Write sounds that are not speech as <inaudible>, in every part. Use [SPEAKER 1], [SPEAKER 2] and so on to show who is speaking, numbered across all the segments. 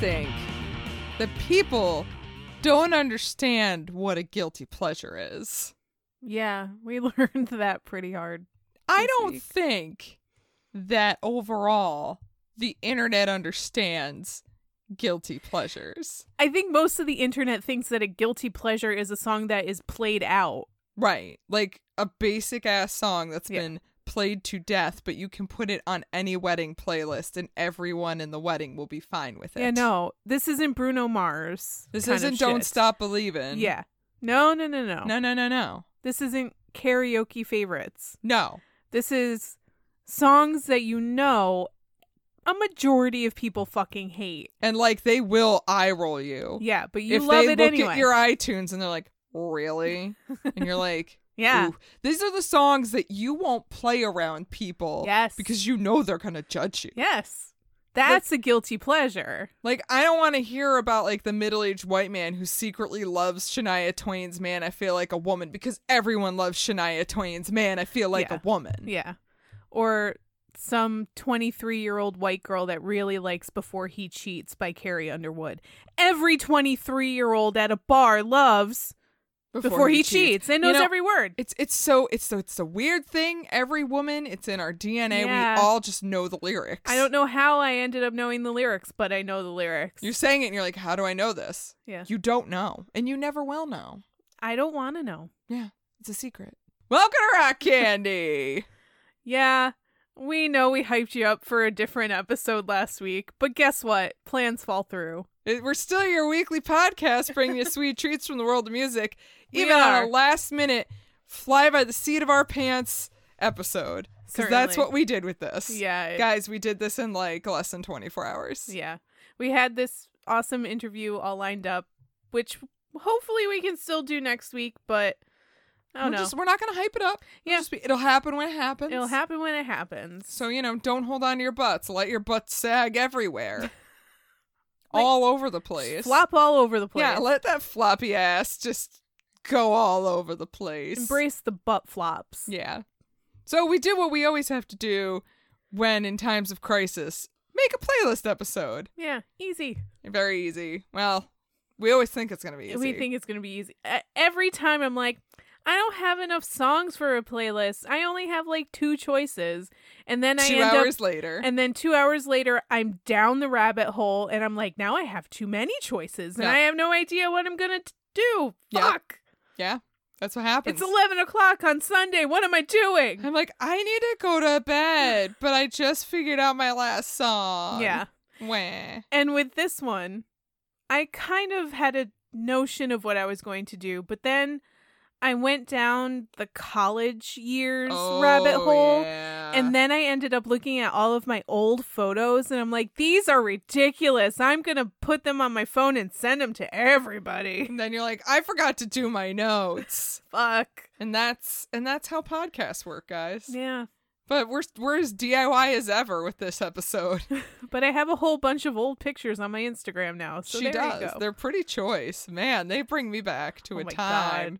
[SPEAKER 1] think that people don't understand what a guilty pleasure is.
[SPEAKER 2] Yeah, we <laughs> learned that pretty hard.
[SPEAKER 1] I
[SPEAKER 2] This
[SPEAKER 1] don't
[SPEAKER 2] week.
[SPEAKER 1] think that overall the internet understands guilty pleasures.
[SPEAKER 2] I think most of the internet thinks that a guilty pleasure is a song that is played out.
[SPEAKER 1] Right. Like a basic ass song that's
[SPEAKER 2] Yeah.
[SPEAKER 1] been played to death, but you can put it on any wedding playlist and everyone in the wedding will be fine with it.
[SPEAKER 2] Yeah, no, this isn't Bruno Mars.
[SPEAKER 1] This
[SPEAKER 2] kind of
[SPEAKER 1] isn't Don't
[SPEAKER 2] shit.
[SPEAKER 1] Stop Believing.
[SPEAKER 2] Yeah. No, no, no, no,
[SPEAKER 1] No, no, no, no.
[SPEAKER 2] This isn't karaoke favorites.
[SPEAKER 1] No.
[SPEAKER 2] This is songs that you know a majority of people fucking hate.
[SPEAKER 1] And like they will eye roll you.
[SPEAKER 2] Yeah, but you
[SPEAKER 1] if
[SPEAKER 2] love
[SPEAKER 1] they
[SPEAKER 2] it
[SPEAKER 1] look
[SPEAKER 2] anyway.
[SPEAKER 1] at your iTunes and they're like, really? and you're like,
[SPEAKER 2] <laughs> yeah.
[SPEAKER 1] Ooh, these are the songs that you won't play around people.
[SPEAKER 2] Yes.
[SPEAKER 1] Because you know they're going to judge you.
[SPEAKER 2] Yes. That's a guilty pleasure.
[SPEAKER 1] Like, I don't want to hear about, like, the middle aged white man who secretly loves Shania Twain's Man, I Feel Like a Woman, because everyone loves Shania Twain's Man, I Feel Like
[SPEAKER 2] Yeah.
[SPEAKER 1] a Woman.
[SPEAKER 2] Yeah. Or some 23 year old white girl that really likes Before He Cheats by Carrie Underwood. Every 23 year old at a bar loves Before, he, cheats. and
[SPEAKER 1] You
[SPEAKER 2] knows
[SPEAKER 1] know,
[SPEAKER 2] every word.
[SPEAKER 1] It's it's so it's so it's a weird thing. Every woman, it's in our DNA.
[SPEAKER 2] Yeah.
[SPEAKER 1] We all just know the lyrics.
[SPEAKER 2] I don't know how I ended up knowing the lyrics, but I know the lyrics.
[SPEAKER 1] You're saying it, and you're like, how do I know this?
[SPEAKER 2] yeah.
[SPEAKER 1] You don't know, and you never will know.
[SPEAKER 2] I don't want to know.
[SPEAKER 1] Yeah, it's a secret. Welcome to Rock
[SPEAKER 2] <laughs>
[SPEAKER 1] Candy.
[SPEAKER 2] Yeah. We know we hyped you up for a different episode last week, but guess what? Plans fall through.
[SPEAKER 1] It- We're still your weekly podcast, bringing you sweet treats from the world of music,
[SPEAKER 2] We
[SPEAKER 1] even on
[SPEAKER 2] are.
[SPEAKER 1] a last minute, fly by the seat of our pants episode. Because that's
[SPEAKER 2] Certainly.
[SPEAKER 1] what we did with this.
[SPEAKER 2] Yeah. it-
[SPEAKER 1] Guys, we did this in like less than 24 hours.
[SPEAKER 2] Yeah. We had this awesome interview all lined up, which hopefully we can still do next week, but I
[SPEAKER 1] we're,
[SPEAKER 2] don't know.
[SPEAKER 1] just, we're not going to hype it up. It'll
[SPEAKER 2] Yeah.
[SPEAKER 1] just be- it'll happen when it happens.
[SPEAKER 2] It'll happen when it happens.
[SPEAKER 1] So, you know, don't hold on to your butts. Let your butts sag
[SPEAKER 2] <laughs>
[SPEAKER 1] everywhere, all over the place.
[SPEAKER 2] flop all over the place.
[SPEAKER 1] Yeah, let that floppy ass just go all over the place.
[SPEAKER 2] Embrace the butt flops.
[SPEAKER 1] Yeah. So we do what we always have to do when in times of crisis make a playlist episode.
[SPEAKER 2] Yeah, easy.
[SPEAKER 1] Very easy. Well, we always think it's going to be easy.
[SPEAKER 2] We think it's going to be easy. E- Every time I'm like, I don't have enough songs for a playlist. I only have like two choices. And then I
[SPEAKER 1] two
[SPEAKER 2] end up
[SPEAKER 1] hours later.
[SPEAKER 2] And then two hours later, I'm down the rabbit hole and I'm like, now I have too many choices and
[SPEAKER 1] Yeah.
[SPEAKER 2] I have no idea what I'm going to do.
[SPEAKER 1] Yeah.
[SPEAKER 2] Fuck.
[SPEAKER 1] yeah. That's what happens.
[SPEAKER 2] It's 11 o'clock on Sunday. What am I doing?
[SPEAKER 1] I'm like, I need to go to
[SPEAKER 2] <laughs>
[SPEAKER 1] bed, but I just figured out my last song.
[SPEAKER 2] Yeah.
[SPEAKER 1] Wah.
[SPEAKER 2] And with this one, I kind of had a notion of what I was going to do, but then I went down the college years rabbit
[SPEAKER 1] Oh,
[SPEAKER 2] hole. And then I ended up looking at all of my old photos and I'm like, these are ridiculous. I'm going to put them on my phone and send them to everybody.
[SPEAKER 1] and then you're like, I forgot to do my notes.
[SPEAKER 2] Fuck.
[SPEAKER 1] and that's and that's how podcasts work, guys.
[SPEAKER 2] Yeah.
[SPEAKER 1] But we're we're as DIY as ever with this episode.
[SPEAKER 2] But I have a whole bunch of old pictures on my Instagram now. <laughs> So
[SPEAKER 1] she
[SPEAKER 2] there
[SPEAKER 1] does.
[SPEAKER 2] You go.
[SPEAKER 1] They're pretty choice. Man, they bring me back to
[SPEAKER 2] Oh
[SPEAKER 1] a
[SPEAKER 2] my
[SPEAKER 1] time.
[SPEAKER 2] God.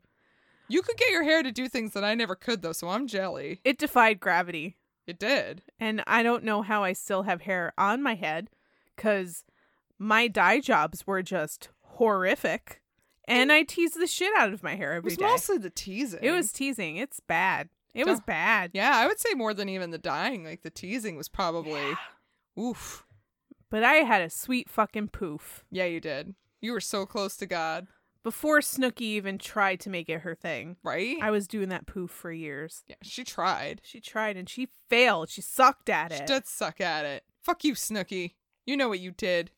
[SPEAKER 1] You could get your hair to do things that I never could though, so I'm jelly.
[SPEAKER 2] It defied gravity.
[SPEAKER 1] It did.
[SPEAKER 2] And I don't know how I still have hair on my head because my dye jobs were just horrific. And I tease the shit out of my hair
[SPEAKER 1] It
[SPEAKER 2] every
[SPEAKER 1] was
[SPEAKER 2] day.
[SPEAKER 1] mostly the teasing.
[SPEAKER 2] It was teasing. It's bad. It was
[SPEAKER 1] Oh.
[SPEAKER 2] bad.
[SPEAKER 1] Yeah, I would say more than even the dying. Like the teasing was probably oof.
[SPEAKER 2] But I had a sweet fucking poof
[SPEAKER 1] Yeah, you did. You were so close to God,
[SPEAKER 2] before Snooky even tried to make it her thing.
[SPEAKER 1] right?
[SPEAKER 2] I was doing that poof for years.
[SPEAKER 1] yeah, she tried.
[SPEAKER 2] She tried and she failed. She sucked at
[SPEAKER 1] She
[SPEAKER 2] it.
[SPEAKER 1] did suck at it. Fuck you, Snooky. You know what you did.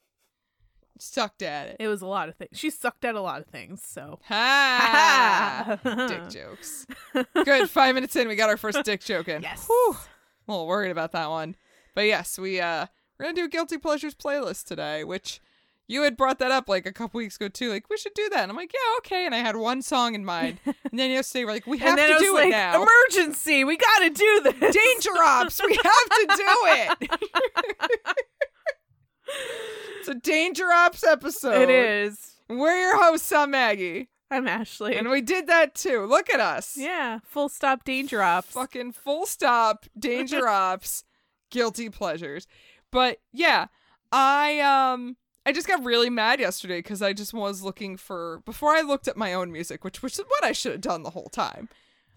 [SPEAKER 1] Sucked at it.
[SPEAKER 2] It was a lot of things. She sucked at a lot of things. So
[SPEAKER 1] Ha!
[SPEAKER 2] <laughs>
[SPEAKER 1] dick jokes. Good. Five minutes in, we got our first dick joke in.
[SPEAKER 2] Yes.
[SPEAKER 1] Whew. I'm a little worried about that one. But yes, we uh we're gonna do a guilty pleasures playlist today, which you had brought that up like a couple weeks ago too. Like we should do that, and I'm like, yeah, okay. And I had one song in mind, and then yesterday we're like, we have
[SPEAKER 2] <laughs> and then
[SPEAKER 1] to
[SPEAKER 2] I was
[SPEAKER 1] do
[SPEAKER 2] like,
[SPEAKER 1] it now.
[SPEAKER 2] Emergency! We gotta do this.
[SPEAKER 1] Danger ops, we have to do it. it's a danger ops episode.
[SPEAKER 2] it is.
[SPEAKER 1] We're your hosts, I'm Maggie,
[SPEAKER 2] I'm Ashley.
[SPEAKER 1] and we did that too. Look at us.
[SPEAKER 2] yeah. Full stop. Danger ops.
[SPEAKER 1] fucking full stop
[SPEAKER 2] <laughs>
[SPEAKER 1] danger ops guilty pleasures but yeah i um I just got really mad yesterday because I just was looking for before I looked at my own music, which which is what I should have done the whole time.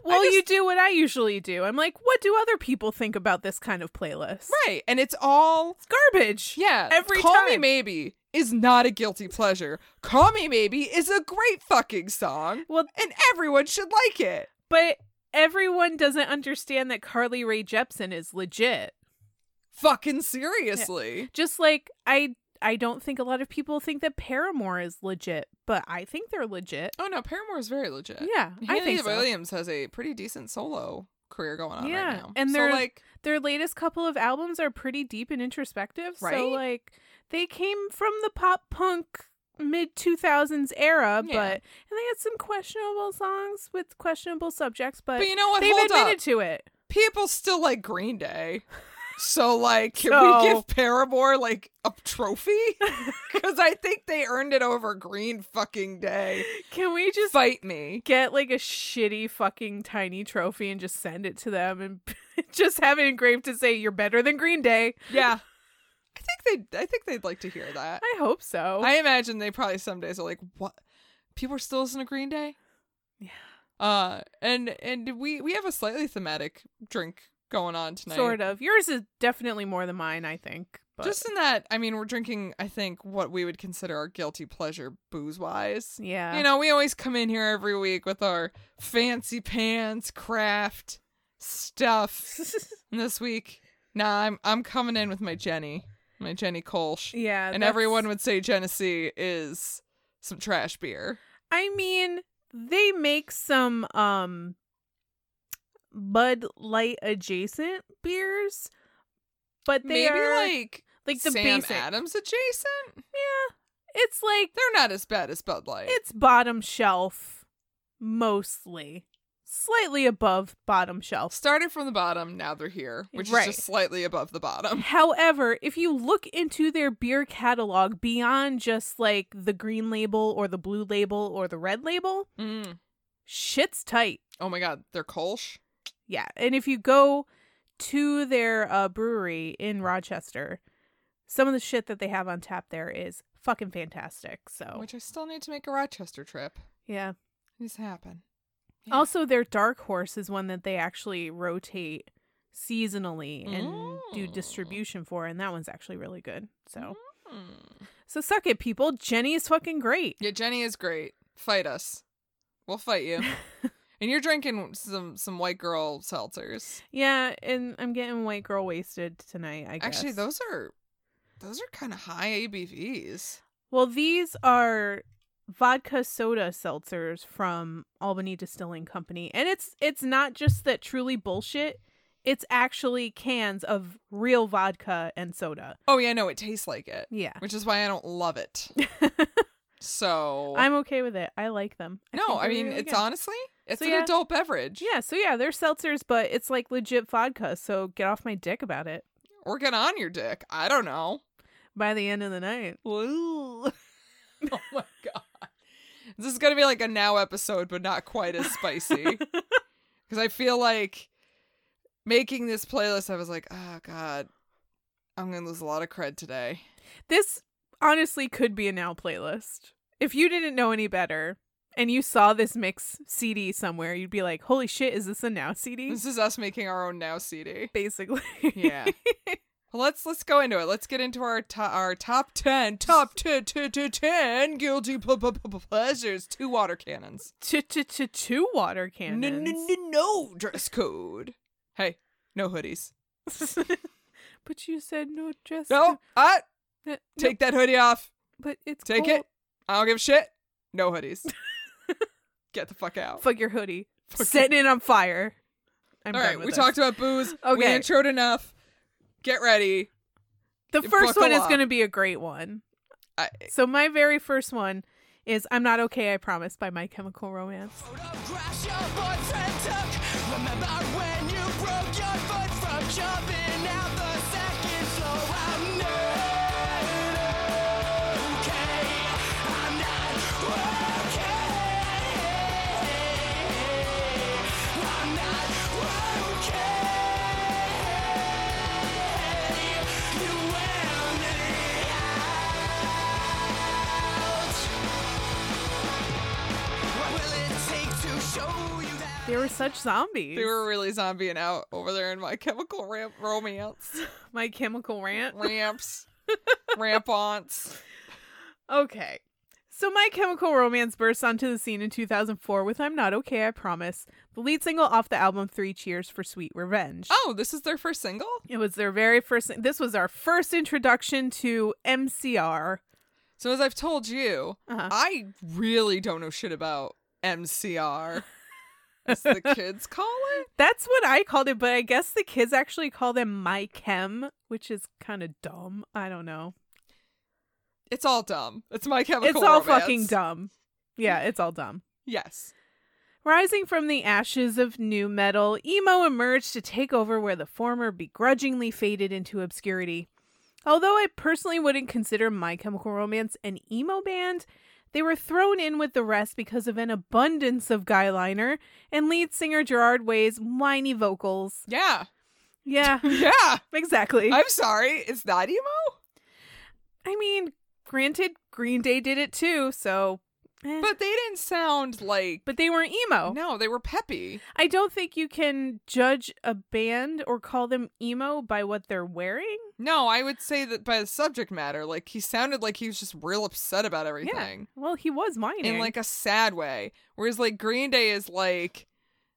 [SPEAKER 2] Well,
[SPEAKER 1] just-
[SPEAKER 2] you do what I usually do. I'm like, what do other people think about this kind of playlist?
[SPEAKER 1] Right, and it's all
[SPEAKER 2] It's garbage.
[SPEAKER 1] Yeah.
[SPEAKER 2] Every
[SPEAKER 1] Call Me
[SPEAKER 2] time.
[SPEAKER 1] Maybe is not a guilty pleasure. Call Me Maybe is a great fucking song.
[SPEAKER 2] Well-
[SPEAKER 1] and everyone should like it.
[SPEAKER 2] But everyone doesn't understand that Carly Rae Jepsen is legit.
[SPEAKER 1] Fucking seriously.
[SPEAKER 2] Just like I I don't think a lot of people think that Paramore is legit, but I think they're legit.
[SPEAKER 1] Oh no, Paramore is very legit.
[SPEAKER 2] Yeah, I
[SPEAKER 1] Haley
[SPEAKER 2] think so.
[SPEAKER 1] Williams has a pretty decent solo career going on
[SPEAKER 2] Yeah,
[SPEAKER 1] right now.
[SPEAKER 2] and
[SPEAKER 1] so,
[SPEAKER 2] they're-
[SPEAKER 1] like
[SPEAKER 2] Their latest couple of albums are pretty deep and introspective,
[SPEAKER 1] Right?
[SPEAKER 2] so like they came from the pop punk mid 2000s era,
[SPEAKER 1] Yeah.
[SPEAKER 2] but and they had some questionable songs with questionable subjects, but,
[SPEAKER 1] But you know what?
[SPEAKER 2] they've
[SPEAKER 1] Hold
[SPEAKER 2] admitted
[SPEAKER 1] up.
[SPEAKER 2] to it.
[SPEAKER 1] People still like Green
[SPEAKER 2] <laughs>
[SPEAKER 1] Day. So like can
[SPEAKER 2] So-
[SPEAKER 1] we give Paramore like a trophy?
[SPEAKER 2] <laughs>
[SPEAKER 1] Cuz I think they earned it over Green fucking Day.
[SPEAKER 2] Can we just
[SPEAKER 1] Fight me.
[SPEAKER 2] get like a shitty fucking tiny trophy and just send it to them and <laughs> just have it engraved to say you're better than Green Day.
[SPEAKER 1] Yeah. I think they I think they'd like to hear that.
[SPEAKER 2] I hope so.
[SPEAKER 1] I imagine they probably some days are like, "What? People are still listening to Green Day?"
[SPEAKER 2] Yeah.
[SPEAKER 1] Uh, and and we we have a slightly thematic drink going on tonight.
[SPEAKER 2] sort of. Yours is definitely more than mine, I think. But
[SPEAKER 1] Just in that, I mean, we're drinking. I think what we would consider our guilty pleasure booze wise.
[SPEAKER 2] yeah.
[SPEAKER 1] You know, we always come in here every week with our fancy pants craft stuff. and this week, nah, I'm I'm coming in with my Jenny, my Jenny Kolsch.
[SPEAKER 2] <laughs> yeah.
[SPEAKER 1] and
[SPEAKER 2] that's-
[SPEAKER 1] everyone would say Genesee is some trash beer.
[SPEAKER 2] I mean, they make some um Bud Light adjacent beers, but they
[SPEAKER 1] Maybe
[SPEAKER 2] are
[SPEAKER 1] like
[SPEAKER 2] like the
[SPEAKER 1] Sam
[SPEAKER 2] basic.
[SPEAKER 1] Adams adjacent.
[SPEAKER 2] It's like
[SPEAKER 1] They're not as bad as Bud Light.
[SPEAKER 2] it's bottom shelf mostly slightly above bottom shelf
[SPEAKER 1] Started from the bottom, now they're here, which
[SPEAKER 2] Right.
[SPEAKER 1] is just slightly above the
[SPEAKER 2] <laughs>
[SPEAKER 1] bottom.
[SPEAKER 2] however if you look into their beer catalog beyond just like the green label or the blue label or the red label
[SPEAKER 1] Mm.
[SPEAKER 2] shit's tight
[SPEAKER 1] Oh my god, they're Kolsch.
[SPEAKER 2] yeah and if you go to their uh, brewery in rochester some of the shit that they have on tap there is fucking fantastic so
[SPEAKER 1] Which I still need to make a Rochester trip.
[SPEAKER 2] yeah
[SPEAKER 1] These happen. Yeah.
[SPEAKER 2] Also, their Dark Horse is one that they actually rotate seasonally and do
[SPEAKER 1] Mm.
[SPEAKER 2] distribution for, and that one's actually really good. So,
[SPEAKER 1] Mm.
[SPEAKER 2] so suck it, people. Jenny is fucking great.
[SPEAKER 1] Yeah, Jenny is great. Fight us. We'll fight
[SPEAKER 2] <laughs>
[SPEAKER 1] you. and you're drinking some some white girl seltzers.
[SPEAKER 2] Yeah, and I'm getting white girl wasted tonight. I guess.
[SPEAKER 1] Actually, those are those are kind of high ABVs.
[SPEAKER 2] Well, these are vodka soda seltzers from Albany Distilling Company, and it's it's not just that truly bullshit. It's actually cans of real vodka and soda.
[SPEAKER 1] Oh yeah, no, it tastes like it,
[SPEAKER 2] Yeah.
[SPEAKER 1] which is why I don't love
[SPEAKER 2] <laughs>
[SPEAKER 1] it. So
[SPEAKER 2] I'm okay with it. I like them.
[SPEAKER 1] no,
[SPEAKER 2] think
[SPEAKER 1] I
[SPEAKER 2] they're
[SPEAKER 1] mean
[SPEAKER 2] really
[SPEAKER 1] it's
[SPEAKER 2] good.
[SPEAKER 1] honestly it's
[SPEAKER 2] So,
[SPEAKER 1] an
[SPEAKER 2] yeah.
[SPEAKER 1] adult beverage.
[SPEAKER 2] Yeah, so yeah, they're seltzers, but it's like legit vodka. So get off my dick about it.
[SPEAKER 1] Or get on your dick. I don't know.
[SPEAKER 2] By the end of the night, <laughs>
[SPEAKER 1] <laughs> oh my god. This is gonna be like a now episode, but not quite as spicy.
[SPEAKER 2] <laughs>
[SPEAKER 1] Because I feel like making this playlist, I was like, oh god, I'm gonna lose a lot of cred today.
[SPEAKER 2] this honestly could be a now playlist. If you didn't know any better and you saw this mix CD somewhere, you'd be like, "Holy shit, is this a now CD?"
[SPEAKER 1] This is us making our own now CD.
[SPEAKER 2] <laughs> Basically,
[SPEAKER 1] Mm-hmm.
[SPEAKER 2] <laughs>
[SPEAKER 1] Yeah. <laughs> Well, let's let's go into it. Let's get into our to- our top ten, top ten, ten, ten, ten guilty pl- pl- pl- pleasures. Two water cannons.
[SPEAKER 2] T- t- t- two water
[SPEAKER 1] N- n-
[SPEAKER 2] cannons.
[SPEAKER 1] n- no dress code. Hey, no
[SPEAKER 2] <laughs>
[SPEAKER 1] hoodies.
[SPEAKER 2] but you said no dress.
[SPEAKER 1] No, I
[SPEAKER 2] no, no,
[SPEAKER 1] take that hoodie off.
[SPEAKER 2] but it's
[SPEAKER 1] Take
[SPEAKER 2] cold.
[SPEAKER 1] it. I don't give a shit. No
[SPEAKER 2] <laughs>
[SPEAKER 1] hoodies. Get the fuck out.
[SPEAKER 2] Fuck your hoodie.
[SPEAKER 1] Fuck
[SPEAKER 2] Setting it on fire. I'm
[SPEAKER 1] All
[SPEAKER 2] done
[SPEAKER 1] right,
[SPEAKER 2] with
[SPEAKER 1] we
[SPEAKER 2] this.
[SPEAKER 1] talked about booze. We
[SPEAKER 2] <laughs> Okay.
[SPEAKER 1] introed enough. Get ready.
[SPEAKER 2] The
[SPEAKER 1] You
[SPEAKER 2] first one
[SPEAKER 1] buckle
[SPEAKER 2] is
[SPEAKER 1] up.
[SPEAKER 2] going to be a great one.
[SPEAKER 1] I-
[SPEAKER 2] So my very first one is "I'm Not Okay, I Promise" by My Chemical Romance.
[SPEAKER 3] Photographs your boyfriend took. Remember when you broke your foot from jumping out the second floor? I'm not okay. I'm not okay. I'm not okay. You and me.
[SPEAKER 2] They were such zombies.
[SPEAKER 1] They were really zombieing out over there in my <laughs> chemical ramp romance.
[SPEAKER 2] My chemical rant.
[SPEAKER 1] Ramps.
[SPEAKER 2] <laughs>
[SPEAKER 1] Ramponts.
[SPEAKER 2] Okay. So My Chemical Romance bursts onto the scene in 2004 with I'm Not Okay, I Promise, the lead single off the album Three Cheers for Sweet Revenge.
[SPEAKER 1] Oh, this is their first single?
[SPEAKER 2] It was their very first, this was our first introduction to MCR.
[SPEAKER 1] So as I've told you,
[SPEAKER 2] Uh-huh.
[SPEAKER 1] I really don't know shit about MCR. As
[SPEAKER 2] <laughs>
[SPEAKER 1] the kids call it?
[SPEAKER 2] That's what I called it, but I guess the kids actually call them My Chem, which is kind of dumb. I don't know.
[SPEAKER 1] It's all dumb. It's my chemical
[SPEAKER 2] it's all
[SPEAKER 1] Romance.
[SPEAKER 2] fucking dumb. Yeah, it's all dumb.
[SPEAKER 1] Yes.
[SPEAKER 2] Rising from the ashes of new metal, emo emerged to take over where the former begrudgingly faded into obscurity. Although I personally wouldn't consider My Chemical Romance an emo band, they were thrown in with the rest because of an abundance of guyliner and lead singer Gerard Way's whiny vocals. <laughs>
[SPEAKER 1] Yeah.
[SPEAKER 2] Yeah,
[SPEAKER 1] Yeah.
[SPEAKER 2] exactly.
[SPEAKER 1] I'm sorry. It's not emo?
[SPEAKER 2] I mean, granted, Green Day did it too, so. eh.
[SPEAKER 1] But they didn't sound like
[SPEAKER 2] but they weren't emo.
[SPEAKER 1] No, they were peppy.
[SPEAKER 2] I don't think you can judge a band or call them emo by what they're wearing.
[SPEAKER 1] No, I would say that by the subject matter, like he sounded like he was just real upset about everything.
[SPEAKER 2] Well, he was mining.
[SPEAKER 1] In like a sad way. Whereas like Green Day is like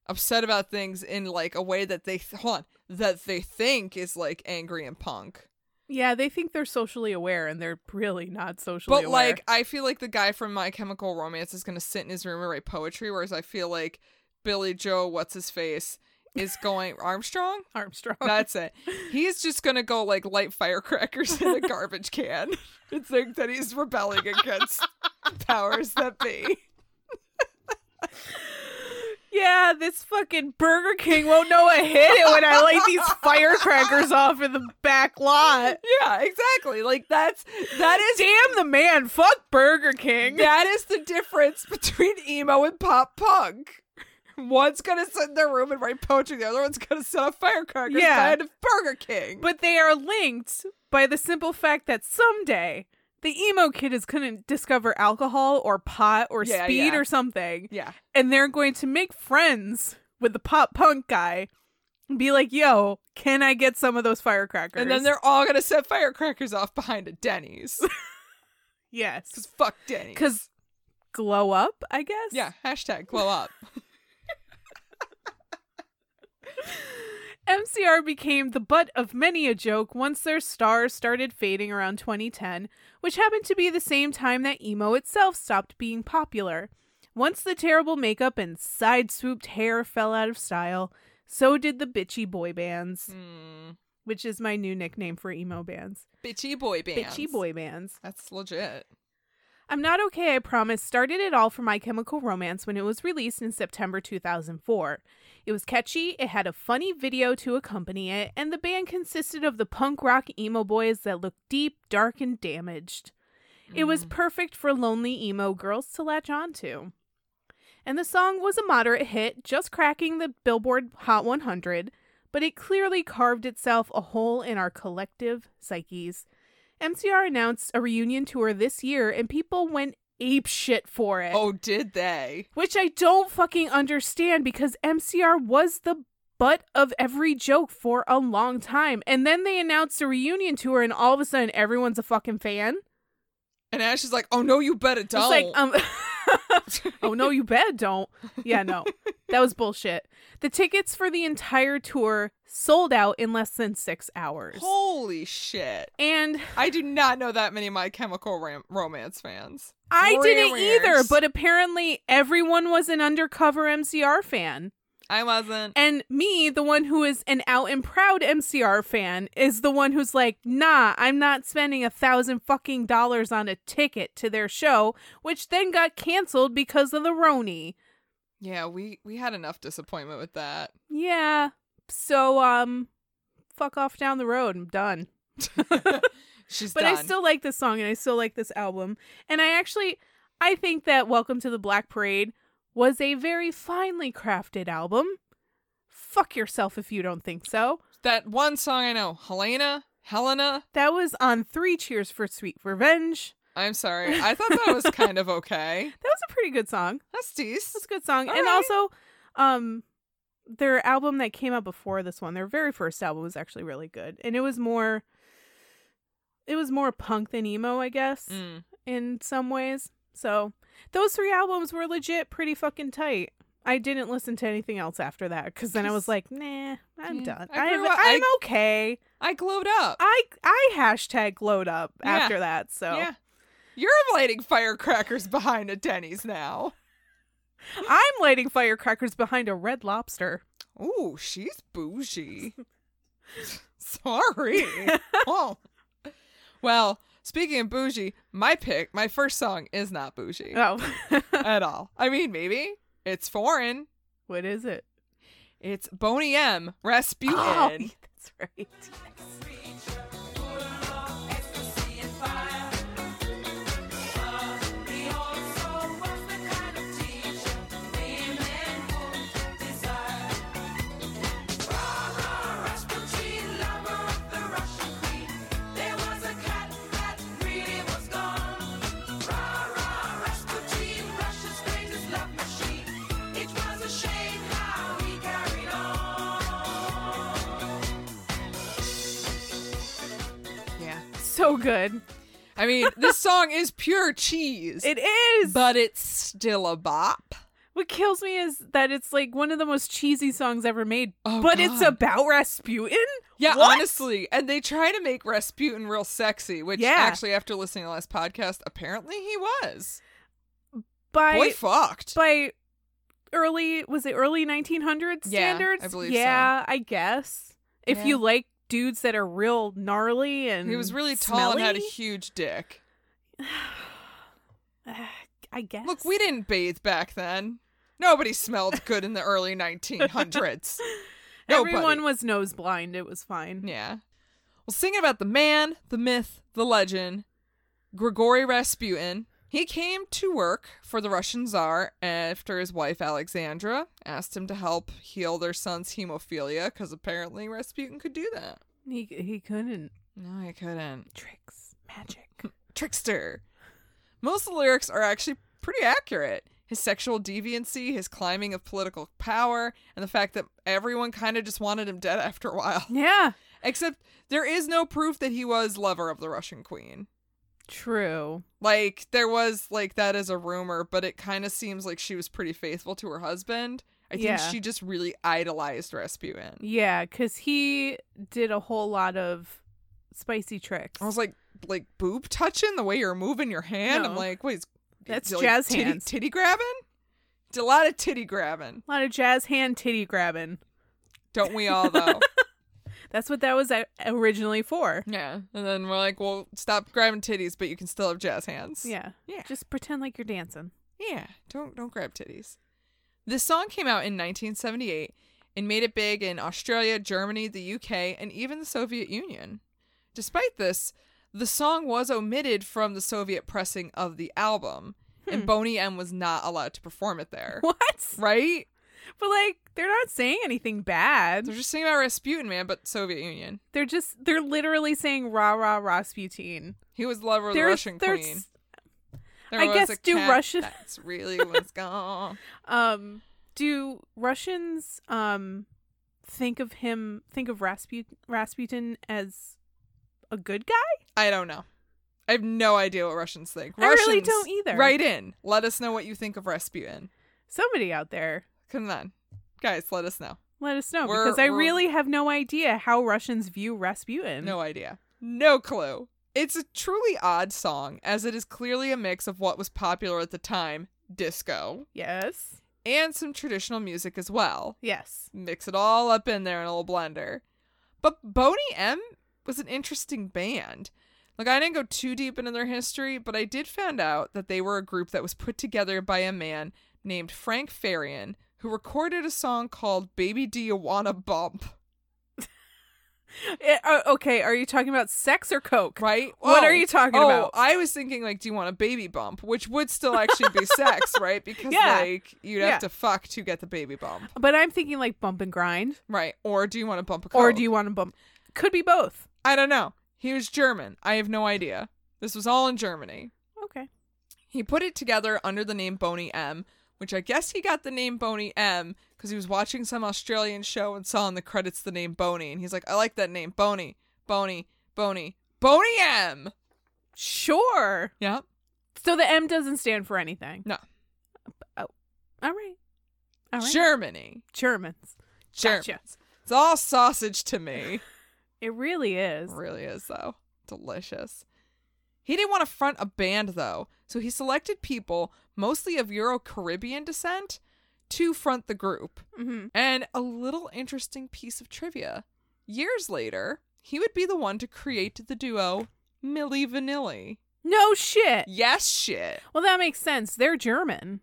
[SPEAKER 1] upset about things in like a way that they th- hold on, that they think is like angry and punk.
[SPEAKER 2] yeah, they think they're socially aware, and they're really not socially
[SPEAKER 1] But
[SPEAKER 2] aware.
[SPEAKER 1] like I feel like the guy from My Chemical Romance is gonna sit in his room and write poetry, whereas I feel like Billy Joe, what's his face, is going Armstrong?
[SPEAKER 2] Armstrong. <laughs>
[SPEAKER 1] That's it. He's just gonna go like light firecrackers in a garbage can <laughs> and think that he's rebelling against powers that be.
[SPEAKER 2] yeah, this fucking Burger King won't know I hit it when I light
[SPEAKER 1] <laughs>
[SPEAKER 2] these firecrackers off in the back lot.
[SPEAKER 1] Yeah, exactly. Like that's that is
[SPEAKER 2] Damn the man! Fuck Burger King.
[SPEAKER 1] that is the difference between emo and pop punk. One's gonna sit in their room and write poetry. The other one's gonna set off firecrackers
[SPEAKER 2] Yeah.
[SPEAKER 1] yeah. behind a Burger King.
[SPEAKER 2] But they are linked by the simple fact that someday the emo kid is going to discover alcohol or pot or
[SPEAKER 1] Yeah,
[SPEAKER 2] speed
[SPEAKER 1] yeah.
[SPEAKER 2] or something,
[SPEAKER 1] yeah,
[SPEAKER 2] and they're going to make friends with the pop punk guy and be like, yo, can I get some of those firecrackers?
[SPEAKER 1] and then they're all gonna set firecrackers off behind a <laughs> Denny's. Cause
[SPEAKER 2] Yes.
[SPEAKER 1] fuck Denny's.
[SPEAKER 2] Because glow up, I guess?
[SPEAKER 1] yeah, hashtag glow up.
[SPEAKER 2] MCR became the butt of many a joke once their stars started fading around 2010, which happened to be the same time that emo itself stopped being popular. Once the terrible makeup and side swooped hair fell out of style, so did the bitchy boy
[SPEAKER 1] <laughs>
[SPEAKER 2] bands,
[SPEAKER 1] Mm,
[SPEAKER 2] which is my new nickname for emo bands.
[SPEAKER 1] bitchy boy bands.
[SPEAKER 2] Bitchy boy bands.
[SPEAKER 1] That's legit.
[SPEAKER 2] I'm Not Okay, I Promise started it all for My Chemical Romance when it was released in September 2004. It was catchy, it had a funny video to accompany it, and the band consisted of the punk rock emo boys that looked deep, dark, and damaged. It was perfect for lonely emo girls to latch onto. And the song was a moderate hit, just cracking the Billboard Hot 100, but it clearly carved itself a hole in our collective psyches. MCR announced a reunion tour this year and people went apeshit for it.
[SPEAKER 1] Oh, did they?
[SPEAKER 2] Which I don't fucking understand because MCR was the butt of every joke for a long time. And then they announced a reunion tour and all of a sudden everyone's a fucking fan.
[SPEAKER 1] And Ash is like, oh no, you better
[SPEAKER 2] It's
[SPEAKER 1] don't.
[SPEAKER 2] like um <laughs> Oh no, you bet don't. Yeah, no. That was bullshit. The tickets for the entire tour sold out in less than 6 hours.
[SPEAKER 1] Holy shit.
[SPEAKER 2] And
[SPEAKER 1] I do not know that many My Chemical Ram- Romance fans.
[SPEAKER 2] I didn't
[SPEAKER 1] Rarers.
[SPEAKER 2] either, but apparently everyone was an undercover MCR fan.
[SPEAKER 1] I wasn't.
[SPEAKER 2] And me, the one who is an out and proud MCR fan, is the one who's like, nah, I'm not spending a thousand fucking dollars on a ticket to their show, which then got canceled because of the Roni.
[SPEAKER 1] Yeah, we we had enough disappointment with
[SPEAKER 2] <laughs>
[SPEAKER 1] that. <laughs>
[SPEAKER 2] Yeah. So, um, fuck off down the road. I'm done.
[SPEAKER 1] She's
[SPEAKER 2] But
[SPEAKER 1] done.
[SPEAKER 2] I still like this song and I still like this album. And I actually I think that Welcome to the Black Parade was a very finely crafted album. Fuck yourself if you don't think so.
[SPEAKER 1] that one song I know, Helena, Helena.
[SPEAKER 2] That was on 3 Cheers for Sweet Revenge.
[SPEAKER 1] I'm sorry. I thought that was kind of okay.
[SPEAKER 2] That was a pretty good song.
[SPEAKER 1] That's
[SPEAKER 2] <laughs> That's
[SPEAKER 1] decent.
[SPEAKER 2] a good song.
[SPEAKER 1] All
[SPEAKER 2] and
[SPEAKER 1] right.
[SPEAKER 2] also Um their album that came out before this one, their very first album was actually really good. And it was more it was more punk than emo, I guess,
[SPEAKER 1] Mm.
[SPEAKER 2] in some ways. So those three albums were legit pretty fucking tight. I didn't listen to anything else after that because then I was like, nah, I'm
[SPEAKER 1] Yeah.
[SPEAKER 2] done.
[SPEAKER 1] I
[SPEAKER 2] I
[SPEAKER 1] grew
[SPEAKER 2] have,
[SPEAKER 1] up-
[SPEAKER 2] I'm okay.
[SPEAKER 1] I glowed up.
[SPEAKER 2] I I hashtag glowed up
[SPEAKER 1] Yeah.
[SPEAKER 2] after that. So
[SPEAKER 1] Yeah. You're lighting firecrackers behind a Denny's now.
[SPEAKER 2] I'm lighting firecrackers behind a red lobster.
[SPEAKER 1] Ooh, she's
[SPEAKER 2] <laughs>
[SPEAKER 1] bougie. Sorry. oh. Well, speaking of bougie, my pick, my first song is not
[SPEAKER 2] <laughs>
[SPEAKER 1] bougie
[SPEAKER 2] Oh,
[SPEAKER 1] at all. I mean, maybe it's foreign.
[SPEAKER 2] what is it?
[SPEAKER 1] It's Boney M. Rasputin. <laughs>
[SPEAKER 2] Oh, that's right.
[SPEAKER 3] It was a shame how he carried on.
[SPEAKER 1] Yeah.
[SPEAKER 2] So good.
[SPEAKER 1] I mean, this song is pure cheese,
[SPEAKER 2] It is.
[SPEAKER 1] but it's still a bop.
[SPEAKER 2] what kills me is that it's like one of the most cheesy songs ever made,
[SPEAKER 1] Oh,
[SPEAKER 2] but it's
[SPEAKER 1] God.
[SPEAKER 2] about Rasputin.
[SPEAKER 1] Yeah,
[SPEAKER 2] What?
[SPEAKER 1] honestly. And they try to make Rasputin real sexy, which
[SPEAKER 2] Yeah.
[SPEAKER 1] actually, after listening to the last podcast, apparently he was.
[SPEAKER 2] By
[SPEAKER 1] Boy, fucked.
[SPEAKER 2] by early was it early 1900s
[SPEAKER 1] Yeah, I
[SPEAKER 2] standards?
[SPEAKER 1] believe so.
[SPEAKER 2] Yeah, I guess. If
[SPEAKER 1] Yeah.
[SPEAKER 2] you like dudes that are real gnarly and
[SPEAKER 1] he was really tall and had a
[SPEAKER 2] smelly,
[SPEAKER 1] huge dick.
[SPEAKER 2] I guess.
[SPEAKER 1] Look, we didn't bathe back then. Nobody smelled good in the
[SPEAKER 2] <laughs>
[SPEAKER 1] early 1900s. Nobody.
[SPEAKER 2] Everyone was nose blind. It was fine.
[SPEAKER 1] Yeah. Well, singing about the man, the myth, the legend, Grigory Rasputin. He came to work for the Russian Tsar after his wife Alexandra asked him to help heal their son's hemophilia because apparently Rasputin could do that.
[SPEAKER 2] He he couldn't
[SPEAKER 1] No, he couldn't.
[SPEAKER 2] tricks
[SPEAKER 1] <laughs>
[SPEAKER 2] magic.
[SPEAKER 1] trickster. Most of the lyrics are actually pretty accurate. His sexual deviancy, his climbing of political power, and the fact that everyone kind of just wanted him dead after a while.
[SPEAKER 2] yeah,
[SPEAKER 1] Except there is no proof that he was lover of the Russian queen.
[SPEAKER 2] true.
[SPEAKER 1] Like there was like that is a rumor, but it kind of seems like she was pretty faithful to her husband. I think
[SPEAKER 2] Yeah.
[SPEAKER 1] she just really idolized Rasputin.
[SPEAKER 2] Yeah, because he did a whole lot of spicy tricks.
[SPEAKER 1] I was like, like boob touching the way you're moving your hand. I'm
[SPEAKER 2] No.
[SPEAKER 1] like, wait, is-
[SPEAKER 2] That's
[SPEAKER 1] is it,
[SPEAKER 2] jazz
[SPEAKER 1] titty,
[SPEAKER 2] hands.
[SPEAKER 1] Titty grabbing? It's a lot of titty grabbing.
[SPEAKER 2] a lot of jazz hand titty grabbing.
[SPEAKER 1] Don't we all
[SPEAKER 2] <laughs>
[SPEAKER 1] though?
[SPEAKER 2] That's what that was uh, originally for.
[SPEAKER 1] yeah. And then we're like, well, stop grabbing titties, but you can still have jazz hands.
[SPEAKER 2] Yeah,
[SPEAKER 1] Yeah.
[SPEAKER 2] Just pretend like you're dancing. <laughs>
[SPEAKER 1] Yeah. Don't don't grab titties. This song came out in 1978 and made it big in Australia, Germany, the UK, and even the Soviet Union. Despite this, the song was omitted from the Soviet pressing of the album, and Boney M was not allowed to perform it there.
[SPEAKER 2] Hmm. What?
[SPEAKER 1] Right?
[SPEAKER 2] But like, they're not saying anything bad.
[SPEAKER 1] They're just singing about Rasputin, man, but Soviet Union.
[SPEAKER 2] They're just they're literally saying rah rah Rasputin.
[SPEAKER 1] He was the lover of the
[SPEAKER 2] There's-
[SPEAKER 1] Russian
[SPEAKER 2] there's-
[SPEAKER 1] queen. There
[SPEAKER 2] I
[SPEAKER 1] was
[SPEAKER 2] guess
[SPEAKER 1] a
[SPEAKER 2] do
[SPEAKER 1] cat,
[SPEAKER 2] Russian-
[SPEAKER 1] That's really
[SPEAKER 2] <laughs>
[SPEAKER 1] what's gone.
[SPEAKER 2] Um, do Russians um think of him think of Rasputin Rasputin as a good guy?
[SPEAKER 1] I don't know. I have no idea what Russians think.
[SPEAKER 2] I really
[SPEAKER 1] Russians,
[SPEAKER 2] don't either.
[SPEAKER 1] Write in. Let us know what you think of Rasputin.
[SPEAKER 2] Somebody out there,
[SPEAKER 1] Come on, guys. Let us know.
[SPEAKER 2] let us know
[SPEAKER 1] We're-
[SPEAKER 2] because I
[SPEAKER 1] we're-
[SPEAKER 2] really have no idea how Russians view Rasputin.
[SPEAKER 1] No idea. No clue. It's a truly odd song, as it is clearly a mix of what was popular at the time, disco,
[SPEAKER 2] Yes.
[SPEAKER 1] and some traditional music as well.
[SPEAKER 2] Yes.
[SPEAKER 1] mix it all up in there in a little blender. But Boney M was an interesting band. Like I didn't go too deep into their history, but I did find out that they were a group that was put together by a man named Frank Farian who recorded a song called Baby Do You Wanna Bump,
[SPEAKER 2] Eh, uh, okay. Are you talking about sex or coke?
[SPEAKER 1] right?
[SPEAKER 2] <laughs> What
[SPEAKER 1] Oh,
[SPEAKER 2] are you talking
[SPEAKER 1] oh,
[SPEAKER 2] about?
[SPEAKER 1] I was thinking like do you want a baby bump, which would still actually
[SPEAKER 2] <laughs>
[SPEAKER 1] be sex, right? Because
[SPEAKER 2] Yeah.
[SPEAKER 1] like you'd
[SPEAKER 2] Yeah.
[SPEAKER 1] have to fuck to get the baby bump,
[SPEAKER 2] But I'm thinking like bump and grind,
[SPEAKER 1] right? Or do you want to bump a coke?
[SPEAKER 2] or do you want to bump? Could be both.
[SPEAKER 1] I don't know. He was German. I have no idea. This was all in Germany.
[SPEAKER 2] Okay.
[SPEAKER 1] He put it together under the name Boney M, which I guess he got the name Boney M because he was watching some Australian show and saw in the credits the name Boney, and he's like, I like that name, Boney, Boney, Boney, Boney M.
[SPEAKER 2] Sure.
[SPEAKER 1] Yep.
[SPEAKER 2] So the M doesn't stand for anything.
[SPEAKER 1] No.
[SPEAKER 2] Oh, all right. All right.
[SPEAKER 1] Germany.
[SPEAKER 2] Germans.
[SPEAKER 1] Germany.
[SPEAKER 2] Gotcha.
[SPEAKER 1] It's all sausage to
[SPEAKER 2] <laughs>
[SPEAKER 1] me.
[SPEAKER 2] It really is.
[SPEAKER 1] It really is though. Delicious. He didn't want to front a band though, so he selected people mostly of Euro Caribbean descent to front the group.
[SPEAKER 2] Mm-hmm.
[SPEAKER 1] And a little interesting piece of trivia. Years later, he would be the one to create the duo Milli Vanilli.
[SPEAKER 2] No shit.
[SPEAKER 1] Yes, shit.
[SPEAKER 2] Well, that makes sense. They're German.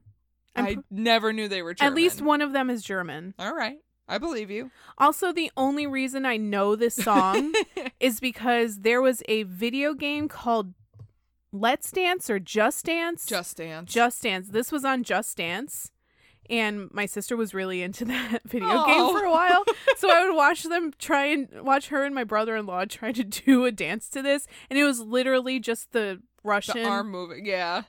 [SPEAKER 2] I'm
[SPEAKER 1] I
[SPEAKER 2] pr-
[SPEAKER 1] never knew they were German.
[SPEAKER 2] At least one of them is German.
[SPEAKER 1] All right. I believe you.
[SPEAKER 2] Also, the only reason I know
[SPEAKER 1] <laughs>
[SPEAKER 2] this song is because there was a video game called Let's Dance or Just Dance.
[SPEAKER 1] Just dance.
[SPEAKER 2] Just Dance. This was on Just Dance. And my sister was really into <laughs> that video
[SPEAKER 1] Oh.
[SPEAKER 2] game for a while. So I would watch them try and watch her and my brother in law try to do a dance to this. And it was literally just the
[SPEAKER 1] the
[SPEAKER 2] Russian, the,
[SPEAKER 1] arm moving. Yeah.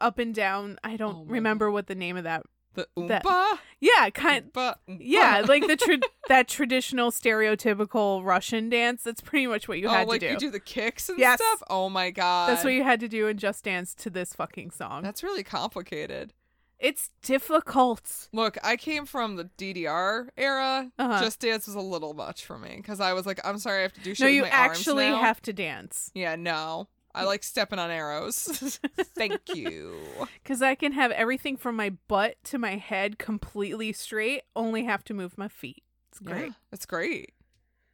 [SPEAKER 2] up and down. I don't
[SPEAKER 1] Oh my
[SPEAKER 2] remember what the name of that.
[SPEAKER 1] The
[SPEAKER 2] That-
[SPEAKER 1] oompa.
[SPEAKER 2] Yeah, kind
[SPEAKER 1] oompa, oompa.
[SPEAKER 2] yeah,
[SPEAKER 1] <laughs>
[SPEAKER 2] like the tra- that traditional stereotypical Russian dance. That's pretty much what you had
[SPEAKER 1] oh, like
[SPEAKER 2] to do.
[SPEAKER 1] you do the kicks and
[SPEAKER 2] Yes.
[SPEAKER 1] stuff. Oh my god,
[SPEAKER 2] That's what you had to do in Just Dance to this fucking song.
[SPEAKER 1] That's really complicated.
[SPEAKER 2] it's difficult.
[SPEAKER 1] Look, I came from the DDR era.
[SPEAKER 2] Uh-huh.
[SPEAKER 1] Just Dance was a little much for me because I was like, I'm sorry, I have to do shit.
[SPEAKER 2] no,
[SPEAKER 1] with
[SPEAKER 2] you
[SPEAKER 1] my arms
[SPEAKER 2] actually
[SPEAKER 1] now.
[SPEAKER 2] have to dance
[SPEAKER 1] Yeah, no, I like stepping on arrows. <laughs> Thank you.
[SPEAKER 2] because I can have everything from my butt to my head completely straight. Only have to move my feet. It's
[SPEAKER 1] <laughs>
[SPEAKER 2] great.
[SPEAKER 1] Yeah, it's great.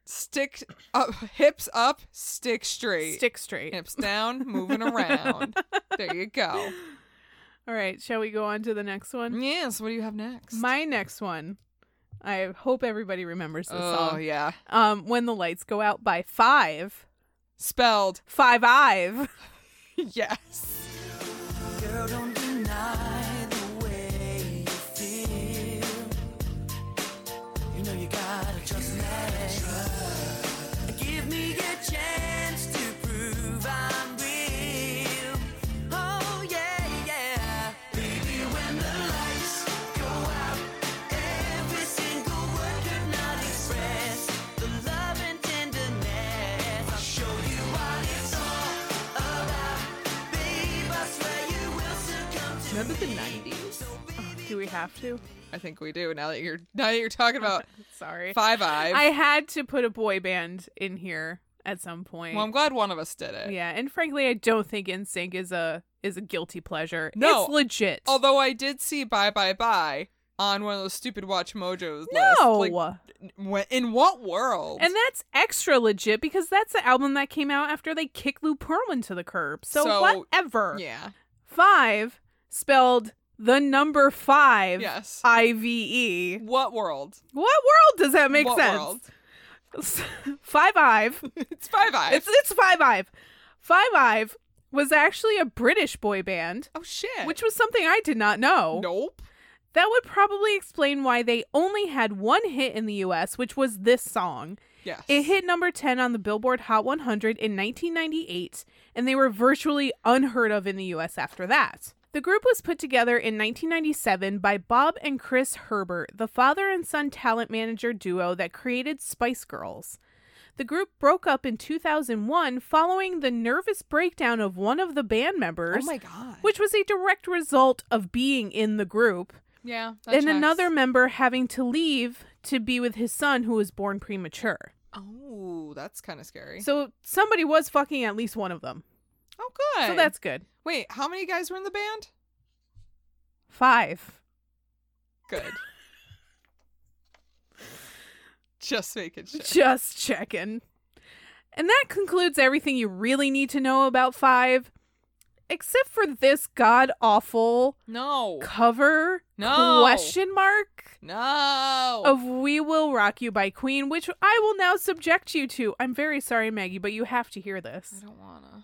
[SPEAKER 1] Stick up, hips up, stick straight.
[SPEAKER 2] Stick straight.
[SPEAKER 1] hips down, moving around. there you go.
[SPEAKER 2] All right, shall we go on to the next one?
[SPEAKER 1] Mm, Yes. What do you have next?
[SPEAKER 2] My next one. I hope everybody remembers this
[SPEAKER 1] oh
[SPEAKER 2] song.
[SPEAKER 1] yeah,
[SPEAKER 2] Um, when the lights go out by five.
[SPEAKER 1] spelled
[SPEAKER 2] <laughs> Five Ive.
[SPEAKER 1] yes.
[SPEAKER 3] Girl, don't deny the way you feel. You know you gotta just let go. Give me a chance to prove I'm real. Oh yeah, yeah. Baby, when the lights go out, every single word could not express the love and tenderness. I'll show you what it's all about. Babe, I swear you will succumb to
[SPEAKER 1] Remember the nineties?
[SPEAKER 2] <laughs> Do we have to?
[SPEAKER 1] I think we do now that you're now that you're talking
[SPEAKER 2] <laughs>
[SPEAKER 1] about
[SPEAKER 2] Sorry.
[SPEAKER 1] Five Eyes.
[SPEAKER 2] I had to put a boy band in here at some point.
[SPEAKER 1] well, I'm glad one of us did it.
[SPEAKER 2] yeah, and frankly, I don't think NSYNC is a is a guilty pleasure.
[SPEAKER 1] No.
[SPEAKER 2] it's legit.
[SPEAKER 1] Although I did see Bye Bye Bye on one of those stupid Watch Mojos
[SPEAKER 2] no,
[SPEAKER 1] lists. Like, wh- in what world?
[SPEAKER 2] and that's extra legit because that's the album that came out after they kicked Lou Pearlman to the curb. So,
[SPEAKER 1] So,
[SPEAKER 2] whatever.
[SPEAKER 1] yeah.
[SPEAKER 2] Five spelled the number five.
[SPEAKER 1] Yes.
[SPEAKER 2] I V E.
[SPEAKER 1] What world?
[SPEAKER 2] What world does that make
[SPEAKER 1] what
[SPEAKER 2] sense?
[SPEAKER 1] World?
[SPEAKER 2] <laughs> five Ive.
[SPEAKER 1] It's Five Eyes.
[SPEAKER 2] It's it's Five Ive. Five Ive was actually a British boy band,
[SPEAKER 1] oh shit.
[SPEAKER 2] which was something I did not know.
[SPEAKER 1] Nope.
[SPEAKER 2] That would probably explain why they only had one hit in the US, which was this song.
[SPEAKER 1] Yes.
[SPEAKER 2] It hit number 10 on the Billboard Hot 100 in 1998, and they were virtually unheard of in the US after that. The group was put together in 1997 by Bob and Chris Herbert, the father and son talent manager duo that created Spice Girls. The group broke up in 2001 following the nervous breakdown of one of the band
[SPEAKER 1] Oh
[SPEAKER 2] members,
[SPEAKER 1] my god.
[SPEAKER 2] which was a direct result of being in the group
[SPEAKER 1] yeah. that
[SPEAKER 2] and
[SPEAKER 1] checks.
[SPEAKER 2] another member having to leave to be with his son who was born premature.
[SPEAKER 1] Oh, that's kind of scary.
[SPEAKER 2] So somebody was fucking at least one of them.
[SPEAKER 1] oh, good.
[SPEAKER 2] So that's good.
[SPEAKER 1] wait. How many guys were in the band?
[SPEAKER 2] Five. <laughs>
[SPEAKER 1] Good. Just making sure.
[SPEAKER 2] Just checking. And that concludes everything you really need to know about Five, except for this god awful
[SPEAKER 1] No.
[SPEAKER 2] cover
[SPEAKER 1] No.
[SPEAKER 2] question mark
[SPEAKER 1] No.
[SPEAKER 2] of We Will Rock You by Queen, which I will now subject you to. I'm very sorry, Maggie, but you have to hear
[SPEAKER 1] I
[SPEAKER 2] this.
[SPEAKER 1] don't wanna.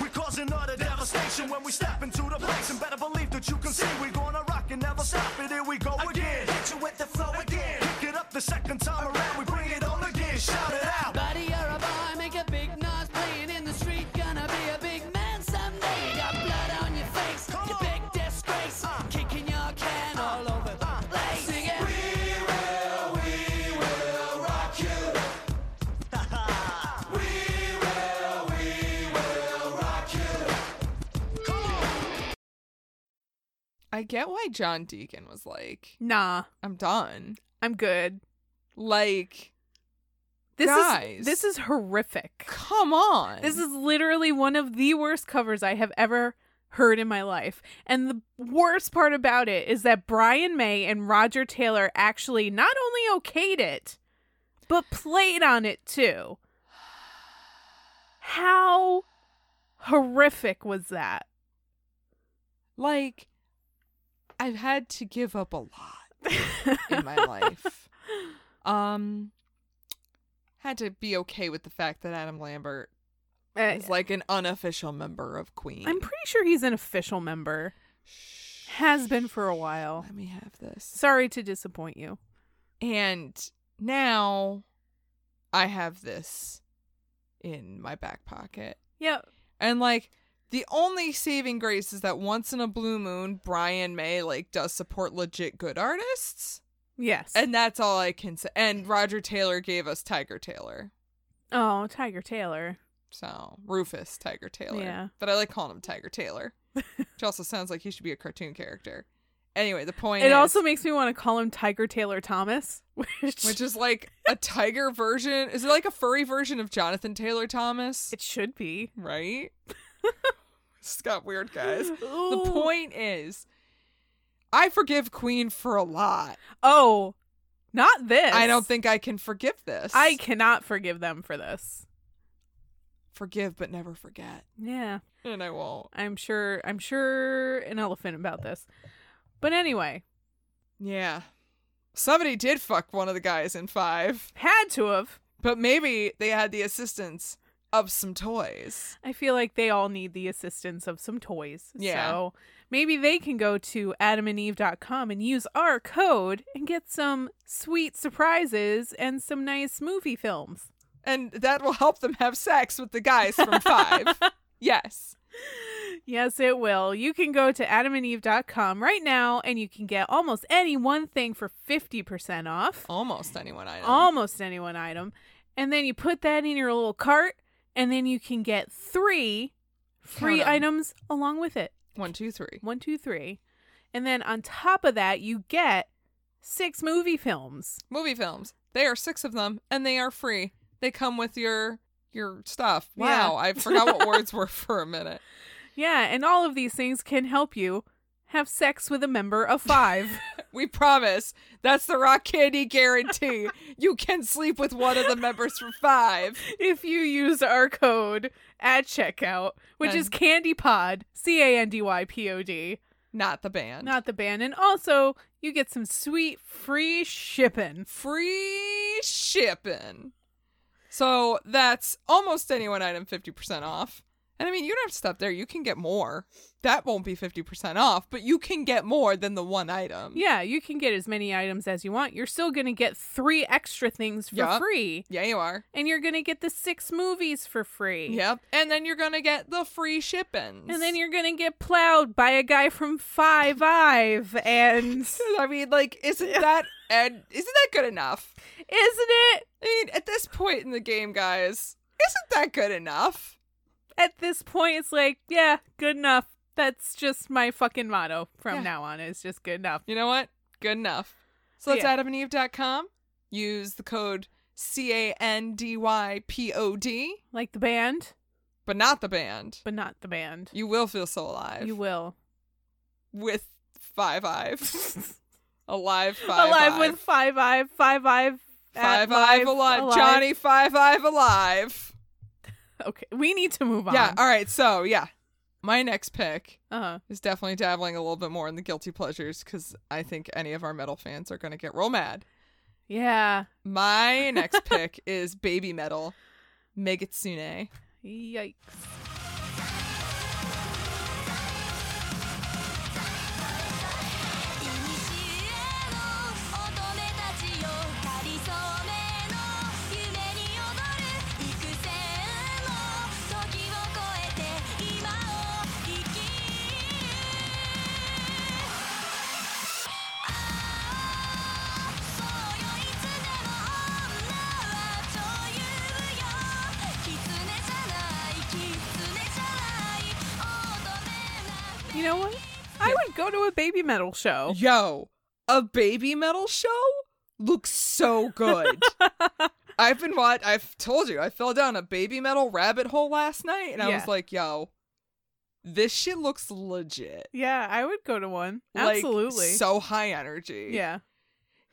[SPEAKER 3] We're causing all the devastation when we step into the place. And better believe that you can see we're gonna rock and never stop it. Here we go again. Hit you with the flow again. Pick it up the second time around. We bring it on again. Shout it out.
[SPEAKER 4] Buddy, you're a boy, make a big noise playing in the street. Gonna be a big man someday. You got blood on your face,
[SPEAKER 3] Come
[SPEAKER 4] you
[SPEAKER 3] on. Uh.
[SPEAKER 4] big disgrace. Kicking your can all over the place.
[SPEAKER 1] I get why John Deacon was like,
[SPEAKER 2] Nah,
[SPEAKER 1] I'm done.
[SPEAKER 2] I'm good.
[SPEAKER 1] Like,
[SPEAKER 2] This
[SPEAKER 1] Guys.
[SPEAKER 2] is this is horrific.
[SPEAKER 1] come on.
[SPEAKER 2] This is literally one of the worst covers I have ever heard in my life. And the worst part about it is that Brian May and Roger Taylor actually not only okayed it, but played on it too. How horrific was that?
[SPEAKER 1] like, I've had to give up a lot in my life. Um, had to be okay with the fact that Adam Lambert
[SPEAKER 2] Uh,
[SPEAKER 1] is like an unofficial member of Queen.
[SPEAKER 2] I'm pretty sure he's an official member. Has been for a while.
[SPEAKER 1] Let me have this.
[SPEAKER 2] Sorry to disappoint you.
[SPEAKER 1] And now I have this in my back pocket.
[SPEAKER 2] Yep.
[SPEAKER 1] And like the only saving grace is that once in a blue moon, Brian May like does support legit good artists.
[SPEAKER 2] Yes.
[SPEAKER 1] And that's all I can say. And Roger Taylor gave us Tiger Taylor.
[SPEAKER 2] oh, Tiger Taylor.
[SPEAKER 1] So Rufus Tiger Taylor.
[SPEAKER 2] Yeah.
[SPEAKER 1] But I like calling him Tiger Taylor.
[SPEAKER 2] <laughs>
[SPEAKER 1] which also sounds like he should be a cartoon character. Anyway, the point
[SPEAKER 2] It
[SPEAKER 1] is-
[SPEAKER 2] also makes me want to call him Tiger Taylor Thomas, <laughs> which,
[SPEAKER 1] which is like a tiger version. Is it like a furry version of Jonathan Taylor Thomas?
[SPEAKER 2] it should be. <laughs>
[SPEAKER 1] Right? it's got weird,
[SPEAKER 2] <gasps>
[SPEAKER 1] guys. The
[SPEAKER 2] Ooh.
[SPEAKER 1] point is, I forgive Queen for a lot.
[SPEAKER 2] Oh, not this.
[SPEAKER 1] I don't think I can forgive this.
[SPEAKER 2] I cannot forgive them for this.
[SPEAKER 1] forgive, but never forget.
[SPEAKER 2] Yeah,
[SPEAKER 1] And I won't.
[SPEAKER 2] I'm sure. I'm sure an elephant about this. But anyway,
[SPEAKER 1] Yeah. Somebody did fuck one of the guys in five,
[SPEAKER 2] had to have.
[SPEAKER 1] but maybe they had the assistance of some toys.
[SPEAKER 2] I feel like they all need the assistance of some toys.
[SPEAKER 1] Yeah.
[SPEAKER 2] So maybe they can go to adamandeve.com and use our code and get some sweet surprises and some nice movie films.
[SPEAKER 1] And that will help them have sex with the guys from
[SPEAKER 2] <laughs>
[SPEAKER 1] five. yes.
[SPEAKER 2] Yes, it will. You can go to adamandeve.com right now and you can get almost any one thing for 50% off,
[SPEAKER 1] Almost anyone I know.
[SPEAKER 2] almost any one item. And then you put that in your little cart and then you can get three free
[SPEAKER 1] Count 'em.
[SPEAKER 2] items along with it.
[SPEAKER 1] One, two, three.
[SPEAKER 2] One, two, three. And then on top of that, you get six movie films.
[SPEAKER 1] Movie films. They are six of them, and they are free. They come with your your stuff.
[SPEAKER 2] Yeah.
[SPEAKER 1] Wow, I forgot what words were for a minute.
[SPEAKER 2] Yeah, and all of these things can help you have sex with a member of
[SPEAKER 1] <laughs>
[SPEAKER 2] five.
[SPEAKER 1] We promise that's the rock candy guarantee. you can sleep with one of the members for five.
[SPEAKER 2] if you use our code at checkout, which is
[SPEAKER 1] And-
[SPEAKER 2] Candy Pod, C A N D Y P O D,
[SPEAKER 1] Not the band.
[SPEAKER 2] not the band. And also, you get some sweet free shipping.
[SPEAKER 1] free shipping. So that's almost anyone item fifty percent off. And I mean, you don't have to stop there. You can get more. That won't be fifty percent off, but you can get more than the one item.
[SPEAKER 2] Yeah, you can get as many items as you want. You're still going to get three extra things for
[SPEAKER 1] Yup.
[SPEAKER 2] free.
[SPEAKER 1] Yeah, you are.
[SPEAKER 2] And you're going to get the six movies for free.
[SPEAKER 1] Yep. And then you're gonna get the free shipping.
[SPEAKER 2] And then you're going to get plowed by a guy from Five Ive.
[SPEAKER 1] <laughs>
[SPEAKER 2] And isn't
[SPEAKER 1] I mean, like, isn't that and isn't that good enough?
[SPEAKER 2] it?
[SPEAKER 1] I mean, at this point in the game, guys, isn't that good enough?
[SPEAKER 2] at this point it's like yeah good enough that's just my fucking motto from
[SPEAKER 1] Yeah.
[SPEAKER 2] now on it's just good enough
[SPEAKER 1] You know what? Good enough. So that's
[SPEAKER 2] Yeah.
[SPEAKER 1] adamandeve.com. Use the code C A N D Y P O D,
[SPEAKER 2] like the band
[SPEAKER 1] but not the band.
[SPEAKER 2] but not the band
[SPEAKER 1] You will feel so alive.
[SPEAKER 2] you will
[SPEAKER 1] with five Ive.
[SPEAKER 2] <laughs>
[SPEAKER 1] alive five.
[SPEAKER 2] alive
[SPEAKER 1] Ive.
[SPEAKER 2] with uh, five ive five ive at
[SPEAKER 1] five Ive
[SPEAKER 2] live,
[SPEAKER 1] alive. Johnny five Ive alive.
[SPEAKER 2] okay we need to move on
[SPEAKER 1] Yeah. All right. So yeah, my next pick
[SPEAKER 2] uh-huh
[SPEAKER 1] is definitely dabbling a little bit more in the guilty pleasures because I think any of our metal fans are gonna get real mad.
[SPEAKER 2] yeah <laughs>
[SPEAKER 1] My next pick is baby metal, Megatsune.
[SPEAKER 2] yikes you know what i would Go to a baby metal show.
[SPEAKER 1] Yo, a baby metal show looks so
[SPEAKER 2] <laughs>
[SPEAKER 1] good. I've been what I've told you, I fell down a baby metal rabbit hole last night and I
[SPEAKER 2] Yeah.
[SPEAKER 1] was like, yo, this shit looks legit.
[SPEAKER 2] Yeah, I would go to one.
[SPEAKER 1] Like,
[SPEAKER 2] Absolutely.
[SPEAKER 1] so high energy.
[SPEAKER 2] yeah.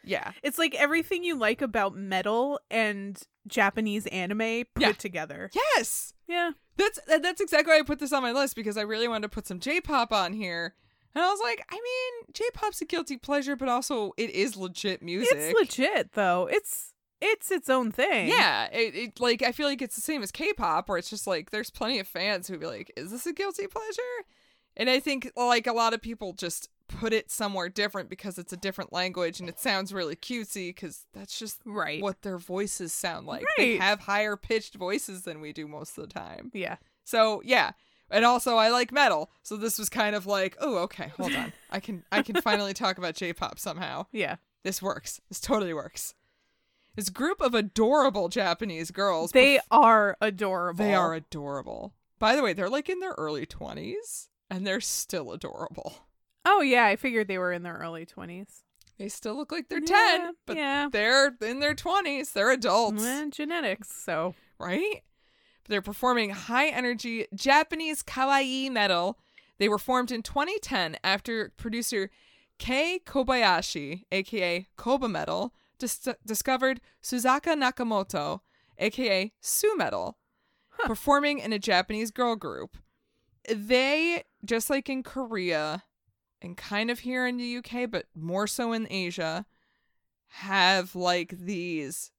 [SPEAKER 1] Yeah.
[SPEAKER 2] It's like everything you like about metal and Japanese anime put
[SPEAKER 1] Yeah.
[SPEAKER 2] together.
[SPEAKER 1] Yes.
[SPEAKER 2] Yeah.
[SPEAKER 1] That's that- that's exactly why I put this on my list because I really wanted to put some J-pop on here, and I was like, I mean, J-pop's a guilty pleasure, but also it is legit music.
[SPEAKER 2] It's legit though. It's it's its own thing.
[SPEAKER 1] Yeah, it, it like I feel like it's the same as K-pop, where it's just like there's plenty of fans who be like, "Is this a guilty pleasure?" And I think like a lot of people just put it somewhere different because it's a different language and it sounds really cutesy because that's just
[SPEAKER 2] Right.
[SPEAKER 1] what their voices sound like. They
[SPEAKER 2] Right.
[SPEAKER 1] have higher pitched voices than we do most of the time.
[SPEAKER 2] Yeah.
[SPEAKER 1] So yeah. And also I like metal. So this was kind of like, oh, okay, hold on. I can I can finally talk about J pop somehow.
[SPEAKER 2] Yeah.
[SPEAKER 1] This works. This totally works. This group of adorable Japanese girls
[SPEAKER 2] They
[SPEAKER 1] perf-
[SPEAKER 2] are adorable.
[SPEAKER 1] they are adorable. By the way, they're like in their early twenties and they're still adorable.
[SPEAKER 2] Oh yeah, I figured they were in their early 20s.
[SPEAKER 1] They still look like they're
[SPEAKER 2] Yeah,
[SPEAKER 1] ten, but
[SPEAKER 2] yeah.
[SPEAKER 1] they're in their twenties. They're adults.
[SPEAKER 2] Eh, genetics, so
[SPEAKER 1] right? They're performing high energy Japanese kawaii metal. They were formed in 2010 after producer Kei Kobayashi, aka Koba Metal, dis- discovered Suzaka Nakamoto, aka Su Metal, performing in a Japanese girl group. They, just like in Korea and kind of here in the UK, but more so in Asia, have like these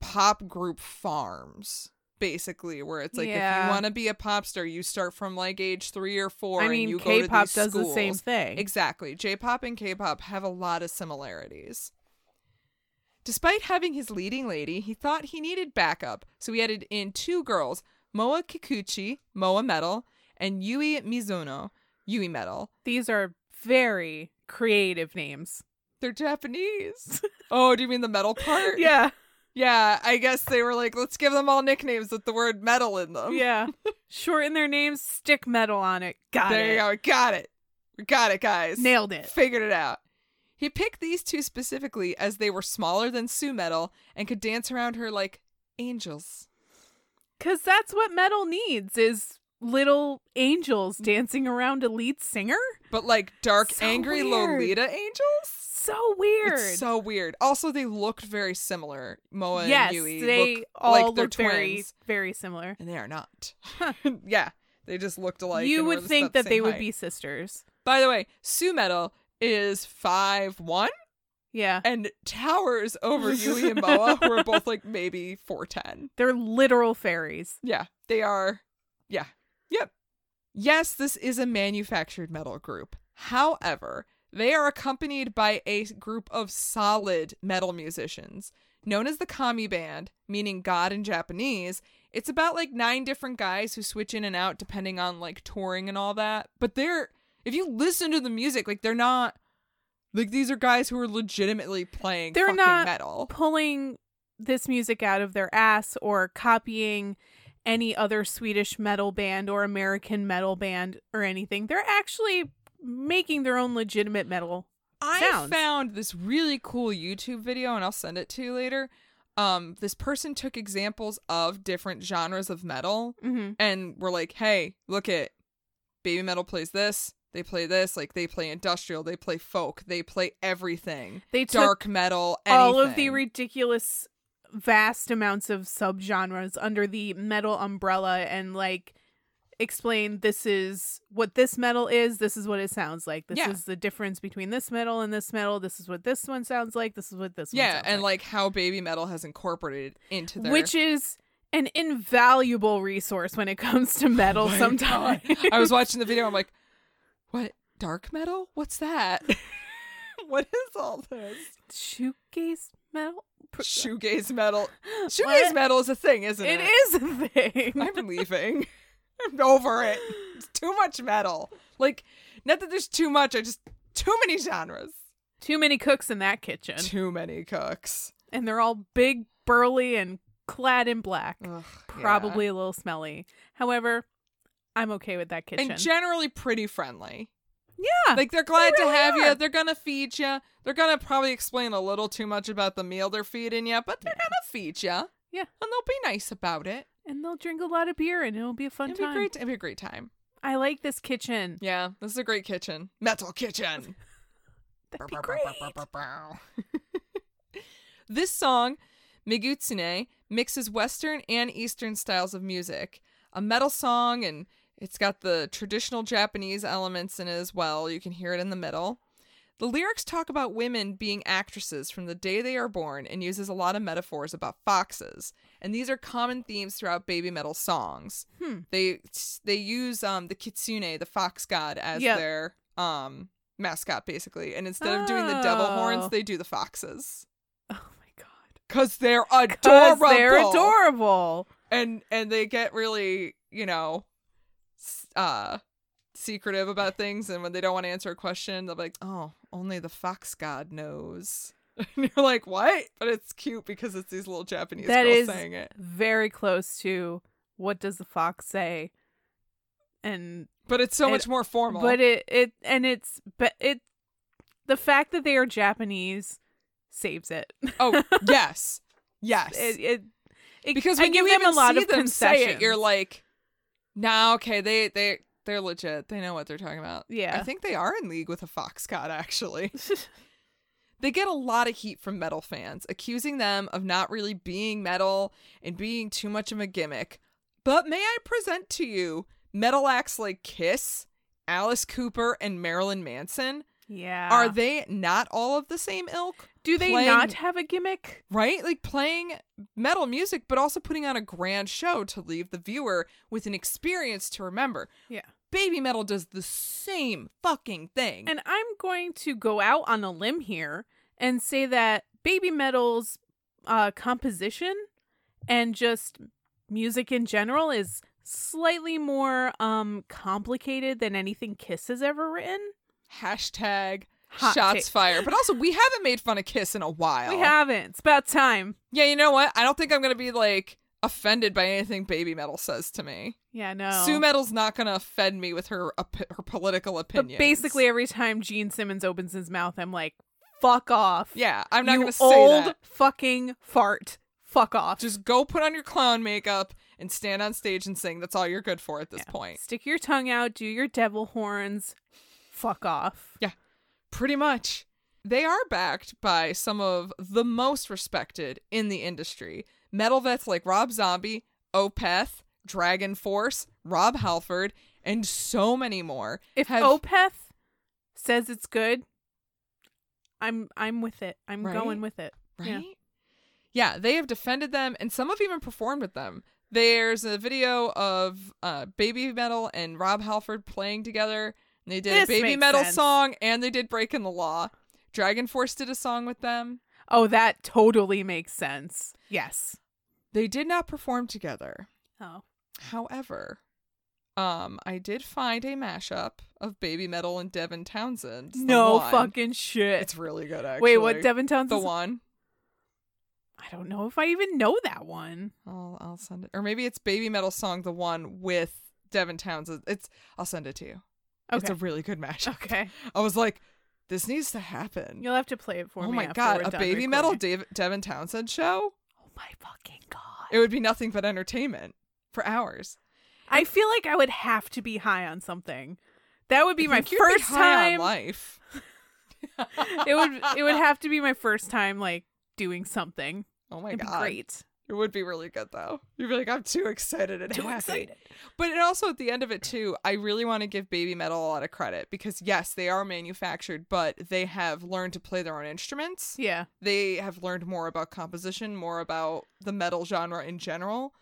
[SPEAKER 1] pop group farms basically where it's like if
[SPEAKER 2] Yeah.
[SPEAKER 1] you want to be a pop star you start from like age three or four
[SPEAKER 2] I
[SPEAKER 1] and
[SPEAKER 2] mean
[SPEAKER 1] you go to
[SPEAKER 2] K-pop
[SPEAKER 1] these
[SPEAKER 2] does the same
[SPEAKER 1] schools.
[SPEAKER 2] thing.
[SPEAKER 1] exactly j-pop and k-pop have a lot of similarities despite having his leading lady he thought he needed backup so he added in two girls moa kikuchi moa metal and yui mizuno yui metal
[SPEAKER 2] These are very creative names.
[SPEAKER 1] they're japanese <laughs> oh do you mean the metal part <laughs>
[SPEAKER 2] Yeah.
[SPEAKER 1] yeah i guess they were like let's give them all nicknames with the word metal in them <laughs>
[SPEAKER 2] Yeah. Shorten their names, stick metal on it. Got
[SPEAKER 1] there
[SPEAKER 2] it.
[SPEAKER 1] you go. We Got it. We got it, guys.
[SPEAKER 2] Nailed it.
[SPEAKER 1] Figured it out. He picked these two specifically as they were smaller than Sue Metal and could dance around her like angels.
[SPEAKER 2] Cause that's what metal needs is little
[SPEAKER 1] Mm.
[SPEAKER 2] angels dancing around a lead singer.
[SPEAKER 1] But like dark,
[SPEAKER 2] So
[SPEAKER 1] angry
[SPEAKER 2] weird.
[SPEAKER 1] Lolita angels?
[SPEAKER 2] So weird.
[SPEAKER 1] It's so weird. Also, they looked very similar. Moa
[SPEAKER 2] yes,
[SPEAKER 1] and Yui
[SPEAKER 2] they
[SPEAKER 1] look
[SPEAKER 2] all
[SPEAKER 1] like
[SPEAKER 2] look
[SPEAKER 1] they're
[SPEAKER 2] very,
[SPEAKER 1] twins.
[SPEAKER 2] very similar.
[SPEAKER 1] And they are
[SPEAKER 2] <laughs>
[SPEAKER 1] not. <laughs> yeah. They just looked alike.
[SPEAKER 2] you
[SPEAKER 1] and were
[SPEAKER 2] would
[SPEAKER 1] just
[SPEAKER 2] think
[SPEAKER 1] about the
[SPEAKER 2] that they
[SPEAKER 1] same
[SPEAKER 2] would
[SPEAKER 1] height.
[SPEAKER 2] be sisters.
[SPEAKER 1] By the way, Sue Metal is five one.
[SPEAKER 2] Yeah.
[SPEAKER 1] and towers over Yui and Moa, who are both like maybe 410.
[SPEAKER 2] They're literal fairies.
[SPEAKER 1] Yeah, they are. Yeah. Yep. Yes, this is a manufactured metal group. However, they are accompanied by a group of solid metal musicians known as the Kami Band, meaning God in Japanese. It's about like nine different guys who switch in and out depending on like touring and all that. But they're, if you listen to the music, like they're not, like these are guys who are legitimately playing
[SPEAKER 2] They're
[SPEAKER 1] fucking
[SPEAKER 2] not
[SPEAKER 1] metal.
[SPEAKER 2] Pulling this music out of their ass or copying any other Swedish metal band or American metal band or anything. They're actually making their own legitimate metal.
[SPEAKER 1] I
[SPEAKER 2] sounds.
[SPEAKER 1] found this really cool YouTube video, and I'll send it to you later. Um, this person took examples of different genres of metal,
[SPEAKER 2] Mm-hmm.
[SPEAKER 1] and were like, "Hey, look at baby metal plays this. They play this. Like they play industrial. They play folk. They play everything.
[SPEAKER 2] They took
[SPEAKER 1] dark metal. Anything.
[SPEAKER 2] all of the ridiculous vast amounts of subgenres under the metal umbrella and like explain this is what this metal is this is what it sounds like this
[SPEAKER 1] Yeah.
[SPEAKER 2] is the difference between this metal and this metal this is what this one sounds like this is what this one
[SPEAKER 1] yeah,
[SPEAKER 2] sounds
[SPEAKER 1] and like how baby metal has incorporated into their <laughs>
[SPEAKER 2] which is an invaluable resource when it comes
[SPEAKER 1] <laughs>
[SPEAKER 2] to metal
[SPEAKER 1] Oh my
[SPEAKER 2] sometimes
[SPEAKER 1] <laughs> I was watching the video. I'm like, what dark metal? What's
[SPEAKER 2] <laughs>
[SPEAKER 1] that? <laughs> what is all this?
[SPEAKER 2] <laughs> shoegaze metal Pr-
[SPEAKER 1] shoegaze metal. Shoegaze
[SPEAKER 2] <laughs> What?
[SPEAKER 1] metal is a thing, isn't it?
[SPEAKER 2] it is a thing
[SPEAKER 1] <laughs> I'm leaving. I'm over it. It's too much metal. Like, not that there's too much. I just too many genres.
[SPEAKER 2] too many cooks in that kitchen
[SPEAKER 1] Too many cooks.
[SPEAKER 2] and they're all big burly and clad in black
[SPEAKER 1] Ugh,
[SPEAKER 2] probably a little smelly. However, I'm okay with that
[SPEAKER 1] yeah.
[SPEAKER 2] kitchen.
[SPEAKER 1] and generally pretty friendly.
[SPEAKER 2] Yeah.
[SPEAKER 1] Like they're glad
[SPEAKER 2] really
[SPEAKER 1] to have
[SPEAKER 2] are.
[SPEAKER 1] you. They're gonna feed you. They're gonna probably explain a little too much about the meal they're feeding you, but they're gonna feed you. And
[SPEAKER 2] Yeah.
[SPEAKER 1] they'll be nice about it.
[SPEAKER 2] and they'll drink a lot of beer and it'll be a fun
[SPEAKER 1] It'd
[SPEAKER 2] time.
[SPEAKER 1] be great. It'd be a great time.
[SPEAKER 2] I like this kitchen.
[SPEAKER 1] Yeah, this is a great kitchen. Metal kitchen.
[SPEAKER 2] That'd be
[SPEAKER 1] <laughs>
[SPEAKER 2] great. Oh
[SPEAKER 1] this song, Migutsune, mixes Western and Eastern styles of music. A metal song, and it's got the traditional Japanese elements in it as well. You can hear it in the middle. The lyrics talk about women being actresses from the day they are born and uses a lot of metaphors about foxes. And these are common themes throughout baby metal songs.
[SPEAKER 2] Hmm.
[SPEAKER 1] They they use um, the kitsune, the fox god, as
[SPEAKER 2] Yep.
[SPEAKER 1] their um, mascot basically. And instead of doing the devil
[SPEAKER 2] Oh.
[SPEAKER 1] horns, they do the foxes.
[SPEAKER 2] Oh my god.
[SPEAKER 1] Cause they're adorable.
[SPEAKER 2] 'Cause they're adorable.
[SPEAKER 1] And and they get really, you know, s- uh secretive about things and when they don't want to answer a question, they'll be like, Oh, only the fox god knows. <laughs> And you're like, What? But it's cute because it's these little Japanese
[SPEAKER 2] That
[SPEAKER 1] girls
[SPEAKER 2] is-
[SPEAKER 1] saying it.
[SPEAKER 2] Very close to what does the fox say? And
[SPEAKER 1] But it's so
[SPEAKER 2] it-
[SPEAKER 1] much more formal.
[SPEAKER 2] but it it and it's but it the fact that they are Japanese saves it. <laughs>
[SPEAKER 1] oh yes. Yes.
[SPEAKER 2] it, it, it
[SPEAKER 1] because
[SPEAKER 2] I
[SPEAKER 1] when
[SPEAKER 2] give
[SPEAKER 1] you
[SPEAKER 2] them
[SPEAKER 1] even
[SPEAKER 2] a lot
[SPEAKER 1] see
[SPEAKER 2] of
[SPEAKER 1] them say it, you're
[SPEAKER 2] concessions.
[SPEAKER 1] like, nah, okay, they they they're legit. They know what they're talking about.
[SPEAKER 2] Yeah.
[SPEAKER 1] I think they are in league with a fox god actually. they get a lot of heat from metal fans, accusing them of not really being metal and being too much of a gimmick. But may I present to you metal acts like Kiss, Alice Cooper, and Marilyn Manson?
[SPEAKER 2] yeah.
[SPEAKER 1] Are they not all of the same ilk?
[SPEAKER 2] Do they
[SPEAKER 1] playing-
[SPEAKER 2] not have a gimmick?
[SPEAKER 1] right? Like playing metal music, but also putting on a grand show to leave the viewer with an experience to remember.
[SPEAKER 2] Yeah.
[SPEAKER 1] Baby metal does the same fucking thing.
[SPEAKER 2] And I'm going to go out on a limb here and say that baby metal's uh, composition and just music in general is slightly more um complicated than anything Kiss has ever written.
[SPEAKER 1] Hashtag
[SPEAKER 2] Hot
[SPEAKER 1] shots
[SPEAKER 2] take.
[SPEAKER 1] fired. But also, we haven't made fun of Kiss in a while.
[SPEAKER 2] We haven't. It's about time.
[SPEAKER 1] Yeah, you know what? I don't think I'm going to be like offended by anything baby metal says to me.
[SPEAKER 2] Yeah, no.
[SPEAKER 1] Sue Metal's not going to offend me with her op- her political
[SPEAKER 2] Oh. but
[SPEAKER 1] opinions.
[SPEAKER 2] basically every time Gene Simmons opens his mouth, I'm like, fuck off.
[SPEAKER 1] yeah, I'm not
[SPEAKER 2] you
[SPEAKER 1] going to say
[SPEAKER 2] old
[SPEAKER 1] that.
[SPEAKER 2] fucking fart. Fuck off.
[SPEAKER 1] Just go put on your clown makeup and stand on stage and sing. That's all you're good for at this
[SPEAKER 2] Yeah.
[SPEAKER 1] point.
[SPEAKER 2] Stick your tongue out, do your devil horns. Fuck off.
[SPEAKER 1] Pretty much. They are backed by some of the most respected in the industry. Metal vets like Rob Zombie, Opeth, Dragon Force, Rob Halford, and so many more.
[SPEAKER 2] If
[SPEAKER 1] have-
[SPEAKER 2] Opeth says it's good, I'm I'm with it. I'm
[SPEAKER 1] Right?
[SPEAKER 2] going with it.
[SPEAKER 1] right?
[SPEAKER 2] Yeah.
[SPEAKER 1] Yeah. they have defended them, and some have even performed with them. There's a video of uh, Baby Metal and Rob Halford playing together. And they did
[SPEAKER 2] This
[SPEAKER 1] a Baby
[SPEAKER 2] makes
[SPEAKER 1] Metal
[SPEAKER 2] sense.
[SPEAKER 1] song, and they did Breaking the Law. Dragon Force did a song with them.
[SPEAKER 2] Oh, that totally makes sense. Yes.
[SPEAKER 1] They did not perform together.
[SPEAKER 2] Oh.
[SPEAKER 1] However, um, I did find a mashup of Baby Metal and Devin Townsend. the
[SPEAKER 2] No
[SPEAKER 1] one.
[SPEAKER 2] fucking shit.
[SPEAKER 1] It's really good, actually.
[SPEAKER 2] Wait, what Devin
[SPEAKER 1] The
[SPEAKER 2] Townsend?
[SPEAKER 1] one.
[SPEAKER 2] I don't know if I even know that one.
[SPEAKER 1] I'll I'll send it. Or maybe it's Baby Metal Song, the one with Devin Townsend. It's I'll send it to you. It's
[SPEAKER 2] Okay.
[SPEAKER 1] a really good match.
[SPEAKER 2] okay.
[SPEAKER 1] I was like, this needs to happen.
[SPEAKER 2] You'll have to play it for
[SPEAKER 1] oh
[SPEAKER 2] me.
[SPEAKER 1] my
[SPEAKER 2] after
[SPEAKER 1] god,
[SPEAKER 2] we're
[SPEAKER 1] a
[SPEAKER 2] done
[SPEAKER 1] baby metal
[SPEAKER 2] recording.
[SPEAKER 1] Dav- Devin Townsend show?
[SPEAKER 2] Oh my fucking god.
[SPEAKER 1] It would be nothing but entertainment for hours.
[SPEAKER 2] I feel like I would have to be high on something. That would
[SPEAKER 1] I
[SPEAKER 2] be my
[SPEAKER 1] think you'd be
[SPEAKER 2] first
[SPEAKER 1] high
[SPEAKER 2] time.
[SPEAKER 1] on life.
[SPEAKER 2] <laughs> it would it would have to be my first time like doing something.
[SPEAKER 1] <laughs> Oh my
[SPEAKER 2] It'd
[SPEAKER 1] god,
[SPEAKER 2] be great.
[SPEAKER 1] it would be really good though. You'd be like, I'm too excited and
[SPEAKER 2] Too
[SPEAKER 1] happy.
[SPEAKER 2] excited.
[SPEAKER 1] But it also at the end of it too, I really want to give Baby Metal a lot of credit because yes, they are manufactured, but they have learned to play their own instruments.
[SPEAKER 2] Yeah.
[SPEAKER 1] they have learned more about composition, more about the metal genre in general.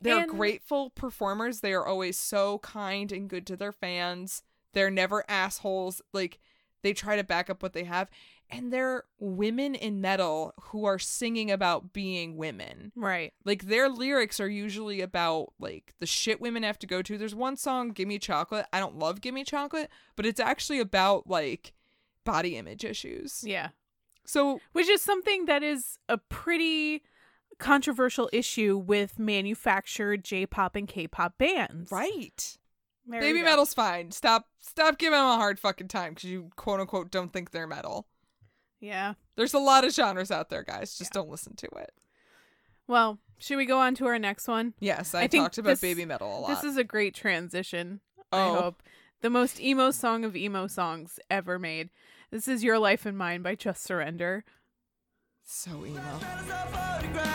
[SPEAKER 1] They're
[SPEAKER 2] And-
[SPEAKER 1] grateful performers. They are always so kind and good to their fans. They're never assholes. Like they try to back up what they have. And they're women in metal who are singing about being women.
[SPEAKER 2] Right.
[SPEAKER 1] Like their lyrics are usually about like the shit women have to go to. There's one song, Gimme Chocolate. I don't love Gimme Chocolate, but it's actually about like body image issues.
[SPEAKER 2] Yeah.
[SPEAKER 1] So
[SPEAKER 2] Which is something that is a pretty controversial issue with manufactured J pop and K pop bands.
[SPEAKER 1] Right.
[SPEAKER 2] There
[SPEAKER 1] Baby
[SPEAKER 2] you go.
[SPEAKER 1] metal's fine. Stop stop giving them a hard fucking time because you quote unquote don't think they're metal.
[SPEAKER 2] Yeah.
[SPEAKER 1] There's a lot of genres out there, guys. Just don't listen to it.
[SPEAKER 2] Well, should we go on to our next one?
[SPEAKER 1] Yes, I,
[SPEAKER 2] I think
[SPEAKER 1] talked about
[SPEAKER 2] this-
[SPEAKER 1] baby metal a lot.
[SPEAKER 2] This is a great transition. I
[SPEAKER 1] Oh.
[SPEAKER 2] hope. The most emo song of emo songs ever made. This is Your Life and Mine by Just Surrender.
[SPEAKER 1] so emo.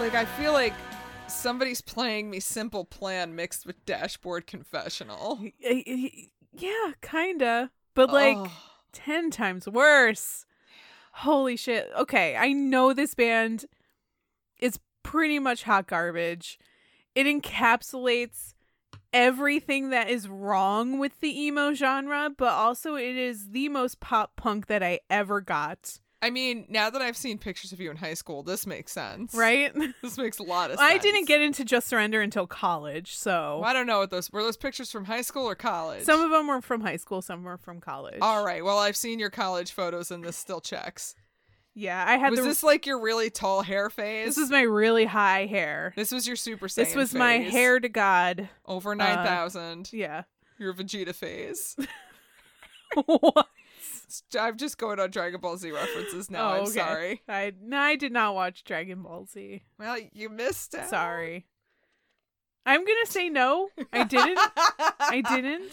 [SPEAKER 1] Like I feel like somebody's playing me Simple Plan mixed with Dashboard Confessional.
[SPEAKER 2] Y- y- y- Yeah, kinda. But like
[SPEAKER 1] Ugh.
[SPEAKER 2] 10 times worse. Holy shit. Okay, I know this band is pretty much hot garbage. It encapsulates everything that is wrong with the emo genre, but also it is the most pop punk that I ever got.
[SPEAKER 1] I mean, now that I've seen pictures of you in high school, this makes sense. <laughs>
[SPEAKER 2] Right?
[SPEAKER 1] This makes a lot of sense.
[SPEAKER 2] I didn't get into Just Surrender until college, so
[SPEAKER 1] Well, I don't know what those were. Those pictures from high school or college.
[SPEAKER 2] some of them were from high school, some were from college.
[SPEAKER 1] All right. Well, I've seen your college photos, and this still checks.
[SPEAKER 2] Yeah, I had
[SPEAKER 1] was
[SPEAKER 2] the,
[SPEAKER 1] this like your really tall hair phase?
[SPEAKER 2] this is my really high hair.
[SPEAKER 1] This was your Super Saiyan.
[SPEAKER 2] This was my
[SPEAKER 1] phase.
[SPEAKER 2] hair uh, to God.
[SPEAKER 1] over nine thousand.
[SPEAKER 2] Yeah. <laughs>
[SPEAKER 1] your Vegeta phase.
[SPEAKER 2] What?
[SPEAKER 1] I'm just going on Dragon Ball Z references now.
[SPEAKER 2] Oh,
[SPEAKER 1] I'm
[SPEAKER 2] okay.
[SPEAKER 1] sorry.
[SPEAKER 2] I no, I did not watch Dragon Ball Z.
[SPEAKER 1] Well, you missed it.
[SPEAKER 2] Sorry. I'm gonna say no. I didn't.
[SPEAKER 1] <laughs>
[SPEAKER 2] I didn't.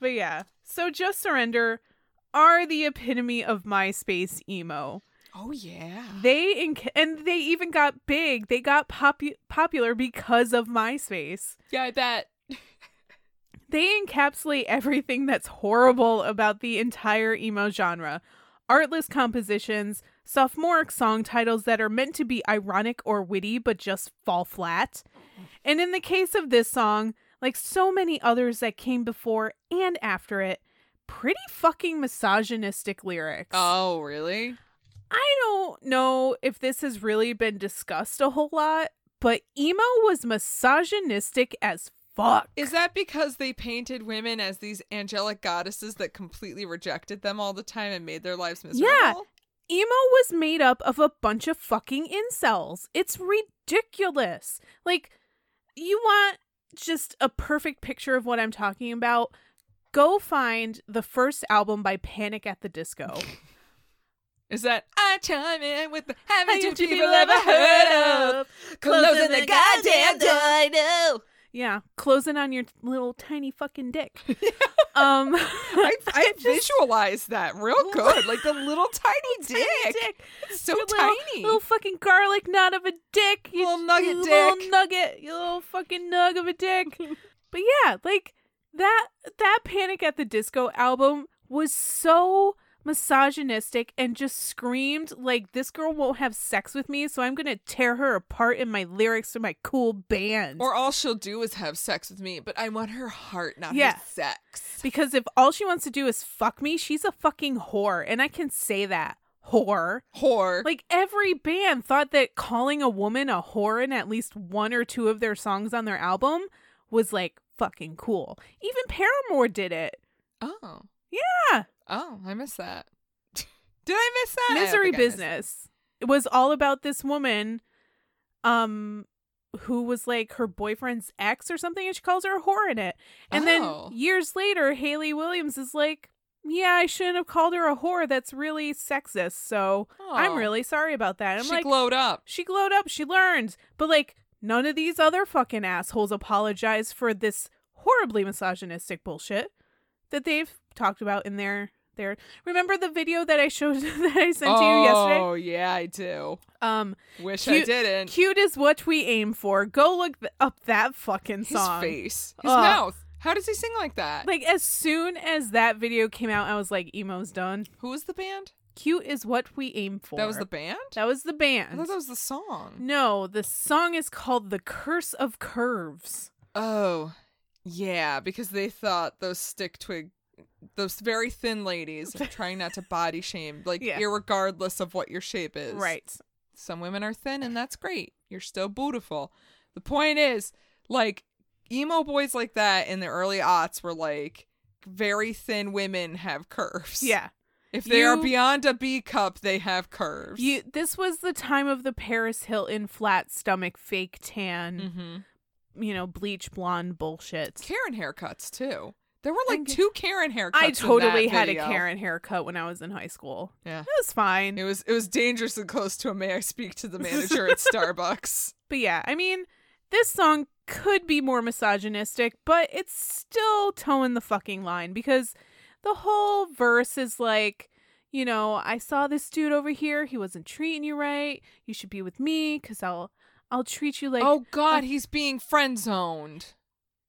[SPEAKER 2] But yeah. So just surrender are the epitome of MySpace emo.
[SPEAKER 1] Oh yeah.
[SPEAKER 2] They inc- and they even got big. They got popu- popular because of MySpace.
[SPEAKER 1] Yeah, I bet.
[SPEAKER 2] They encapsulate everything that's horrible about the entire emo genre artless compositions, sophomoric song titles that are meant to be ironic or witty but just fall flat. And in the case of this song, like so many others that came before and after it, pretty fucking misogynistic lyrics.
[SPEAKER 1] Oh really?
[SPEAKER 2] I don't know if this has really been discussed a whole lot, but emo was misogynistic as fuck.
[SPEAKER 1] Is that because they painted women as these angelic goddesses that completely rejected them all the time and made their lives miserable?
[SPEAKER 2] Yeah. emo was made up of a bunch of fucking incels. It's ridiculous. Like, you want just a perfect picture of what I'm talking about? Go find the first album by Panic at
[SPEAKER 1] <laughs>
[SPEAKER 2] the Disco.
[SPEAKER 1] Is that I chime in with the haven't you
[SPEAKER 2] Haven't you
[SPEAKER 1] people ever heard of closing the goddamn door?
[SPEAKER 2] Yeah, closing on your little tiny fucking
[SPEAKER 1] <laughs>
[SPEAKER 2] dick. um, <laughs>
[SPEAKER 1] I, <laughs> I visualize that real <laughs> good, like the little tiny dick. It's so
[SPEAKER 2] Your little,
[SPEAKER 1] tiny.
[SPEAKER 2] little fucking garlic nut of a dick. You,
[SPEAKER 1] Little nugget
[SPEAKER 2] you
[SPEAKER 1] dick.
[SPEAKER 2] Little nugget. You little fucking nug of a
[SPEAKER 1] <laughs>
[SPEAKER 2] dick. but yeah, like that that Panic at the Disco album was so misogynistic and just screamed like this girl won't have sex with me, so I'm gonna tear her apart in my lyrics to my cool band.
[SPEAKER 1] Or all she'll do is have sex with me, but I want her heart, not
[SPEAKER 2] Yeah.
[SPEAKER 1] her sex.
[SPEAKER 2] because if all she wants to do is fuck me, she's a fucking whore. And I can say that. Whore.
[SPEAKER 1] Whore.
[SPEAKER 2] Like every band thought that calling a woman a whore in at least one or two of their songs on their album was like fucking cool. Even Paramore did it.
[SPEAKER 1] oh.
[SPEAKER 2] Yeah.
[SPEAKER 1] Oh, I missed that. <laughs> Did I miss that? I don't
[SPEAKER 2] Misery
[SPEAKER 1] think I missed it.
[SPEAKER 2] Business. It was all about this woman um who was like her boyfriend's ex or something and she calls her a whore in it. And
[SPEAKER 1] Oh.
[SPEAKER 2] then years later Haley Williams is like, "Yeah, I shouldn't have called her a whore. That's really sexist." So,
[SPEAKER 1] Oh.
[SPEAKER 2] I'm really sorry about that. I'm
[SPEAKER 1] she
[SPEAKER 2] like
[SPEAKER 1] glowed up.
[SPEAKER 2] She glowed up. She learned. But like, none of these other fucking assholes apologize for this horribly misogynistic bullshit that they've talked about in their their. Remember the video that I showed <laughs> that I sent to you yesterday?
[SPEAKER 1] Oh, yeah, I do.
[SPEAKER 2] Um,
[SPEAKER 1] Wish I
[SPEAKER 2] Cute-
[SPEAKER 1] didn't.
[SPEAKER 2] cute is what we aim for. Go look th- up that fucking
[SPEAKER 1] His
[SPEAKER 2] song.
[SPEAKER 1] face. His
[SPEAKER 2] Ugh.
[SPEAKER 1] mouth. How does he sing like that?
[SPEAKER 2] Like as soon as that video came out, I was like, "Emo's done."
[SPEAKER 1] Who was the band?
[SPEAKER 2] Cute is what we aim for.
[SPEAKER 1] That was the band?
[SPEAKER 2] that was the
[SPEAKER 1] I
[SPEAKER 2] band.
[SPEAKER 1] thought that was the song.
[SPEAKER 2] no, the song is called "The Curse of Curves."
[SPEAKER 1] Oh. Yeah, because they thought those stick twig, those very thin ladies,
[SPEAKER 2] <laughs>
[SPEAKER 1] I'm trying not to body shame, like,
[SPEAKER 2] Yeah.
[SPEAKER 1] irregardless of what your shape is.
[SPEAKER 2] Right.
[SPEAKER 1] Some women are thin, and that's great. You're still beautiful. The point is, like, emo boys like that in the early aughts were like, very thin women have curves.
[SPEAKER 2] Yeah.
[SPEAKER 1] If they are
[SPEAKER 2] You-
[SPEAKER 1] beyond a B cup, they have curves.
[SPEAKER 2] You this was the time of the Paris Hilton flat stomach fake tan,
[SPEAKER 1] hmm
[SPEAKER 2] you know, bleach blonde bullshit.
[SPEAKER 1] Karen haircuts, too. There were like
[SPEAKER 2] I'm g-
[SPEAKER 1] two Karen haircuts.
[SPEAKER 2] I
[SPEAKER 1] in that
[SPEAKER 2] totally had a
[SPEAKER 1] video.
[SPEAKER 2] Karen haircut when I was in high school.
[SPEAKER 1] Yeah.
[SPEAKER 2] It was fine.
[SPEAKER 1] It was it was dangerously close to a may I speak
[SPEAKER 2] <laughs>
[SPEAKER 1] to the manager at Starbucks.
[SPEAKER 2] But yeah, I mean, this song could be more misogynistic, but it's still toeing the fucking line because the whole verse is like, you know, I saw this dude over here. He wasn't treating you right. You should be with me because I'll I'll treat you like
[SPEAKER 1] oh God, he's being friend zoned.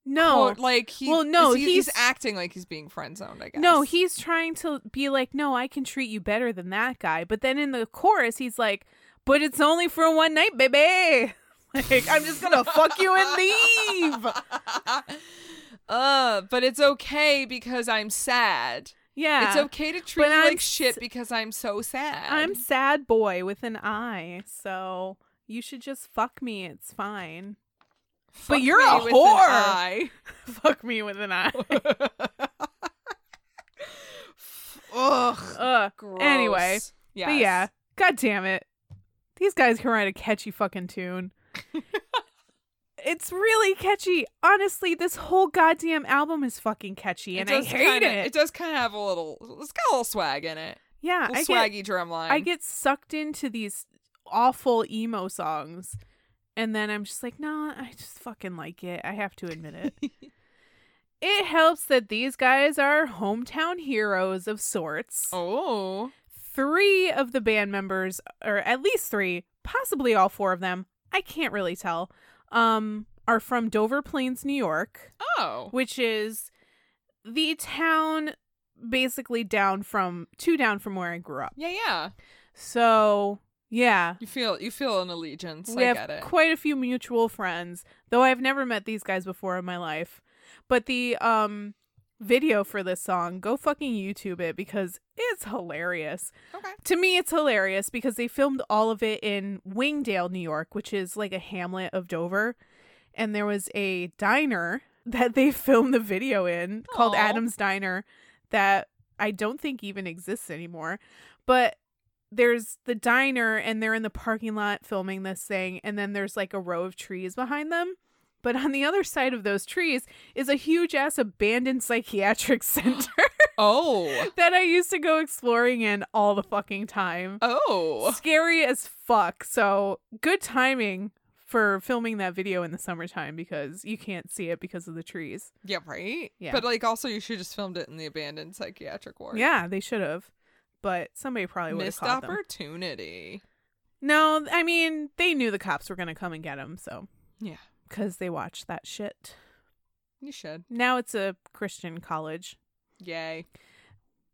[SPEAKER 2] no
[SPEAKER 1] like he.
[SPEAKER 2] Well, no,
[SPEAKER 1] is he- he's,
[SPEAKER 2] he's-
[SPEAKER 1] acting like he's being friend zoned. I guess.
[SPEAKER 2] No, he's trying to be like, no, I can treat you better than that guy. But then in the chorus, he's like, but it's only for one night, baby. <laughs> Like, I'm just going to fuck you
[SPEAKER 1] <laughs>
[SPEAKER 2] and leave.
[SPEAKER 1] uh, but it's okay because I'm sad.
[SPEAKER 2] Yeah.
[SPEAKER 1] It's okay to treat
[SPEAKER 2] But
[SPEAKER 1] you
[SPEAKER 2] I'm
[SPEAKER 1] like shit
[SPEAKER 2] s-
[SPEAKER 1] because I'm so sad.
[SPEAKER 2] I'm sad boy with an eye. So you should just fuck me. It's fine.
[SPEAKER 1] Fuck
[SPEAKER 2] but you're a
[SPEAKER 1] me with an
[SPEAKER 2] whore.
[SPEAKER 1] eye.
[SPEAKER 2] <laughs> fuck me with an eye.
[SPEAKER 1] <laughs> Ugh.
[SPEAKER 2] Ugh.
[SPEAKER 1] Gross.
[SPEAKER 2] Anyway,
[SPEAKER 1] yes.
[SPEAKER 2] But yeah, god damn it. These guys can write a catchy fucking
[SPEAKER 1] <laughs>
[SPEAKER 2] tune. it's really catchy. Honestly, this whole goddamn album is fucking catchy and I
[SPEAKER 1] does
[SPEAKER 2] hate
[SPEAKER 1] kinda-
[SPEAKER 2] it.
[SPEAKER 1] It does kind of have a little. It's got a little swag in it.
[SPEAKER 2] yeah,
[SPEAKER 1] little
[SPEAKER 2] I
[SPEAKER 1] swaggy
[SPEAKER 2] get
[SPEAKER 1] drum line.
[SPEAKER 2] I get sucked into these awful emo songs and then I'm just like, "Nah, I just fucking like it. I have to admit it."
[SPEAKER 1] <laughs>
[SPEAKER 2] it helps that these guys are hometown heroes of sorts.
[SPEAKER 1] Oh.
[SPEAKER 2] three of the band members or at least three possibly all four of them i can't really tell um are from dover plains new york
[SPEAKER 1] Oh.
[SPEAKER 2] which is the town basically down from two down from where i grew up
[SPEAKER 1] Yeah, yeah.
[SPEAKER 2] so yeah
[SPEAKER 1] You feel you feel an allegiance.
[SPEAKER 2] we
[SPEAKER 1] I
[SPEAKER 2] have
[SPEAKER 1] get it.
[SPEAKER 2] quite a few mutual friends though i've never met these guys before in my life but the um video for this song go fucking youtube it because it's hilarious
[SPEAKER 1] okay.
[SPEAKER 2] to me it's hilarious because they filmed all of it in Wingdale, New York, which is like a hamlet of Dover. And there was a diner <laughs> that they filmed the video in called
[SPEAKER 1] Aw.
[SPEAKER 2] Adam's Diner that I don't think even exists anymore. But there's the diner and they're in the parking lot filming this thing and then there's like a row of trees behind them. But on the other side of those trees is a huge ass abandoned psychiatric <laughs> center
[SPEAKER 1] Oh.
[SPEAKER 2] that I used to go exploring in all the fucking time. <laughs>
[SPEAKER 1] Oh.
[SPEAKER 2] Scary as fuck. So good timing for filming that video in the summertime because you can't see it because of the trees.
[SPEAKER 1] Yeah, right?
[SPEAKER 2] Yeah.
[SPEAKER 1] But like also you should just filmed it in the abandoned psychiatric ward.
[SPEAKER 2] Yeah, they should have, but somebody probably would have
[SPEAKER 1] Missed
[SPEAKER 2] caught them.
[SPEAKER 1] opportunity.
[SPEAKER 2] No, I mean they knew the cops were gonna come and get them, so
[SPEAKER 1] Yeah.
[SPEAKER 2] because they watched that shit.
[SPEAKER 1] You should.
[SPEAKER 2] Now it's a Christian college,
[SPEAKER 1] Yay.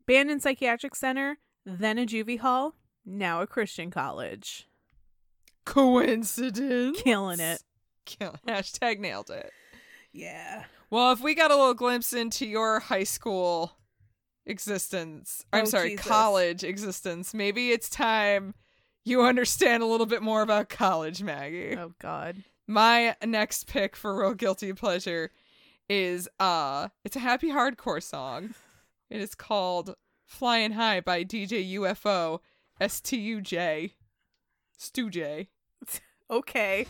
[SPEAKER 2] banned in psychiatric center, then a juvie hall, now a Christian college,
[SPEAKER 1] Coincidence.
[SPEAKER 2] killing it.
[SPEAKER 1] Kill. Hashtag nailed it.
[SPEAKER 2] Yeah.
[SPEAKER 1] Well, if we got a little glimpse into your high school existence, I'm
[SPEAKER 2] Oh,
[SPEAKER 1] sorry,
[SPEAKER 2] Jesus.
[SPEAKER 1] college existence, maybe it's time you understand a little bit more about college, Maggie.
[SPEAKER 2] Oh God.
[SPEAKER 1] My next pick for real guilty pleasure is uh it's a happy hardcore song. It is called Flying High by DJ UFO STUJ. Stu J.
[SPEAKER 2] Okay.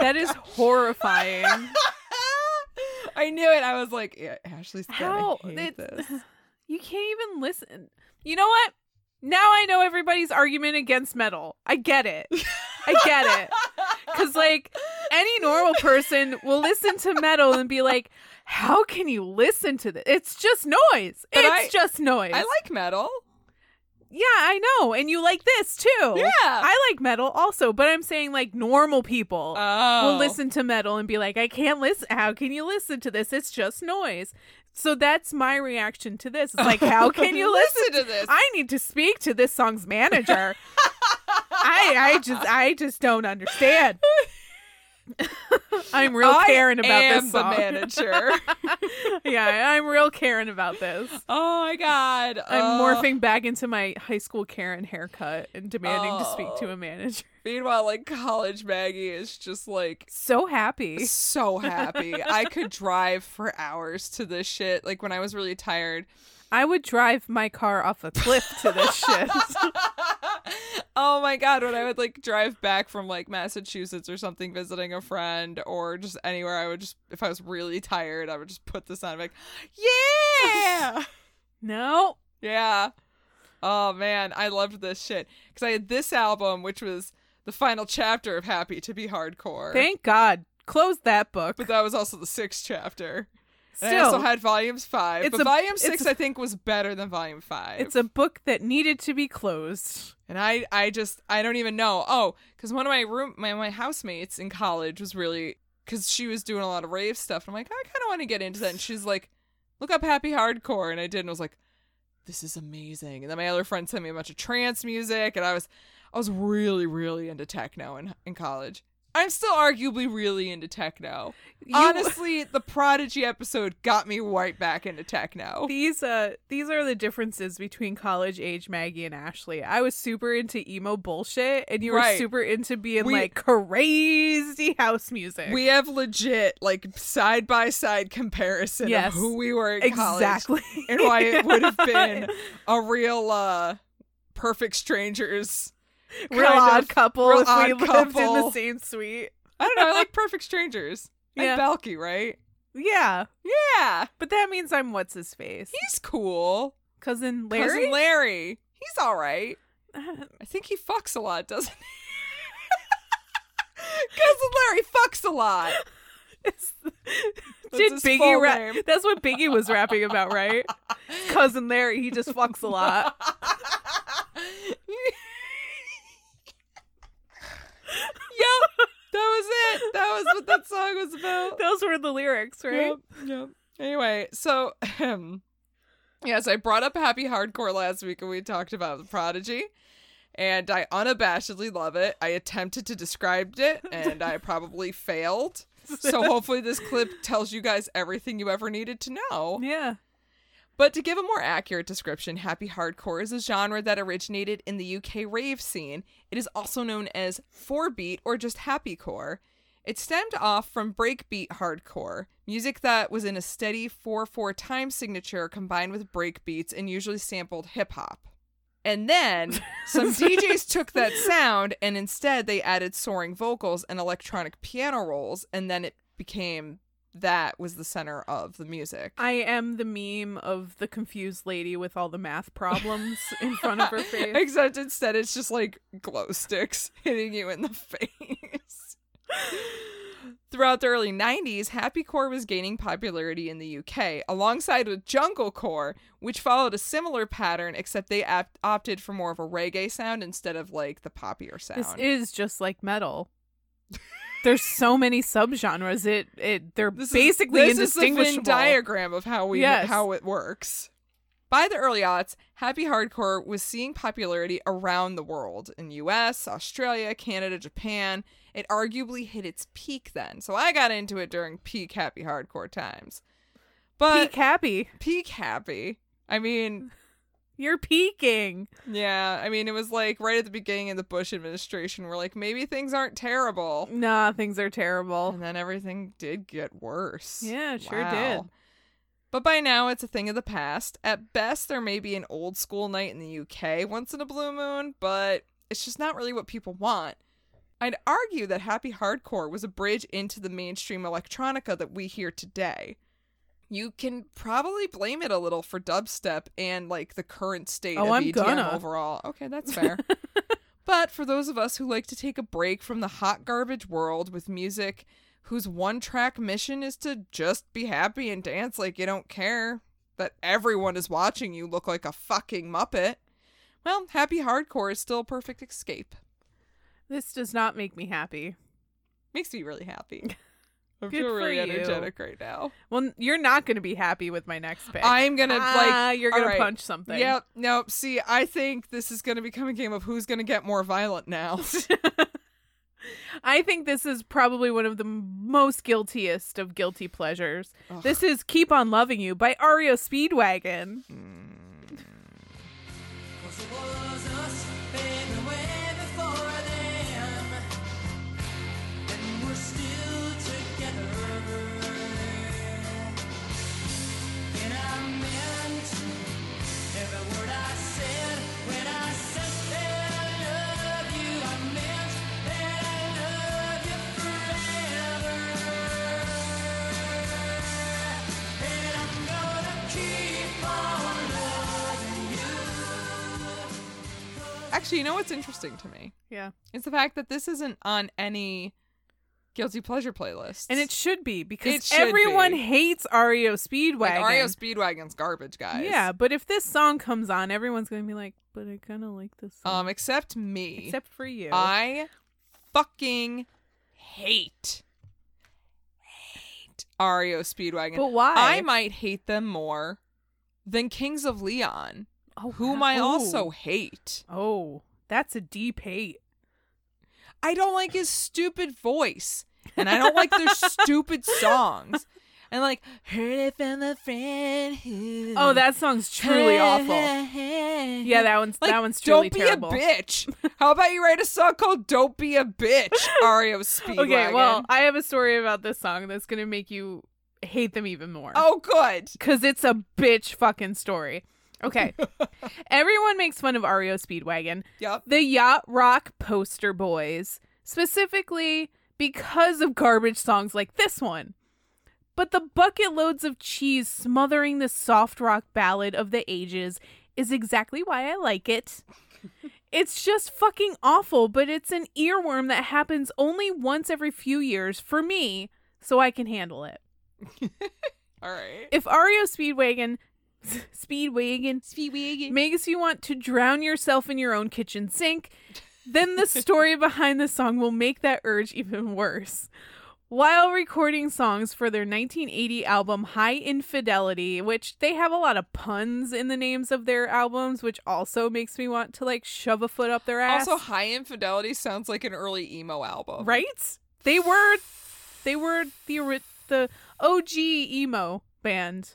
[SPEAKER 2] That is horrifying.
[SPEAKER 1] I knew it. I was like, yeah, Ashley's
[SPEAKER 2] How?
[SPEAKER 1] gonna hate this.
[SPEAKER 2] it's- <laughs> You can't even listen. You know what? Now I know
[SPEAKER 1] <laughs>
[SPEAKER 2] everybody's argument against metal. I get it. I get it. Cuz like any normal person will listen to metal and be like, "How can you listen to this? It's just noise.
[SPEAKER 1] But I-
[SPEAKER 2] it's just noise."
[SPEAKER 1] I like metal.
[SPEAKER 2] yeah, I know, and you like this too. Yeah, I like metal also, but I'm saying like normal people
[SPEAKER 1] Oh.
[SPEAKER 2] will listen to metal and be like, "I can't listen. How can you listen to this? It's just noise." So that's my reaction to this. It's like,
[SPEAKER 1] <laughs>
[SPEAKER 2] how can you listen
[SPEAKER 1] Listen to this.
[SPEAKER 2] I need to speak to this
[SPEAKER 1] <laughs>
[SPEAKER 2] song's manager. I I just I just don't understand. I'm real
[SPEAKER 1] I
[SPEAKER 2] caring about
[SPEAKER 1] am
[SPEAKER 2] this
[SPEAKER 1] the
[SPEAKER 2] song.
[SPEAKER 1] manager.
[SPEAKER 2] <laughs> yeah, I'm real caring about this.
[SPEAKER 1] oh my god. Oh.
[SPEAKER 2] I'm morphing back into my high school Karen haircut and demanding to speak to
[SPEAKER 1] Oh.
[SPEAKER 2] a manager.
[SPEAKER 1] Meanwhile, like college Maggie is just like
[SPEAKER 2] So happy.
[SPEAKER 1] so happy. I
[SPEAKER 2] <laughs>
[SPEAKER 1] could drive for hours to this shit. Like when I was really tired.
[SPEAKER 2] I would drive my car off a cliff to this
[SPEAKER 1] <laughs>
[SPEAKER 2] shit.
[SPEAKER 1] oh my god, when I would like drive back from like Massachusetts or something visiting a friend or just anywhere, I would just if I was really tired, I would just put this on and be like,
[SPEAKER 2] <laughs>
[SPEAKER 1] Yeah.
[SPEAKER 2] no.
[SPEAKER 1] yeah. Oh man, I loved this shit. Cause I had this album, which was the final chapter of Happy to be Hardcore.
[SPEAKER 2] Thank God. Close that book.
[SPEAKER 1] but that was also the sixth chapter. And I
[SPEAKER 2] Still,
[SPEAKER 1] also had volumes five.
[SPEAKER 2] It's
[SPEAKER 1] but
[SPEAKER 2] a-
[SPEAKER 1] volume
[SPEAKER 2] it's
[SPEAKER 1] six,
[SPEAKER 2] a-
[SPEAKER 1] I think, was better than volume five.
[SPEAKER 2] it's a book that needed to be closed.
[SPEAKER 1] And I, I just, I don't even know. Oh, because one of my room, my, my housemates in college was really, because she was doing a lot of rave stuff. And I'm like, I kind of want to get into that. And she's like, look up happy hardcore. And I did. And I was like, this is amazing. And then my other friend sent me a bunch of trance music. And I was, I was really, really into techno in, in college. I'm still arguably really into techno.
[SPEAKER 2] You-
[SPEAKER 1] <laughs> Honestly, the Prodigy episode got me right back into techno.
[SPEAKER 2] these uh these are the differences between college age Maggie and Ashley. I was super into emo bullshit and you were
[SPEAKER 1] Right.
[SPEAKER 2] super into being
[SPEAKER 1] We-
[SPEAKER 2] like crazy house music.
[SPEAKER 1] We have legit like side by side comparison
[SPEAKER 2] Yes.
[SPEAKER 1] of who we were in college
[SPEAKER 2] exactly.
[SPEAKER 1] and why
[SPEAKER 2] <laughs>
[SPEAKER 1] it would have been a real uh perfect strangers.
[SPEAKER 2] <laughs> real
[SPEAKER 1] kind
[SPEAKER 2] odd
[SPEAKER 1] of-
[SPEAKER 2] couple
[SPEAKER 1] real
[SPEAKER 2] if we
[SPEAKER 1] odd
[SPEAKER 2] lived in the
[SPEAKER 1] couple.
[SPEAKER 2] same suite.
[SPEAKER 1] I don't know, I like perfect strangers.
[SPEAKER 2] Yeah.
[SPEAKER 1] And Belky, right?
[SPEAKER 2] Yeah.
[SPEAKER 1] Yeah.
[SPEAKER 2] But that means I'm what's his face?
[SPEAKER 1] He's cool.
[SPEAKER 2] Cousin Larry?
[SPEAKER 1] Cousin Larry. He's all right.
[SPEAKER 2] <laughs>
[SPEAKER 1] I think he fucks a lot, doesn't he? <laughs> Cousin Larry fucks a lot.
[SPEAKER 2] Did
[SPEAKER 1] his
[SPEAKER 2] Biggie
[SPEAKER 1] full
[SPEAKER 2] rap?
[SPEAKER 1] name.
[SPEAKER 2] That's what Biggie was rapping about, right? Cousin Larry, he just fucks a lot.
[SPEAKER 1] yep, that was it. That was what that song was about.
[SPEAKER 2] <laughs> Those were the lyrics, right?
[SPEAKER 1] Yep, yep. Anyway, so um, yes, I brought up Happy Hardcore last week, and we talked about the Prodigy, and I unabashedly love it. I attempted to describe it, and I probably failed. So hopefully, this clip tells you guys everything you ever needed to know.
[SPEAKER 2] Yeah.
[SPEAKER 1] But to give a more accurate description, happy hardcore is a genre that originated in the UK rave scene. It is also known as four beat or just happycore. It stemmed off from breakbeat hardcore, music that was in a steady 4 4 time signature combined with breakbeats and usually sampled hip hop. And then some DJs took that sound and instead they added soaring vocals and electronic piano rolls, and then it became that was the center of the music.
[SPEAKER 2] I am the meme of the confused lady with all the math problems in
[SPEAKER 1] <laughs>
[SPEAKER 2] front <laughs> of her face.
[SPEAKER 1] Except instead, it's just like glow sticks <laughs> hitting you in the face. <laughs> Throughout the early 90s, happycore was gaining popularity in the UK, alongside with junglecore, which followed a similar pattern, except they apt- opted for more of a reggae sound instead of like the poppier sound.
[SPEAKER 2] This is just like metal. There's so many subgenres. It it they're
[SPEAKER 1] This is-
[SPEAKER 2] basically
[SPEAKER 1] this is the Venn
[SPEAKER 2] indistinguishable.
[SPEAKER 1] diagram of how we
[SPEAKER 2] Yes.
[SPEAKER 1] how it works. By the early aughts, happy hardcore was seeing popularity around the world in U.S., Australia, Canada, Japan. It arguably hit its peak then, so I got into it during peak happy hardcore times. But
[SPEAKER 2] Peak happy.
[SPEAKER 1] peak happy, I mean,
[SPEAKER 2] You're peaking.
[SPEAKER 1] yeah, I mean, it was like right at the beginning of the Bush administration. We're like, maybe things aren't terrible,
[SPEAKER 2] Nah, things are terrible.
[SPEAKER 1] and then everything did get worse.
[SPEAKER 2] Yeah, it sure
[SPEAKER 1] Wow.
[SPEAKER 2] did.
[SPEAKER 1] But by now, it's a thing of the past. At best, there may be an old school night in the UK once in a blue moon, but it's just not really what people want. I'd argue that happy hardcore was a bridge into the mainstream electronica that we hear today. You can probably blame it a little for dubstep and like the current state
[SPEAKER 2] Oh,
[SPEAKER 1] of E
[SPEAKER 2] I'm
[SPEAKER 1] EDM
[SPEAKER 2] gonna. <laughs>
[SPEAKER 1] overall. Okay, that's fair. But for those of us who like to take a break from the hot garbage world with music whose one track mission is to just be happy and dance like you don't care that everyone is watching you look like a fucking Muppet, well, happy hardcore is still a perfect escape.
[SPEAKER 2] This does not make me happy.
[SPEAKER 1] Makes me really happy.
[SPEAKER 2] <laughs>
[SPEAKER 1] I
[SPEAKER 2] Good
[SPEAKER 1] feel
[SPEAKER 2] for
[SPEAKER 1] really
[SPEAKER 2] you.
[SPEAKER 1] energetic right now.
[SPEAKER 2] Well, n- you're not going to be happy with my next pick.
[SPEAKER 1] I'm gonna
[SPEAKER 2] Ah,
[SPEAKER 1] like
[SPEAKER 2] you're gonna
[SPEAKER 1] alright.
[SPEAKER 2] punch something.
[SPEAKER 1] Yep. Nope. See, I think this is gonna become a game of who's gonna get more violent
[SPEAKER 2] <laughs>
[SPEAKER 1] now.
[SPEAKER 2] I think this is probably one of the most guiltiest of guilty pleasures.
[SPEAKER 1] Ugh.
[SPEAKER 2] This is Keep On Loving You by Ario Speedwagon.
[SPEAKER 1] Mm.
[SPEAKER 4] Cause it was us been away before them And we're still together And I meant every word I said When I said that I love you I meant that I love you forever And I'm gonna keep on loving you
[SPEAKER 1] Actually, you know what's interesting to me
[SPEAKER 2] Yeah.
[SPEAKER 1] is the fact that this isn't on any guilty pleasure playlist,
[SPEAKER 2] And it should be because
[SPEAKER 1] It should
[SPEAKER 2] everyone
[SPEAKER 1] be.
[SPEAKER 2] hates Ario Speedwagon.
[SPEAKER 1] like Ario Speedwagon's garbage, guys.
[SPEAKER 2] Yeah, but if this song comes on, everyone's going to be like, but I kind of like this song.
[SPEAKER 1] Um, except me.
[SPEAKER 2] Except for you.
[SPEAKER 1] I fucking hate hate Ario Speedwagon.
[SPEAKER 2] But why?
[SPEAKER 1] I might hate them more than Kings of Leon,
[SPEAKER 2] oh,
[SPEAKER 1] whom
[SPEAKER 2] wow.
[SPEAKER 1] I
[SPEAKER 2] Ooh.
[SPEAKER 1] also hate.
[SPEAKER 2] Oh, that's a deep hate.
[SPEAKER 1] I don't like his stupid voice, and I don't like
[SPEAKER 2] <laughs>
[SPEAKER 1] their stupid songs. And like, heard it from a friend who.
[SPEAKER 2] Oh, that song's
[SPEAKER 1] <laughs>
[SPEAKER 2] truly awful. Yeah, that one's
[SPEAKER 1] Like,
[SPEAKER 2] that one's truly
[SPEAKER 1] don't be
[SPEAKER 2] terrible.
[SPEAKER 1] a
[SPEAKER 2] <laughs>
[SPEAKER 1] bitch. How about you write a song called "Don't Be a Bitch"? Ario Speedwagon.
[SPEAKER 2] Okay, well, I have a story about this song that's going to make you hate them even more.
[SPEAKER 1] <laughs> oh, good.
[SPEAKER 2] Because it's a bitch fucking story. Okay. Everyone makes fun of Ario Speedwagon,
[SPEAKER 1] Yep.
[SPEAKER 2] the yacht rock poster boys, specifically because of garbage songs like this one. But the bucket loads of cheese smothering the soft rock ballad of the ages is exactly why I like it. It's just fucking awful, but it's an earworm that happens only once every few years for me, so I can handle it.
[SPEAKER 1] All right.
[SPEAKER 2] If Ario Speedwagon <laughs> Speedwagon
[SPEAKER 1] Speedwagon.
[SPEAKER 2] makes you want to drown yourself in your own kitchen sink, then the story behind the song will make that urge even worse. While recording songs for their 1980 album High Infidelity, which they have a lot of puns in the names of their albums, which also makes me want to like shove a foot up their ass.
[SPEAKER 1] Also, High Infidelity sounds like an early emo album.
[SPEAKER 2] right? They were they were the ori- the OG emo band,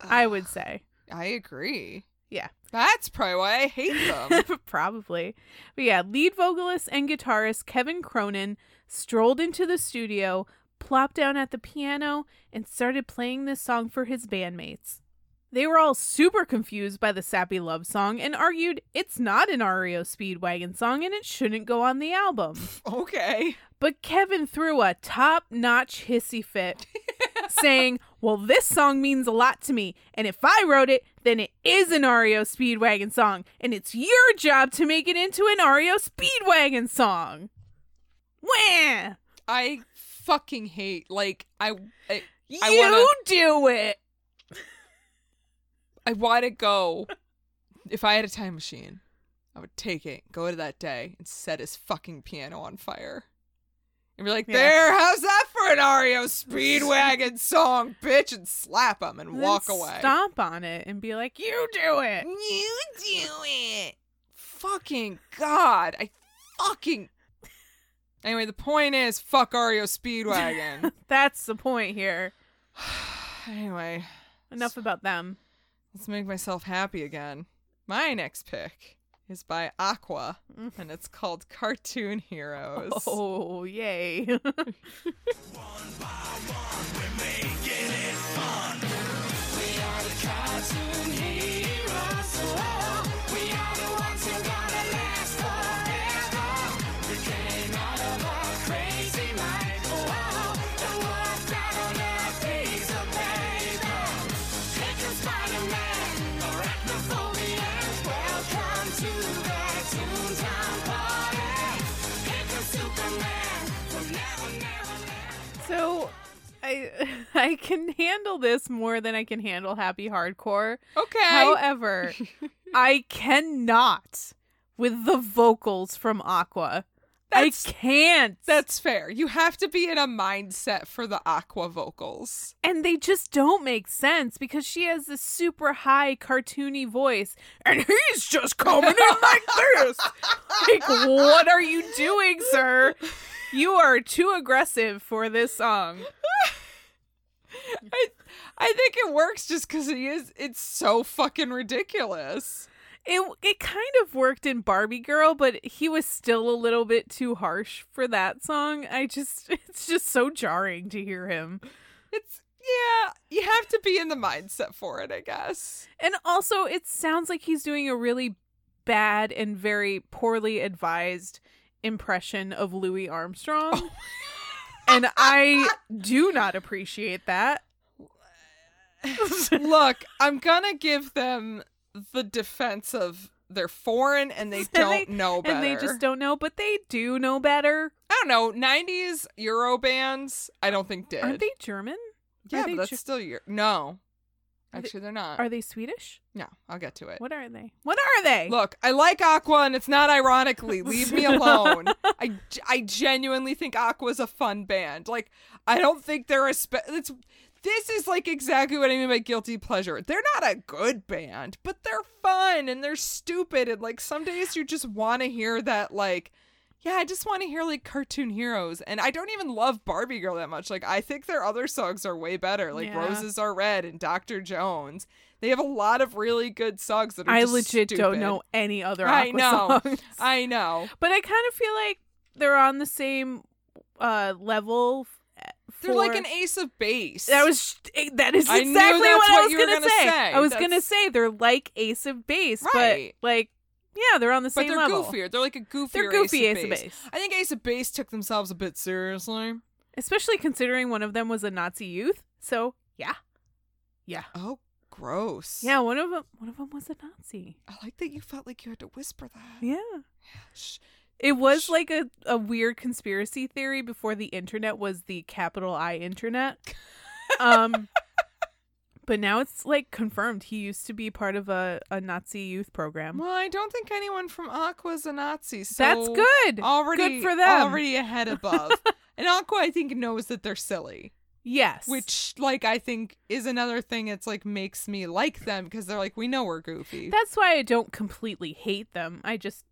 [SPEAKER 2] I would say.
[SPEAKER 1] I agree.
[SPEAKER 2] Yeah.
[SPEAKER 1] That's probably why I hate
[SPEAKER 2] <laughs>
[SPEAKER 1] them.
[SPEAKER 2] Probably. But yeah, lead vocalist and guitarist Kevin Cronin strolled into the studio, plopped down at the piano, and started playing this song for his bandmates. They were all super confused by the sappy love song and argued it's not an REO Speedwagon song and it shouldn't go on the album.
[SPEAKER 1] okay.
[SPEAKER 2] But Kevin threw a top notch
[SPEAKER 1] <laughs>
[SPEAKER 2] hissy fit, saying, Well, this song means a lot to me, and if I wrote it, then it is an REO Speedwagon song, and it's your job to make it into an REO Speedwagon song. Wah!
[SPEAKER 1] I fucking hate. Like I, I,
[SPEAKER 2] You
[SPEAKER 1] I wanna-
[SPEAKER 2] do it!
[SPEAKER 1] I want to go. If I had a time machine, I would take it, go to that day, and set his fucking piano on fire, and be like,
[SPEAKER 2] Yeah.
[SPEAKER 1] "There, how's that for an E Ario Speedwagon song, bitch?" And slap him and
[SPEAKER 2] Then
[SPEAKER 1] walk away.
[SPEAKER 2] Stomp on it and be like, You do it!
[SPEAKER 1] You do it. Fucking God. I fucking. <laughs> Anyway, the point is fuck Ario Speedwagon. <laughs>
[SPEAKER 2] That's the point here.
[SPEAKER 1] anyway,
[SPEAKER 2] Enough
[SPEAKER 1] <laughs>
[SPEAKER 2] about them.
[SPEAKER 1] let's make myself happy again. My next pick is by Aqua, and it's called Cartoon Heroes.
[SPEAKER 2] Oh, yay. <laughs>
[SPEAKER 3] Arachnophobia, welcome to the Toontown Party.
[SPEAKER 2] I <laughs> I can handle this more than I can handle happy hardcore.
[SPEAKER 1] Okay. <laughs>
[SPEAKER 2] However, I cannot with the vocals from Aqua.
[SPEAKER 1] That's-
[SPEAKER 2] I can't.
[SPEAKER 1] That's fair. You have to be in a mindset for the aqua <laughs> vocals.
[SPEAKER 2] and they just don't make sense because she has this super high cartoony voice and he's just coming in like
[SPEAKER 1] <laughs>
[SPEAKER 2] this. Like, what are you doing, sir? You are too aggressive for this song.
[SPEAKER 1] I I think it works just because he is. It's so fucking ridiculous.
[SPEAKER 2] It it kind of worked in Barbie Girl, but he was still a little bit too harsh for that song. I just <laughs> it's just so jarring to hear him.
[SPEAKER 1] It's yeah. You have to be in the mindset for it, I
[SPEAKER 2] <laughs>
[SPEAKER 1] guess.
[SPEAKER 2] And also it sounds like he's doing a really bad and very poorly advised impression of Louis Armstrong.
[SPEAKER 1] Oh
[SPEAKER 2] and
[SPEAKER 1] <laughs>
[SPEAKER 2] I do not appreciate that.
[SPEAKER 1] Look, I'm gonna give them the defense of they're foreign and they
[SPEAKER 2] <laughs> And
[SPEAKER 1] don't
[SPEAKER 2] they-
[SPEAKER 1] know better.
[SPEAKER 2] And they just don't know, but they do know better.
[SPEAKER 1] I don't know. Nineties Euro bands. I don't think did.
[SPEAKER 2] Aren't they German?
[SPEAKER 1] yeah,
[SPEAKER 2] they
[SPEAKER 1] but that's
[SPEAKER 2] Ge-
[SPEAKER 1] still your no.
[SPEAKER 2] Are they-
[SPEAKER 1] Actually, they're not.
[SPEAKER 2] Are they Swedish?
[SPEAKER 1] no, I'll get to it.
[SPEAKER 2] What are they? What are they?
[SPEAKER 1] Look, I like Aqua, and it's not
[SPEAKER 2] <laughs>
[SPEAKER 1] ironically. Leave me alone. I, I genuinely think Aqua's a fun band. Like, I don't think they're a spe- it's this is like exactly what I mean by guilty pleasure. They're not a good band, but they're fun and they're stupid. And like some days you just want to hear that like. Yeah, I just want to hear like cartoon heroes. And I don't even love Barbie Girl that much. Like, I think their other songs are way better, like
[SPEAKER 2] Yeah.
[SPEAKER 1] Roses Are Red and Dr. Jones. They have a lot of really good songs that are
[SPEAKER 2] I
[SPEAKER 1] just
[SPEAKER 2] legit
[SPEAKER 1] stupid.
[SPEAKER 2] don't know any other Aqua
[SPEAKER 1] I know.
[SPEAKER 2] songs. <laughs>
[SPEAKER 1] I know.
[SPEAKER 2] but I kind of feel like they're on the same uh level. f- eh,
[SPEAKER 1] They're like
[SPEAKER 2] for-
[SPEAKER 1] an ace of base.
[SPEAKER 2] That was eh, that is
[SPEAKER 1] I knew
[SPEAKER 2] exactly what,
[SPEAKER 1] that's
[SPEAKER 2] I
[SPEAKER 1] what
[SPEAKER 2] was
[SPEAKER 1] you were
[SPEAKER 2] gonna,
[SPEAKER 1] gonna
[SPEAKER 2] say.
[SPEAKER 1] say.
[SPEAKER 2] I was
[SPEAKER 1] That's-
[SPEAKER 2] gonna say they're like Ace of Base,
[SPEAKER 1] Right.
[SPEAKER 2] but like yeah, they're on the
[SPEAKER 1] but
[SPEAKER 2] same
[SPEAKER 1] they're
[SPEAKER 2] level.
[SPEAKER 1] goofier. They're like a goofier.
[SPEAKER 2] They're goofy
[SPEAKER 1] ace of base.
[SPEAKER 2] Base,
[SPEAKER 1] I think Ace of Base took themselves a bit seriously.
[SPEAKER 2] especially considering one of them was a Nazi youth. So yeah, yeah,
[SPEAKER 1] Oh, gross.
[SPEAKER 2] yeah. One of them, one of them was a Nazi.
[SPEAKER 1] I like that you felt like you had to whisper that.
[SPEAKER 2] Yeah.
[SPEAKER 1] Shh.
[SPEAKER 2] It was
[SPEAKER 1] Sh-
[SPEAKER 2] like a, a weird conspiracy theory before the internet was the capital I internet.
[SPEAKER 1] <laughs>
[SPEAKER 2] Um but now it's like confirmed he used to be part of a, a Nazi youth program.
[SPEAKER 1] Well, I don't think anyone from Aqua's a Nazi. So
[SPEAKER 2] Um, That's good.
[SPEAKER 1] Already
[SPEAKER 2] Good for them.
[SPEAKER 1] Already
[SPEAKER 2] <laughs>
[SPEAKER 1] ahead above. and Aqua, I think, knows that they're silly.
[SPEAKER 2] yes.
[SPEAKER 1] Which, like, I think is another thing that's like makes me like them because they're like, we know we're goofy.
[SPEAKER 2] that's why I don't completely hate them. I just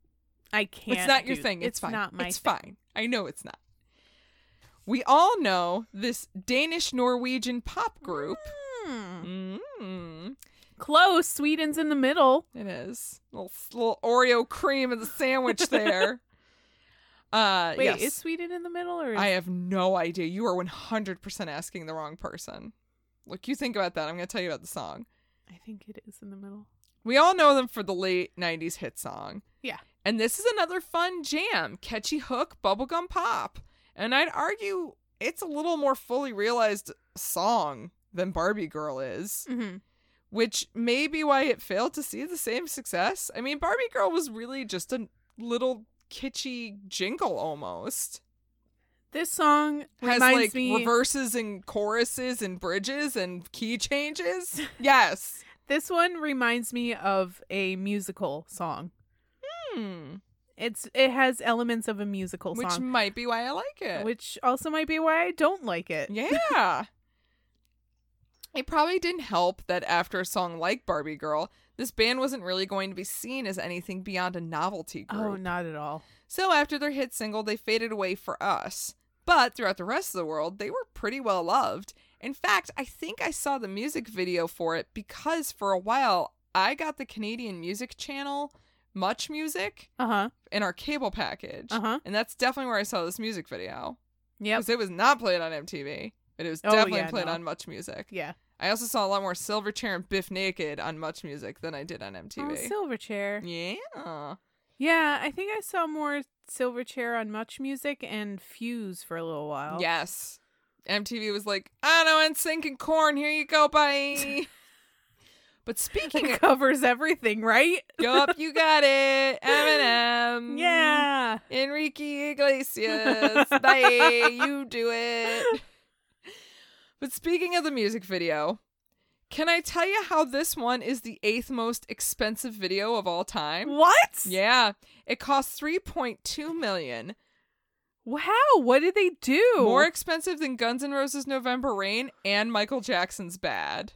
[SPEAKER 2] I can't.
[SPEAKER 1] It's not your
[SPEAKER 2] do-
[SPEAKER 1] thing. It's,
[SPEAKER 2] It's
[SPEAKER 1] fine.
[SPEAKER 2] not my
[SPEAKER 1] It's
[SPEAKER 2] thing.
[SPEAKER 1] fine. I know it's not. We all know this Danish Norwegian pop group.
[SPEAKER 2] Hmm. Mm-hmm.
[SPEAKER 1] Mm,
[SPEAKER 2] Close. Sweden's in the middle.
[SPEAKER 1] it is little, little Oreo cream in the sandwich
[SPEAKER 2] <laughs>
[SPEAKER 1] there. uh,
[SPEAKER 2] Wait,
[SPEAKER 1] yes.
[SPEAKER 2] is Sweden in the middle or is...
[SPEAKER 1] I have no idea. You are one hundred percent asking the wrong person. Look, you think about that. I'm going to tell you about the song.
[SPEAKER 2] I think it is in the middle.
[SPEAKER 1] We all know them for the late '90s hit song.
[SPEAKER 2] Yeah.
[SPEAKER 1] And this is another fun jam, catchy hook, bubblegum pop. And I'd argue it's a little more fully realized song than Barbie Girl is,
[SPEAKER 2] Mm-hmm.
[SPEAKER 1] which may be why it failed to see the same success. I mean, Barbie Girl was really just a little kitschy jingle almost.
[SPEAKER 2] This song
[SPEAKER 1] Has
[SPEAKER 2] reminds
[SPEAKER 1] like
[SPEAKER 2] me
[SPEAKER 1] reverses and choruses and bridges and key
[SPEAKER 2] <laughs>
[SPEAKER 1] changes. Yes.
[SPEAKER 2] This one reminds me of a musical song.
[SPEAKER 1] Hmm.
[SPEAKER 2] It's it has elements of a musical
[SPEAKER 1] Which
[SPEAKER 2] song,
[SPEAKER 1] might be why I like it.
[SPEAKER 2] which also might be why I don't like it.
[SPEAKER 1] Yeah. it probably didn't help that after a song like Barbie Girl, this band wasn't really going to be seen as anything beyond a novelty group.
[SPEAKER 2] Oh, not at all.
[SPEAKER 1] So after their hit single, they faded away for us. But throughout the rest of the world, they were pretty well loved. In fact, I think I saw the music video for it because for a while I got the Canadian music channel, Much Music,
[SPEAKER 2] Uh huh.
[SPEAKER 1] in our cable package.
[SPEAKER 2] Uh huh.
[SPEAKER 1] And that's definitely where I saw this music video
[SPEAKER 2] Yep.
[SPEAKER 1] because it was not played on MTV, but it was
[SPEAKER 2] Oh,
[SPEAKER 1] definitely
[SPEAKER 2] yeah,
[SPEAKER 1] played
[SPEAKER 2] no.
[SPEAKER 1] on Much Music.
[SPEAKER 2] Yeah.
[SPEAKER 1] I also saw a lot more Silverchair and Biff Naked on Much Music than I did on
[SPEAKER 2] Oh,
[SPEAKER 1] MTV.
[SPEAKER 2] Silverchair.
[SPEAKER 1] yeah,
[SPEAKER 2] Yeah, I think I saw more Silverchair on Much Music and Fuse for a little while.
[SPEAKER 1] yes. MTV was like, I don't know, NSYNC and Corn. Here you go,
[SPEAKER 2] <laughs>
[SPEAKER 1] bye. but speaking
[SPEAKER 2] <laughs> It
[SPEAKER 1] of,
[SPEAKER 2] covers everything, right?
[SPEAKER 1] yup, you got
[SPEAKER 2] <laughs>
[SPEAKER 1] it, Eminem.
[SPEAKER 2] Yeah.
[SPEAKER 1] Enrique Iglesias. Bye. you do it. But speaking of the music video, can I tell you how this one is the eighth most expensive video of all time?
[SPEAKER 2] What?
[SPEAKER 1] Yeah, it cost 3.2 million.
[SPEAKER 2] Wow. What did they do?
[SPEAKER 1] More expensive than Guns N' Roses' November Rain and Michael Jackson's Bad.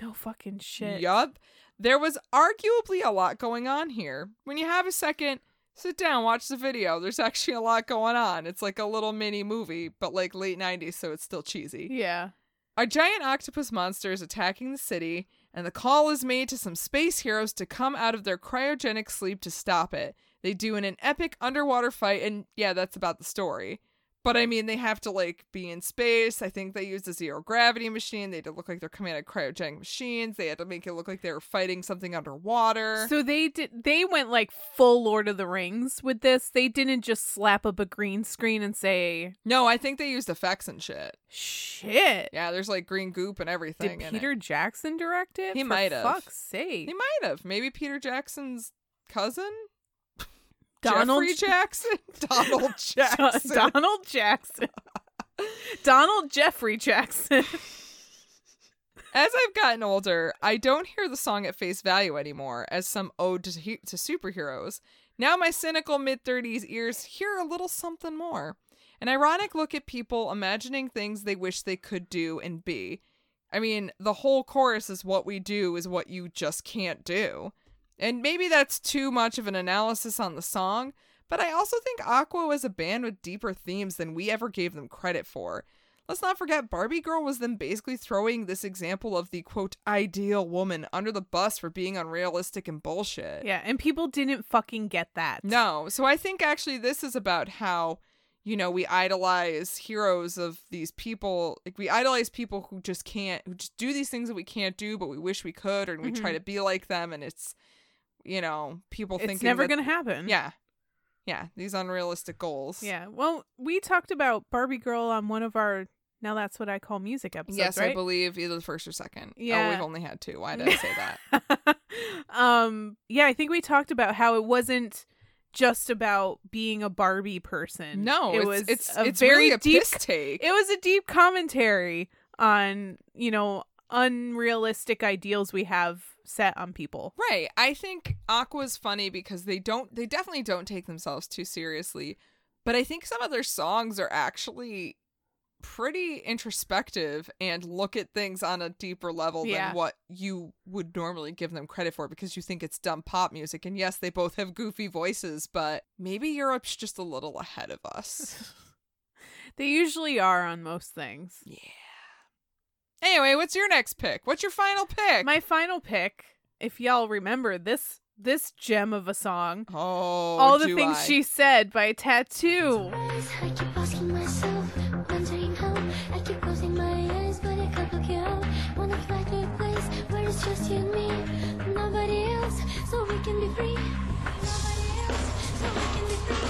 [SPEAKER 2] No fucking shit.
[SPEAKER 1] Yup. There was arguably a lot going on here. When you have a second, sit down, watch the video. There's actually a lot going on. It's like a little mini movie, but like late 90s, so it's still cheesy.
[SPEAKER 2] Yeah.
[SPEAKER 1] A giant octopus monster is attacking the city, and the call is made to some space heroes to come out of their cryogenic sleep to stop it. They do in an epic underwater fight, and yeah, that's about the story. But I mean, they have to like be in space. I think they used a zero gravity machine. They had to look like they're coming out of cryogenic machines. They had to make it look like they were fighting something underwater.
[SPEAKER 2] So they did. They went like full Lord of the Rings with this. They didn't just slap up a green screen and say
[SPEAKER 1] no, I think they used effects and shit.
[SPEAKER 2] shit.
[SPEAKER 1] Yeah, there's like green goop and everything.
[SPEAKER 2] Did
[SPEAKER 1] in it.
[SPEAKER 2] Peter Jackson direct it?
[SPEAKER 1] He
[SPEAKER 2] For
[SPEAKER 1] might have.
[SPEAKER 2] Fuck's sake.
[SPEAKER 1] He might have. Maybe Peter Jackson's cousin?
[SPEAKER 2] Donald <laughs>
[SPEAKER 1] Jeffrey Jackson? <laughs> Donald
[SPEAKER 2] Ja-
[SPEAKER 1] Jackson. <laughs>
[SPEAKER 2] Donald Jackson. Donald Jeffrey Jackson. <laughs>
[SPEAKER 1] as I've gotten older, I don't hear the song at face value anymore as some ode to, he- to superheroes. Now my cynical mid 30s ears hear a little something more. An ironic look at people imagining things they wish they could do and be. I mean, the whole chorus is what we do is what you just can't do. And maybe that's too much of an analysis on the song, but I also think Aqua was a band with deeper themes than we ever gave them credit for. Let's not forget, Barbie Girl was them basically throwing this example of the quote ideal woman under the bus for being unrealistic and bullshit.
[SPEAKER 2] yeah, and people didn't fucking get that.
[SPEAKER 1] No, so I think actually this is about how, you know, we idolize heroes of these people. Like we idolize people who just can't, who just do these things that we can't do, but we wish we could, and we try to be like them. And it's, you know, people
[SPEAKER 2] Mm-hmm. It's
[SPEAKER 1] thinking
[SPEAKER 2] never
[SPEAKER 1] that-
[SPEAKER 2] going to happen.
[SPEAKER 1] Yeah, yeah, these unrealistic goals.
[SPEAKER 2] Yeah. Well, we talked about Barbie Girl on one of our Now That's What I Call Music episodes,
[SPEAKER 1] yes, I
[SPEAKER 2] right?
[SPEAKER 1] believe either the first or second. Oh,
[SPEAKER 2] Yeah.
[SPEAKER 1] we've only had two. Why did
[SPEAKER 2] <laughs>
[SPEAKER 1] I say that?
[SPEAKER 2] um yeah, I think we talked about how it wasn't just about being a Barbie person.
[SPEAKER 1] No,
[SPEAKER 2] it
[SPEAKER 1] it's,
[SPEAKER 2] was
[SPEAKER 1] it's
[SPEAKER 2] a
[SPEAKER 1] it's
[SPEAKER 2] very
[SPEAKER 1] really a
[SPEAKER 2] deep
[SPEAKER 1] piss take.
[SPEAKER 2] it was a deep commentary on you know unrealistic ideals we have set on people
[SPEAKER 1] Right. I think Aqua's funny because they don't they definitely don't take themselves too seriously. But I think some of their songs are actually pretty introspective and look at things on a deeper level
[SPEAKER 2] Yeah.
[SPEAKER 1] than what you would normally give them credit for because you think it's dumb pop music. And yes, they both have goofy voices, but maybe Europe's just a little ahead of
[SPEAKER 2] <laughs>
[SPEAKER 1] us.
[SPEAKER 2] they usually are on most things
[SPEAKER 1] yeah. Anyway, what's your next pick? What's your final pick?
[SPEAKER 2] my final pick if y'all remember this this gem of a song
[SPEAKER 1] oh,
[SPEAKER 2] all the
[SPEAKER 1] do
[SPEAKER 2] things
[SPEAKER 1] I.
[SPEAKER 2] she said by tattoo
[SPEAKER 5] I keep asking myself, wondering how. I keep closing my eyes, but I can't look you out. Wanna fly to a place where it's just you and me, nobody else, so we can be free. Nobody else, so we can be free.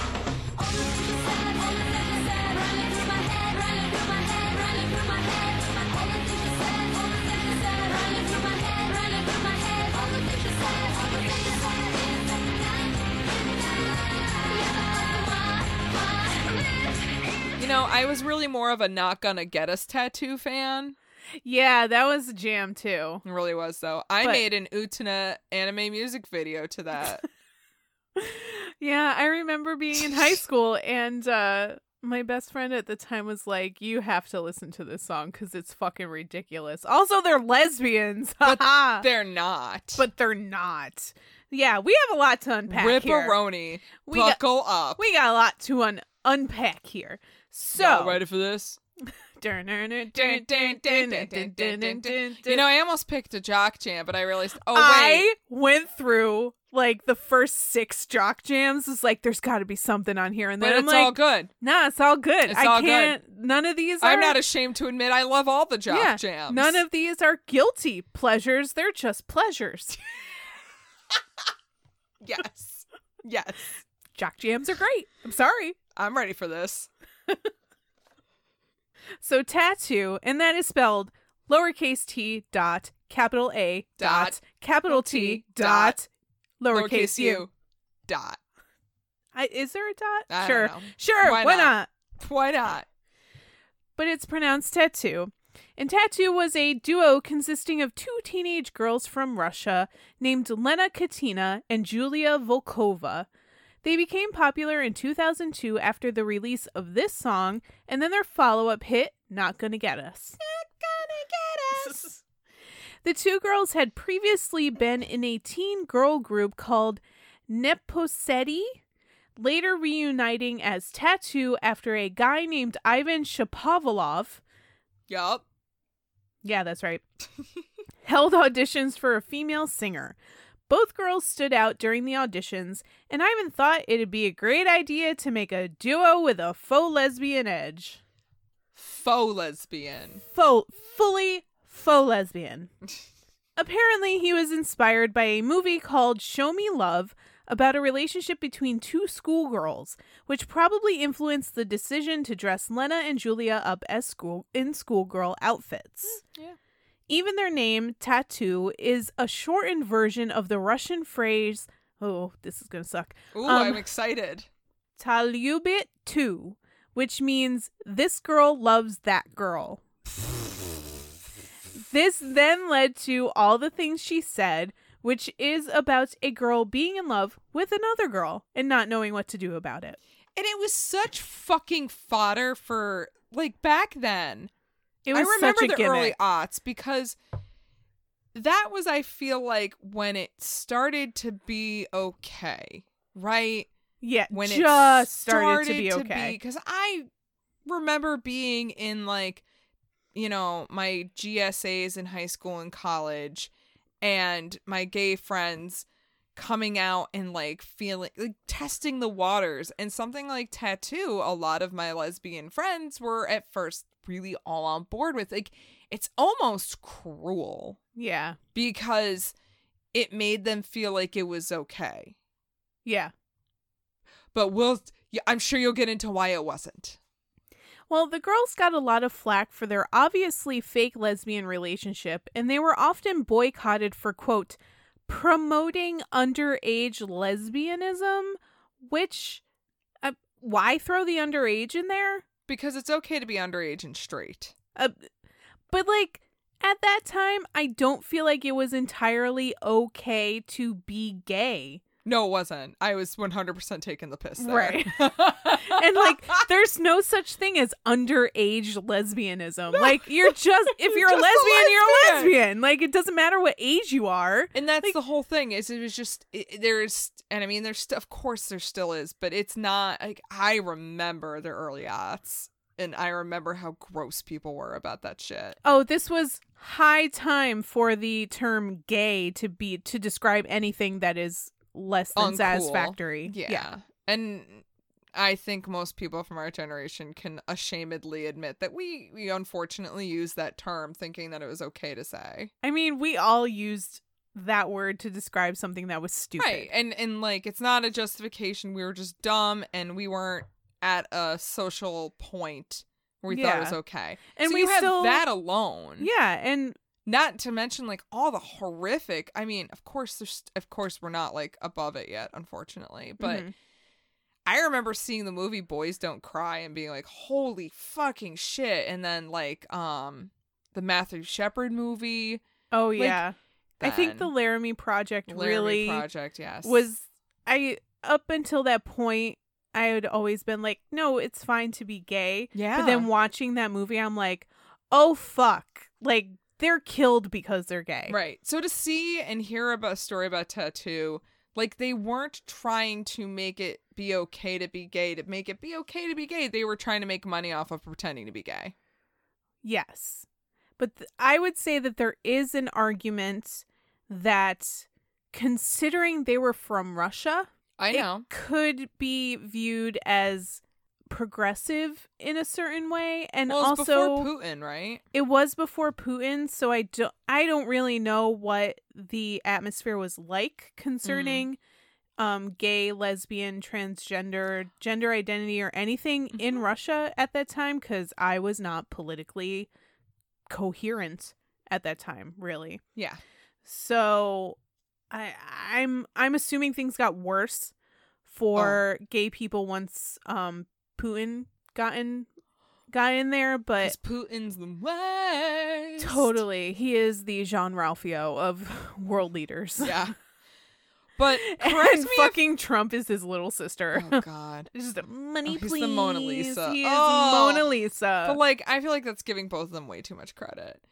[SPEAKER 5] All the things you said, all the things you said, running through my head, running through my head, running through my head. All the things you said, all the things you said, running through my head, running through my head. All the things you said, all the things you said.
[SPEAKER 1] You know, I was really more of a not gonna get us tattoo fan.
[SPEAKER 2] yeah that was a jam too
[SPEAKER 1] It really was though. I
[SPEAKER 2] But-
[SPEAKER 1] made an Utana anime music video to
[SPEAKER 2] <laughs>
[SPEAKER 1] that.
[SPEAKER 2] yeah i remember being in high school and uh my best friend at the time was like you have to listen to this song because it's fucking ridiculous also they're lesbians <laughs>
[SPEAKER 1] But
[SPEAKER 2] haha.
[SPEAKER 1] They're not.
[SPEAKER 2] but they're not. Yeah, we have a lot to unpack here.
[SPEAKER 1] Ripperoni,
[SPEAKER 2] We got-
[SPEAKER 1] buckle up.
[SPEAKER 2] We got a lot to un- unpack here.
[SPEAKER 1] Y'all
[SPEAKER 2] So,
[SPEAKER 1] ready for this?
[SPEAKER 2] dun, dun, dun, dun, dun, dun, dun, dun, dun, dun, dun,
[SPEAKER 1] You know, I almost picked a jock jam, but I realized, oh wait,
[SPEAKER 2] I went through like the first six jock jams. It's like there's got to be something on here, and then
[SPEAKER 1] but
[SPEAKER 2] I'm
[SPEAKER 1] it's
[SPEAKER 2] like,
[SPEAKER 1] all good.
[SPEAKER 2] nah, it's all good.
[SPEAKER 1] It's
[SPEAKER 2] I
[SPEAKER 1] all good.
[SPEAKER 2] can't. None of these. Are,
[SPEAKER 1] I'm not ashamed to admit I love all the jock
[SPEAKER 2] yeah,
[SPEAKER 1] jams.
[SPEAKER 2] None of these are guilty pleasures. They're just pleasures. <laughs>
[SPEAKER 1] yes, yes.
[SPEAKER 2] jock jams are great. I'm sorry.
[SPEAKER 1] I'm ready for this.
[SPEAKER 2] So tattoo, and that is spelled lowercase t dot capital A
[SPEAKER 1] Dot.
[SPEAKER 2] dot capital T dot lowercase u.
[SPEAKER 1] Dot.
[SPEAKER 2] I, is there a dot?
[SPEAKER 1] I don't
[SPEAKER 2] sure,
[SPEAKER 1] know.
[SPEAKER 2] sure.
[SPEAKER 1] Why
[SPEAKER 2] Why,
[SPEAKER 1] not?
[SPEAKER 2] not?
[SPEAKER 1] Why not?
[SPEAKER 2] But it's pronounced tattoo, And Tattoo was a duo consisting of two teenage girls from Russia named Lena Katina and Julia Volkova. They became popular in 2002 after the release of this song and then their follow up hit, Not Gonna Get Us. <laughs> The two girls had previously been in a teen girl group called Neposetti, later reuniting as Tattoo after a guy named Ivan Shapovalov
[SPEAKER 1] Yup.
[SPEAKER 2] yeah, that's right. held auditions for a female singer. Both girls stood out during the auditions, and Ivan thought it'd be a great idea to make a duo with a faux lesbian edge.
[SPEAKER 1] Faux lesbian.
[SPEAKER 2] Faux, fully faux lesbian. Apparently, he was inspired by a movie called Show Me Love about a relationship between two schoolgirls, which probably influenced the decision to dress Lena and Julia up as school in schoolgirl outfits.
[SPEAKER 1] yeah.
[SPEAKER 2] Even their name, Tattoo, is a shortened version of the Russian phrase, oh, this is going to suck,
[SPEAKER 1] Ooh,
[SPEAKER 2] Um,
[SPEAKER 1] I'm excited.
[SPEAKER 2] Talubit 2, which means this girl loves that girl. This then led to All the Things She Said, which is about a girl being in love with another girl and not knowing what to do about it.
[SPEAKER 1] And it was such fucking fodder for like back then.
[SPEAKER 2] It was
[SPEAKER 1] I remember
[SPEAKER 2] such a
[SPEAKER 1] the
[SPEAKER 2] gimmick.
[SPEAKER 1] early aughts because that was, I feel like, when it started to be okay, right?
[SPEAKER 2] yeah,
[SPEAKER 1] When
[SPEAKER 2] just
[SPEAKER 1] it
[SPEAKER 2] started, to be okay.
[SPEAKER 1] Because I remember being in like, you know, my GSAs in high school and college, and my gay friends coming out and like feeling like testing the waters and something like tattoo a lot of my lesbian friends were at first really all on board with like it's almost cruel
[SPEAKER 2] yeah,
[SPEAKER 1] because it made them feel like it was okay
[SPEAKER 2] yeah.
[SPEAKER 1] but we'll yeah, i'm sure you'll get into why it wasn't
[SPEAKER 2] Well, the girls got a lot of flack for their obviously fake lesbian relationship, and they were often boycotted for, quote, promoting underage lesbianism, which, uh, why throw the underage in there?
[SPEAKER 1] because it's okay to be underage and straight
[SPEAKER 2] Uh, but, like, at that time, I don't feel like it was entirely okay to be gay.
[SPEAKER 1] no it wasn't i was 100% taking the piss there. <laughs>
[SPEAKER 2] Right. And like, there's no such thing as underage lesbianism. Like, you're just
[SPEAKER 1] <laughs>
[SPEAKER 2] if you're
[SPEAKER 1] just a
[SPEAKER 2] a lesbian, you're a
[SPEAKER 1] lesbian.
[SPEAKER 2] lesbian. Like, it doesn't matter what age you are.
[SPEAKER 1] And that's
[SPEAKER 2] Like-
[SPEAKER 1] the whole thing. Is it was just it, there's, and I mean, there's st- of course there still is, but it's not like I remember the early aughts, and I remember how gross people were about that shit.
[SPEAKER 2] Oh, this was high time for the term gay to be to describe anything that is less than
[SPEAKER 1] Uncool.
[SPEAKER 2] satisfactory.
[SPEAKER 1] Yeah. and I think most people from our generation can ashamedly admit that we we unfortunately used that term thinking that it was okay to say.
[SPEAKER 2] I mean, we all used that word to describe something that was stupid.
[SPEAKER 1] Right. And and like it's not a justification. We were just dumb and we weren't at a social point where we thought it was
[SPEAKER 2] Yeah.
[SPEAKER 1] okay.
[SPEAKER 2] And
[SPEAKER 1] So
[SPEAKER 2] we
[SPEAKER 1] you have
[SPEAKER 2] still-
[SPEAKER 1] that alone.
[SPEAKER 2] Yeah, and
[SPEAKER 1] Not to mention like all the horrific I mean, of course there's of course we're not like above it yet, unfortunately. But
[SPEAKER 2] mhm.
[SPEAKER 1] I remember seeing the movie Boys Don't Cry and being like, Holy fucking shit and then like um the Matthew Shepard movie.
[SPEAKER 2] oh yeah, I think the
[SPEAKER 1] then
[SPEAKER 2] Laramie Project
[SPEAKER 1] Laramie
[SPEAKER 2] really
[SPEAKER 1] project, yes.
[SPEAKER 2] was I up until that point I had always been like, no, it's fine to be gay.
[SPEAKER 1] yeah.
[SPEAKER 2] But then watching that movie, I'm like, oh fuck, like they're killed because they're gay.
[SPEAKER 1] Right. So to see and hear about a story about tattoo, like they weren't trying to make it be okay to be gay, to make it be okay to be gay. They were trying to make money off of pretending to be gay.
[SPEAKER 2] Yes, but th- I would say that there is an argument that considering they were from Russia,
[SPEAKER 1] I
[SPEAKER 2] it
[SPEAKER 1] know.
[SPEAKER 2] could be viewed as progressive in a certain way, and
[SPEAKER 1] well, it's
[SPEAKER 2] also
[SPEAKER 1] before Putin, right?
[SPEAKER 2] it was before Putin, so I don't I don't really know what the atmosphere was like concerning um gay, lesbian, transgender, gender identity or anything in Russia at that time cuz I was not politically coherent at that time, really.
[SPEAKER 1] Yeah.
[SPEAKER 2] So I I'm I'm assuming things got worse for gay people once um Putin gotten guy in there, but
[SPEAKER 1] 'Cause Putin's the worst.
[SPEAKER 2] totally, he is the Jean Ralphio of <laughs> world leaders.
[SPEAKER 1] Yeah. But correct
[SPEAKER 2] <laughs> and
[SPEAKER 1] me if-
[SPEAKER 2] fucking Trump is his little sister.
[SPEAKER 1] Oh God.
[SPEAKER 2] <laughs> It's Just a money,
[SPEAKER 1] Oh, he's
[SPEAKER 2] please.
[SPEAKER 1] the Mona Lisa.
[SPEAKER 2] He is
[SPEAKER 1] Oh.
[SPEAKER 2] Mona Lisa.
[SPEAKER 1] But like, I feel like that's giving both of them way too much credit.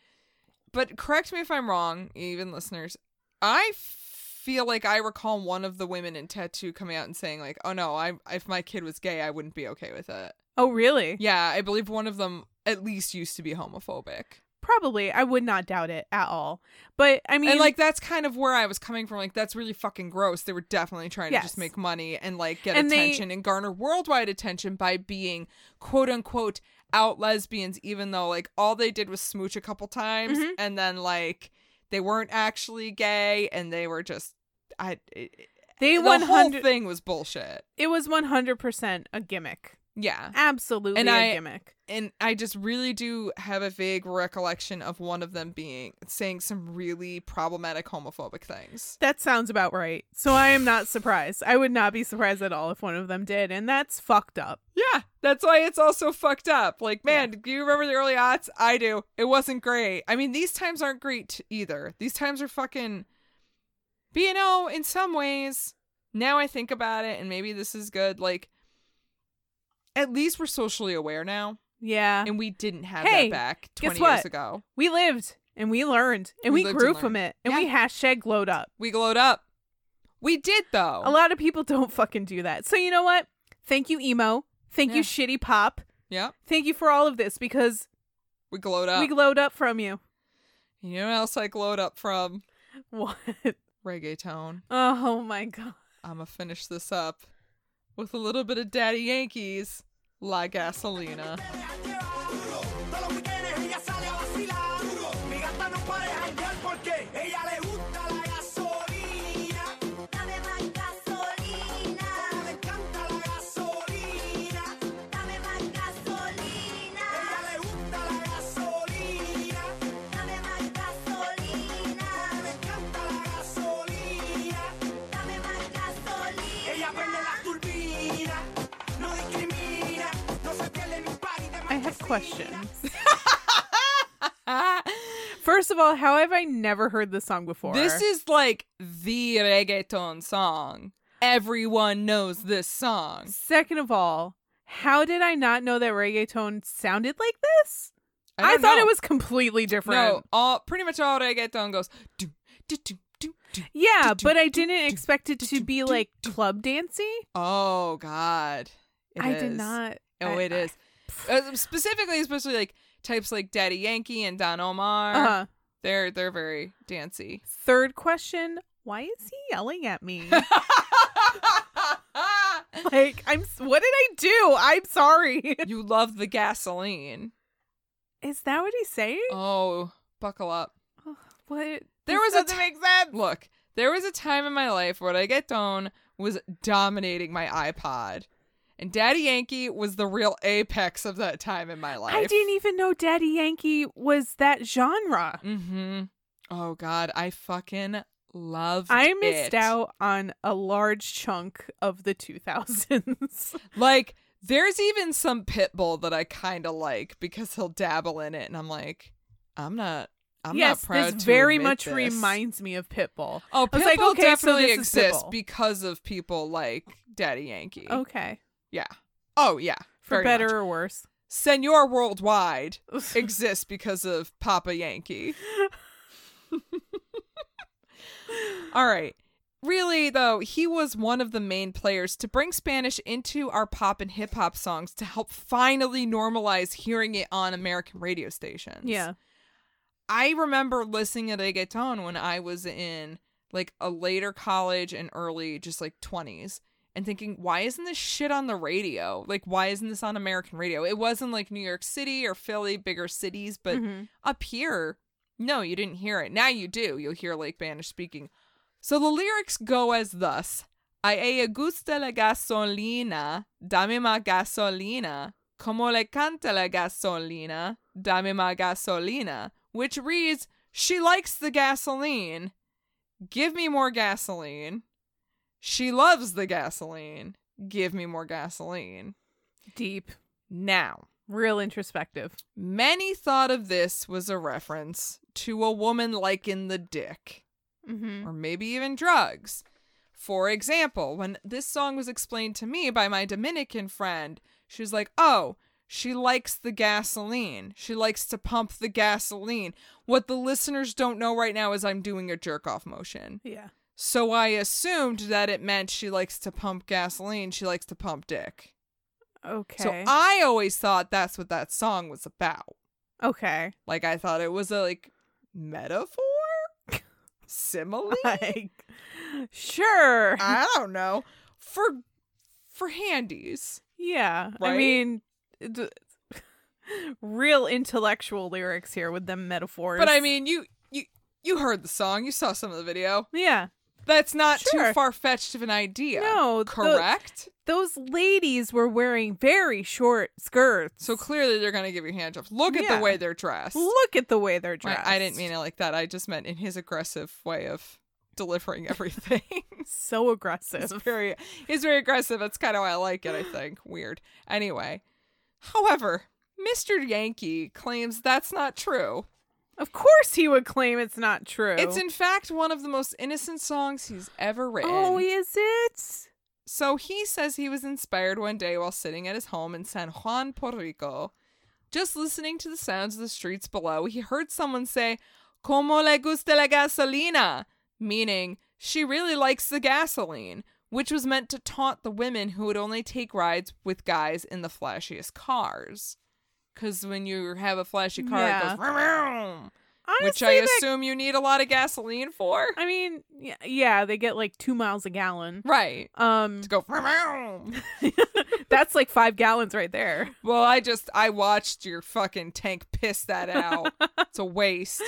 [SPEAKER 1] But correct me if I'm wrong, even listeners. I feel like I recall one of the women in tattoo coming out and saying like, "Oh no, I if my kid was gay, I wouldn't be okay with it."
[SPEAKER 2] oh, really?
[SPEAKER 1] Yeah, I believe one of them at least used to be homophobic.
[SPEAKER 2] Probably. I would not doubt it at all. But I mean,
[SPEAKER 1] and like that's kind of where I was coming from. Like that's really fucking gross. They were definitely trying to
[SPEAKER 2] Yes.
[SPEAKER 1] just make money and like get
[SPEAKER 2] And they-
[SPEAKER 1] attention and garner worldwide attention by being quote unquote out lesbians, even though like all they did was smooch a couple times
[SPEAKER 2] Mhm.
[SPEAKER 1] and then like they weren't actually gay and they were just I it,
[SPEAKER 2] they
[SPEAKER 1] the whole
[SPEAKER 2] 100
[SPEAKER 1] thing was bullshit.
[SPEAKER 2] it was 100% a gimmick.
[SPEAKER 1] Yeah.
[SPEAKER 2] Absolutely
[SPEAKER 1] And
[SPEAKER 2] a
[SPEAKER 1] I-
[SPEAKER 2] gimmick.
[SPEAKER 1] and I just really do have a vague recollection of one of them being saying some really problematic homophobic things.
[SPEAKER 2] That sounds about right. So I am not surprised. I would not be surprised at all if one of them did, and that's fucked up.
[SPEAKER 1] Yeah, that's why it's all so fucked up. Like, man, do you remember the early aughts? I do. It wasn't great. I mean, these times aren't great either. These times are fucking. But you know, in some ways, now I think about it, and maybe this is good. Like, at least we're socially aware now,
[SPEAKER 2] Yeah.
[SPEAKER 1] and we didn't have
[SPEAKER 2] Hey,
[SPEAKER 1] that back
[SPEAKER 2] guess
[SPEAKER 1] twenty
[SPEAKER 2] what?
[SPEAKER 1] years ago.
[SPEAKER 2] we lived and we learned and
[SPEAKER 1] We
[SPEAKER 2] we,
[SPEAKER 1] lived and
[SPEAKER 2] grew from
[SPEAKER 1] learned.
[SPEAKER 2] it and we hashtag glowed up.
[SPEAKER 1] We glowed up. We did though.
[SPEAKER 2] A lot of people <laughs> don't fucking do that. So you know what? Thank you, emo. Thank
[SPEAKER 1] Yeah.
[SPEAKER 2] you, shitty pop.
[SPEAKER 1] Yep,
[SPEAKER 2] Thank you for all of this because
[SPEAKER 1] we glowed up.
[SPEAKER 2] we glowed up from you. <laughs>
[SPEAKER 1] you know what else I glowed up from?
[SPEAKER 2] What?
[SPEAKER 1] Reggaeton.
[SPEAKER 2] Oh my god.
[SPEAKER 1] I'm gonna finish this up with a little bit of Daddy Yankees, La Gasolina. <laughs>
[SPEAKER 4] Duro, todos los weekendes ella sale a vacilar. Duro, mi gata no para de janguear porque ella le gusta la gasolina. Dame más gasolina. Me encanta la gasolina. Dame más gasolina. Ella le gusta la gasolina. Dame más gasolina. Me encanta la gasolina. Dame más gasolina. Ella prende la turbina. No discrimina. No se pierde ni un par y
[SPEAKER 2] I have questions. First of all, how have I never heard this song before?
[SPEAKER 1] This is like the reggaeton song. Everyone knows this song.
[SPEAKER 2] Second of all, how did I not know that reggaeton sounded like this? I,
[SPEAKER 1] don't
[SPEAKER 2] thought
[SPEAKER 1] know.
[SPEAKER 2] it was completely different.
[SPEAKER 1] no. All pretty much all reggaeton goes. Do, do, do, do, do.
[SPEAKER 2] Yeah,
[SPEAKER 1] Do, do,
[SPEAKER 2] but I
[SPEAKER 1] do,
[SPEAKER 2] didn't
[SPEAKER 1] do,
[SPEAKER 2] expect it
[SPEAKER 1] do,
[SPEAKER 2] to
[SPEAKER 1] do,
[SPEAKER 2] be
[SPEAKER 1] do,
[SPEAKER 2] like
[SPEAKER 1] do.
[SPEAKER 2] club dancing.
[SPEAKER 1] Oh God! It
[SPEAKER 2] I did
[SPEAKER 1] is.
[SPEAKER 2] not.
[SPEAKER 1] Oh,
[SPEAKER 2] I-
[SPEAKER 1] it is. Uh, specifically, especially like types like Daddy Yankee and Don Omar.
[SPEAKER 2] Uh,
[SPEAKER 1] They're they're very
[SPEAKER 2] <laughs>
[SPEAKER 1] <laughs> dancy.
[SPEAKER 2] third question: Why is he yelling at
[SPEAKER 1] <laughs>
[SPEAKER 2] me? like I'm. s- What did I do? I'm sorry. <laughs>
[SPEAKER 1] you love the gasoline.
[SPEAKER 2] is that what he's saying?
[SPEAKER 1] Oh, buckle up.
[SPEAKER 2] Ugh, What?
[SPEAKER 1] There was
[SPEAKER 2] This
[SPEAKER 1] a
[SPEAKER 2] doesn't
[SPEAKER 1] ti-
[SPEAKER 2] make sense.
[SPEAKER 1] Look, there was a time in my life where Reggaeton was dominating my iPod. And Daddy Yankee was the real apex of that time in my life.
[SPEAKER 2] I didn't even know Daddy Yankee was that genre.
[SPEAKER 1] Mm-hmm. Oh God, I fucking loved
[SPEAKER 2] I
[SPEAKER 1] it.
[SPEAKER 2] missed out on a large chunk of the 2000s.
[SPEAKER 1] Like, there's even some Pitbull that I kinda like because he'll dabble in it and I'm like, I'm not <laughs> I'm
[SPEAKER 2] yes,
[SPEAKER 1] not proud
[SPEAKER 2] this
[SPEAKER 1] to
[SPEAKER 2] very
[SPEAKER 1] admit
[SPEAKER 2] much
[SPEAKER 1] this.
[SPEAKER 2] reminds me of Pitbull.
[SPEAKER 1] Oh,
[SPEAKER 2] I
[SPEAKER 1] Pitbull
[SPEAKER 2] was like, okay, so
[SPEAKER 1] definitely
[SPEAKER 2] this is
[SPEAKER 1] exists
[SPEAKER 2] Pitbull.
[SPEAKER 1] because of people like Daddy Yankee.
[SPEAKER 2] Okay,
[SPEAKER 1] Yeah. Oh, yeah. very
[SPEAKER 2] for better
[SPEAKER 1] much.
[SPEAKER 2] or worse.
[SPEAKER 1] Senor Worldwide
[SPEAKER 2] <laughs>
[SPEAKER 1] exists because of Papa Yankee. All right. Really, though, he was one of the main players to bring Spanish into our pop and hip hop songs to help finally normalize hearing it on American radio stations.
[SPEAKER 2] Yeah.
[SPEAKER 1] I remember listening to reggaeton when I was in like a later college and early just like 20s and thinking why isn't this shit on the radio? Like why isn't this on American radio? It wasn't like New York City or Philly, bigger cities, but
[SPEAKER 2] Mhm.
[SPEAKER 1] up here no, you didn't hear it. Now you do. You'll hear like Spanish speaking. So the lyrics go as thus. A ella gusta la gasolina, dame más gasolina. Como le canta la gasolina, dame más gasolina. Which reads, she likes the gasoline. Give me more gasoline. She loves the gasoline. Give me more gasoline.
[SPEAKER 2] deep.
[SPEAKER 1] Now,
[SPEAKER 2] Real introspective.
[SPEAKER 1] Many thought of this was a reference to a woman liking the dick,
[SPEAKER 2] Mm-hmm.
[SPEAKER 1] or maybe even drugs. For example, when this song was explained to me by my Dominican friend, she was like, oh, she likes the gasoline. She likes to pump the gasoline. What the listeners don't know right now is I'm doing a jerk off motion.
[SPEAKER 2] Yeah.
[SPEAKER 1] So I assumed that it meant she likes to pump gasoline. She likes to pump dick.
[SPEAKER 2] Okay.
[SPEAKER 1] So I always thought that's what that song was about.
[SPEAKER 2] <laughs> okay.
[SPEAKER 1] Like I thought it was a like metaphor, <laughs>
[SPEAKER 2] <laughs>
[SPEAKER 1] simile.
[SPEAKER 2] Like, sure.
[SPEAKER 1] I don't know for for handies.
[SPEAKER 2] yeah. I
[SPEAKER 1] Right?
[SPEAKER 2] mean, d- <laughs> real intellectual lyrics here with them metaphors.
[SPEAKER 1] But I mean, you you you heard the song, you saw some of the video.
[SPEAKER 2] yeah.
[SPEAKER 1] That's not
[SPEAKER 2] Sure.
[SPEAKER 1] too far fetched of an idea.
[SPEAKER 2] No, the-
[SPEAKER 1] correct.
[SPEAKER 2] Those ladies were wearing very short skirts.
[SPEAKER 1] So clearly they're gonna give you handjobs. Look at
[SPEAKER 2] Yeah.
[SPEAKER 1] the way they're dressed.
[SPEAKER 2] look at the way they're dressed.
[SPEAKER 1] I, I didn't mean it like that. I just meant in his aggressive way of delivering everything.
[SPEAKER 2] <laughs> So
[SPEAKER 1] it's <laughs>
[SPEAKER 2] aggressive.
[SPEAKER 1] very it's very aggressive. That's kind of why I like it, I think. Weird. Anyway. However, Mr. Yankee claims that's not true.
[SPEAKER 2] Of course, he would claim it's not true.
[SPEAKER 1] It's in fact one of the most innocent songs he's ever written.
[SPEAKER 2] Oh, is it?
[SPEAKER 1] So he says he was inspired one day while sitting at his home in San Juan, Puerto Rico. Just listening to the sounds of the streets below, he heard someone say, Como le gusta la gasolina? Meaning, she really likes the gasoline, which was meant to taunt the women who would only take rides with guys in the flashiest cars. Because when you have a flashy car, it
[SPEAKER 2] Yeah.
[SPEAKER 1] goes, "Vroom, vroom,"
[SPEAKER 2] Honestly,
[SPEAKER 1] which I
[SPEAKER 2] that-
[SPEAKER 1] assume you need a lot of gasoline for.
[SPEAKER 2] I mean, y- yeah, they get like two miles a gallon.
[SPEAKER 1] Right.
[SPEAKER 2] Um,
[SPEAKER 1] To go, "Vroom, vroom."
[SPEAKER 2] <laughs> that's like five gallons
[SPEAKER 1] <laughs>
[SPEAKER 2] right there. <laughs>
[SPEAKER 1] Well, I just I watched your fucking tank piss that out. it's a waste.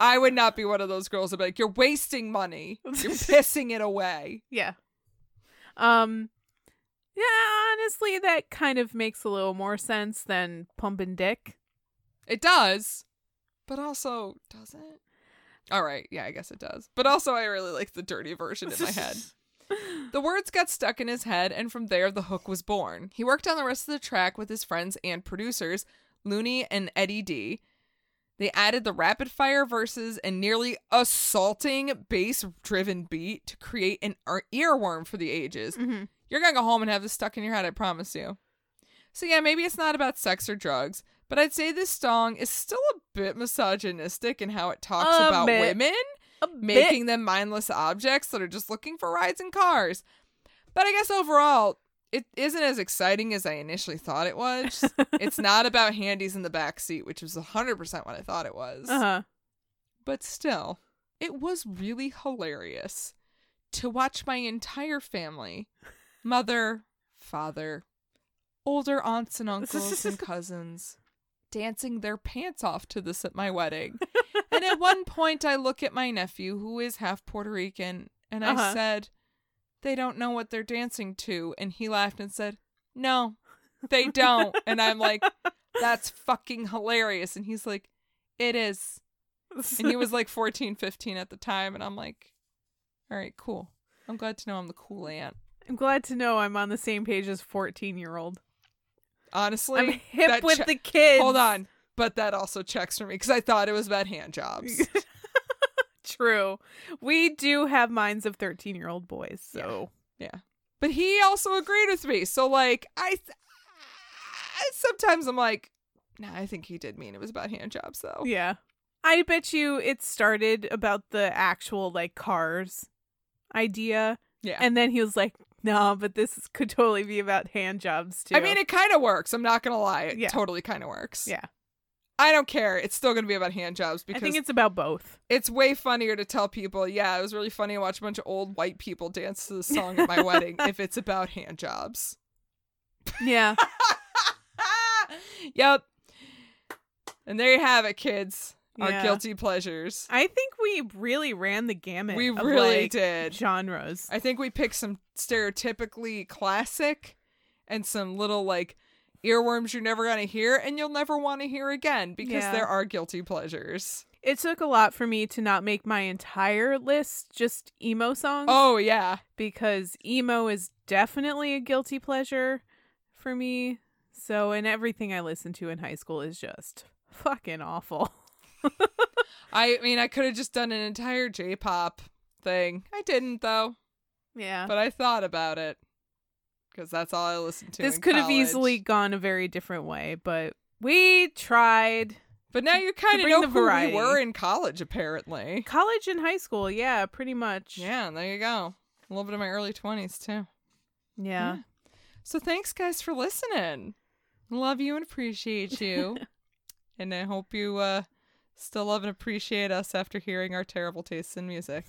[SPEAKER 1] I would not be one of those girls that be like, "You're wasting money. You're pissing it away."
[SPEAKER 2] Yeah. Um, yeah. Honestly, that kind of makes a little more sense than pumping dick.
[SPEAKER 1] It does, but also doesn't. All right, yeah, I guess it does. But also, I really like the dirty version in my head. The words got stuck in his head, and from there, the hook was born. He worked on the rest of the track with his friends and producers, Looney and Eddie D. They added the rapid fire verses and nearly assaulting bass driven beat to create an ear- earworm for the ages.
[SPEAKER 2] Mhm.
[SPEAKER 1] You're going to go home and have this stuck in your head, I promise you. So, yeah, maybe it's not about sex or drugs, but I'd say this song is still a bit misogynistic in how it talks
[SPEAKER 2] A
[SPEAKER 1] about
[SPEAKER 2] bit.
[SPEAKER 1] women
[SPEAKER 2] A bit-
[SPEAKER 1] making them mindless objects that are just looking for rides and cars. But I guess overall, it isn't as exciting as I initially thought it
[SPEAKER 2] <laughs>
[SPEAKER 1] was. it's not about handies in the back seat, which was 100% what I thought it was. <laughs>
[SPEAKER 2] Uh-huh.
[SPEAKER 1] But still, it was really hilarious to watch my entire family mother, father, older aunts and uncles and cousins dancing their pants off to this at my wedding. and at one point, I look at my nephew, who is half Puerto Rican, and I
[SPEAKER 2] Uh-huh.
[SPEAKER 1] said, They don't know what they're dancing to. And he laughed and said, No, they don't. and I'm like, That's fucking hilarious. And he's like, It is and he was like 14 15 at the time and i'm like all right cool i'm glad to know i'm the cool aunt
[SPEAKER 2] I'm glad to know I'm on the same page as 14 year old.
[SPEAKER 1] honestly
[SPEAKER 2] I'm hip
[SPEAKER 1] that
[SPEAKER 2] with
[SPEAKER 1] che-
[SPEAKER 2] the kids.
[SPEAKER 1] hold on but that also checks for me because i thought it was about hand
[SPEAKER 2] <laughs>
[SPEAKER 1] jobs
[SPEAKER 2] True. We do have minds of 13 year old boys. So
[SPEAKER 1] but he also agreed with me so like i th- sometimes i'm like nah i think he did mean it was about hand jobs though <laughs>
[SPEAKER 2] yeah. I bet you it started about the actual like cars idea.
[SPEAKER 1] yeah
[SPEAKER 2] And then he was like, nah, but this is- could totally be about hand jobs too.
[SPEAKER 1] i mean it kind of works i'm not gonna lie it
[SPEAKER 2] Yeah.
[SPEAKER 1] totally kind of works
[SPEAKER 2] Yeah.
[SPEAKER 1] i don't care it's still gonna be about hand jobs
[SPEAKER 2] I
[SPEAKER 1] because
[SPEAKER 2] think it's about both.
[SPEAKER 1] it's way funnier to tell people, yeah, it was really funny to watch a bunch of old white people dance to the song at my
[SPEAKER 2] <laughs>
[SPEAKER 1] wedding if it's about hand jobs.
[SPEAKER 2] Yeah.
[SPEAKER 1] yep. And there you have it, kids.
[SPEAKER 2] Yeah.
[SPEAKER 1] <laughs> Our guilty pleasures.
[SPEAKER 2] I think we really ran the gamut.
[SPEAKER 1] We
[SPEAKER 2] of,
[SPEAKER 1] really
[SPEAKER 2] like,
[SPEAKER 1] did.
[SPEAKER 2] Genres.
[SPEAKER 1] I think we picked some stereotypically classic and some little like earworms you're never going to hear and you'll never want to hear again because
[SPEAKER 2] Yeah.
[SPEAKER 1] there are guilty pleasures.
[SPEAKER 2] It took a lot for me to not make my entire list just emo songs.
[SPEAKER 1] Oh, yeah.
[SPEAKER 2] because emo is definitely a guilty pleasure for me. So, and everything I listened to in high school is just <laughs> fucking awful.
[SPEAKER 1] I mean, I could have just done an entire J-pop thing. I didn't though,
[SPEAKER 2] Yeah.
[SPEAKER 1] but I thought about it because that's all I listened to.
[SPEAKER 2] this
[SPEAKER 1] in
[SPEAKER 2] could have
[SPEAKER 1] college.
[SPEAKER 2] easily gone a very different way, but we tried.
[SPEAKER 1] But now you kind of
[SPEAKER 2] bring
[SPEAKER 1] know
[SPEAKER 2] the
[SPEAKER 1] who we
[SPEAKER 2] variety.
[SPEAKER 1] were in college, apparently.
[SPEAKER 2] College and high school, yeah, pretty much.
[SPEAKER 1] Yeah, there you go. A little bit of my early twenties too.
[SPEAKER 2] Yeah.
[SPEAKER 1] So thanks guys for listening. Love you and
[SPEAKER 2] <laughs>
[SPEAKER 1] appreciate you. and I hope you uh still love and appreciate us after hearing our terrible tastes in music.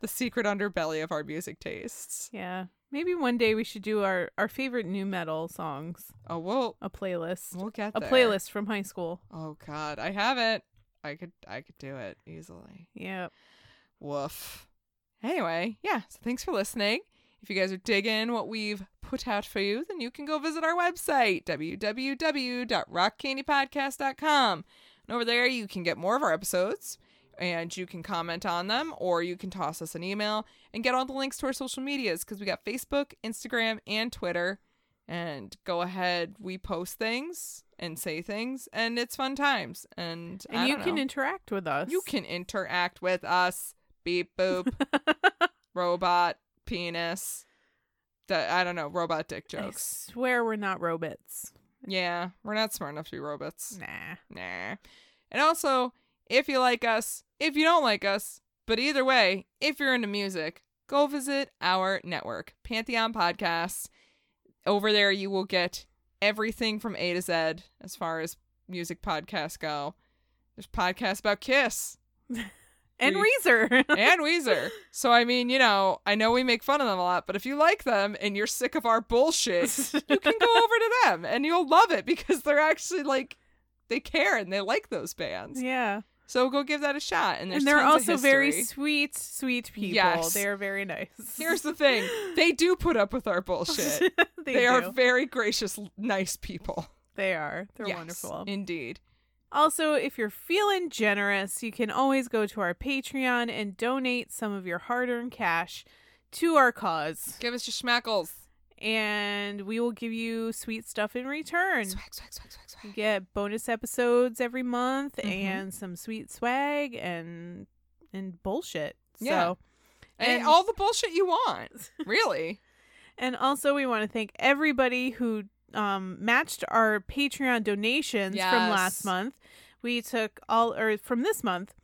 [SPEAKER 1] The secret underbelly of our music tastes.
[SPEAKER 2] Yeah. Maybe one day we should do our, our favorite new metal songs,
[SPEAKER 1] Oh, we'll
[SPEAKER 2] a playlist.
[SPEAKER 1] we'll get
[SPEAKER 2] a
[SPEAKER 1] there.
[SPEAKER 2] playlist from high school.
[SPEAKER 1] Oh god, I have it. I could I could do it easily.
[SPEAKER 2] Yeah.
[SPEAKER 1] Woof. Anyway, yeah, so thanks for listening. If you guys are digging what we've put out for you, then you can go visit our website, www.rockcandypodcast.com. And over there, you can get more of our episodes and you can comment on them or you can toss us an email and get all the links to our social medias because we got Facebook, Instagram, and Twitter. And go ahead, we post things and say things, and it's fun times. And, I
[SPEAKER 2] And you
[SPEAKER 1] don't
[SPEAKER 2] can
[SPEAKER 1] know.
[SPEAKER 2] interact with us.
[SPEAKER 1] You can interact with us. Beep boop. robot penis. D- I don't know. Robot dick
[SPEAKER 2] I
[SPEAKER 1] jokes.
[SPEAKER 2] swear we're not robots.
[SPEAKER 1] Yeah, we're not smart enough to be robots.
[SPEAKER 2] Nah.
[SPEAKER 1] Nah. And also, if you like us, if you don't like us, but either way, if you're into music, go visit our network, Pantheon Podcasts. Over there, you will get everything from A to Z as far as music podcasts go. There's podcasts about Kiss.
[SPEAKER 2] And
[SPEAKER 1] We-
[SPEAKER 2] Reezer. <laughs>
[SPEAKER 1] and Weezer. So I mean, you know, I know we make fun of them a lot, but if you like them and you're sick of our
[SPEAKER 2] <laughs>
[SPEAKER 1] bullshit, you can go over to them and you'll love it because they're actually like they care and they like those bands.
[SPEAKER 2] yeah.
[SPEAKER 1] So go give that a shot. And, there's
[SPEAKER 2] and they're
[SPEAKER 1] tons of
[SPEAKER 2] also very
[SPEAKER 1] history.
[SPEAKER 2] sweet, sweet people.
[SPEAKER 1] Yes.
[SPEAKER 2] They are very nice. <laughs>
[SPEAKER 1] Here's the thing: they do put up with our bullshit.
[SPEAKER 2] they,
[SPEAKER 1] they are
[SPEAKER 2] do.
[SPEAKER 1] very gracious, l- nice people.
[SPEAKER 2] they are. <laughs> They're
[SPEAKER 1] Yes,
[SPEAKER 2] wonderful.
[SPEAKER 1] indeed.
[SPEAKER 2] Also, if you're feeling generous, you can always go to our Patreon and donate some of your hard earned cash to our cause.
[SPEAKER 1] Give us your schmackles.
[SPEAKER 2] And we will give you sweet stuff in return.
[SPEAKER 1] Swag, swag, swag, swag,
[SPEAKER 2] You
[SPEAKER 1] swag.
[SPEAKER 2] get bonus episodes every month
[SPEAKER 1] Mm-hmm.
[SPEAKER 2] and some sweet swag and and bullshit.
[SPEAKER 1] Yeah.
[SPEAKER 2] So
[SPEAKER 1] And
[SPEAKER 2] And-
[SPEAKER 1] all the bullshit you
[SPEAKER 2] <laughs>
[SPEAKER 1] want, really.
[SPEAKER 2] and also we want to thank everybody who um matched our Patreon donations from
[SPEAKER 1] Yes.
[SPEAKER 2] last month. We took all or from this month.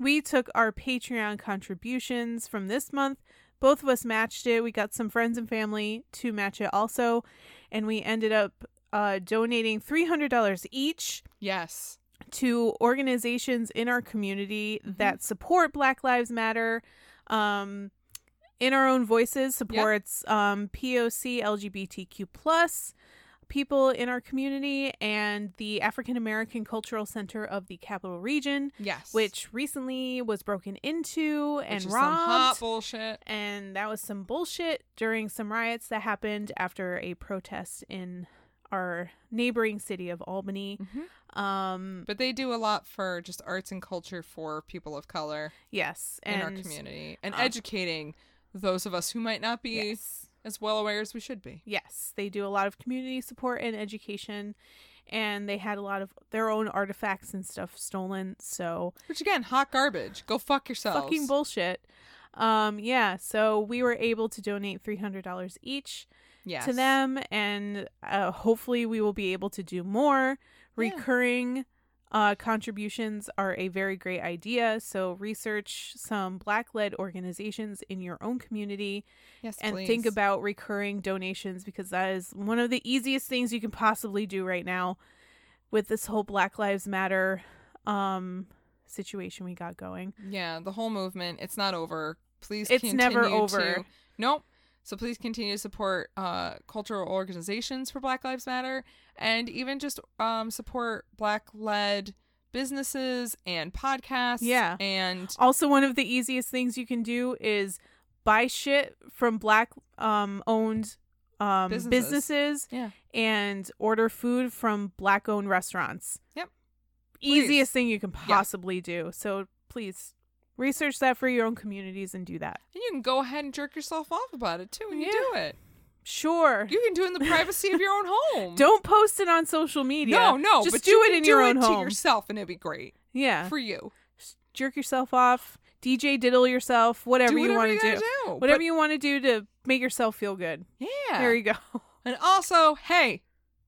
[SPEAKER 2] We took our Patreon contributions from this month. Both of us matched it. We got some friends and family to match it also, and we ended up uh, donating three hundred dollars each.
[SPEAKER 1] Yes.
[SPEAKER 2] to organizations in our community
[SPEAKER 1] Mm-hmm.
[SPEAKER 2] that support Black Lives Matter. Um, in our own voices supports um, POC LGBTQ plus people in our community and the African American Cultural Center of the Capital Region,
[SPEAKER 1] Yes.
[SPEAKER 2] which recently was broken into and
[SPEAKER 1] Which is some hot
[SPEAKER 2] robbed.
[SPEAKER 1] bullshit.
[SPEAKER 2] and that was some bullshit during some riots that happened after a protest in our neighboring city of Albany.
[SPEAKER 1] Mm-hmm.
[SPEAKER 2] Um,
[SPEAKER 1] But they do a lot for just arts and culture for people of color
[SPEAKER 2] Yes,
[SPEAKER 1] in
[SPEAKER 2] and
[SPEAKER 1] our community and
[SPEAKER 2] uh,
[SPEAKER 1] educating those of us who might not be
[SPEAKER 2] Yes.
[SPEAKER 1] as well aware as we should be.
[SPEAKER 2] Yes, they do a lot of community support and education, and they had a lot of their own artifacts and stuff stolen. So
[SPEAKER 1] Which again, hot garbage. Go fuck yourselves.
[SPEAKER 2] fucking bullshit. Um, yeah. So we were able to donate three hundred dollars each
[SPEAKER 1] yes.
[SPEAKER 2] to them, and uh, hopefully we will be able to do more recurring. Uh, contributions are a very great idea. So, research some Black led organizations in your own community
[SPEAKER 1] Yes,
[SPEAKER 2] and
[SPEAKER 1] please.
[SPEAKER 2] think about recurring donations because that is one of the easiest things you can possibly do right now with this whole Black Lives Matter um situation we got going.
[SPEAKER 1] Yeah, the whole movement. It's not over. Please
[SPEAKER 2] It's
[SPEAKER 1] continue
[SPEAKER 2] never
[SPEAKER 1] to-
[SPEAKER 2] over.
[SPEAKER 1] Nope. So please continue to support uh, cultural organizations for Black Lives Matter and even just um, support black led businesses and podcasts.
[SPEAKER 2] Yeah.
[SPEAKER 1] And
[SPEAKER 2] Also one of the easiest things you can do is buy shit from black um owned um
[SPEAKER 1] Businesses.
[SPEAKER 2] businesses,
[SPEAKER 1] yeah.
[SPEAKER 2] and order food from black owned restaurants.
[SPEAKER 1] Yep. Please.
[SPEAKER 2] Easiest thing you can possibly do. So please research that for your own communities and do that.
[SPEAKER 1] And you can go ahead and jerk yourself off about it too when you
[SPEAKER 2] Yeah.
[SPEAKER 1] do it.
[SPEAKER 2] Sure.
[SPEAKER 1] You can do it
[SPEAKER 2] <laughs>
[SPEAKER 1] in the privacy of your own home.
[SPEAKER 2] Don't post it on social media.
[SPEAKER 1] no, no,
[SPEAKER 2] Just
[SPEAKER 1] but
[SPEAKER 2] do
[SPEAKER 1] you
[SPEAKER 2] it
[SPEAKER 1] can
[SPEAKER 2] in
[SPEAKER 1] do
[SPEAKER 2] your
[SPEAKER 1] it
[SPEAKER 2] own
[SPEAKER 1] to
[SPEAKER 2] home.
[SPEAKER 1] yourself, and it'd be great
[SPEAKER 2] yeah.
[SPEAKER 1] for you.
[SPEAKER 2] Jerk yourself off. DJ diddle yourself. Whatever,
[SPEAKER 1] do whatever
[SPEAKER 2] you want to
[SPEAKER 1] gotta
[SPEAKER 2] do.
[SPEAKER 1] do,
[SPEAKER 2] Whatever
[SPEAKER 1] but-
[SPEAKER 2] you want to do to make yourself feel good.
[SPEAKER 1] Yeah.
[SPEAKER 2] There you go. <laughs>
[SPEAKER 1] and also, hey,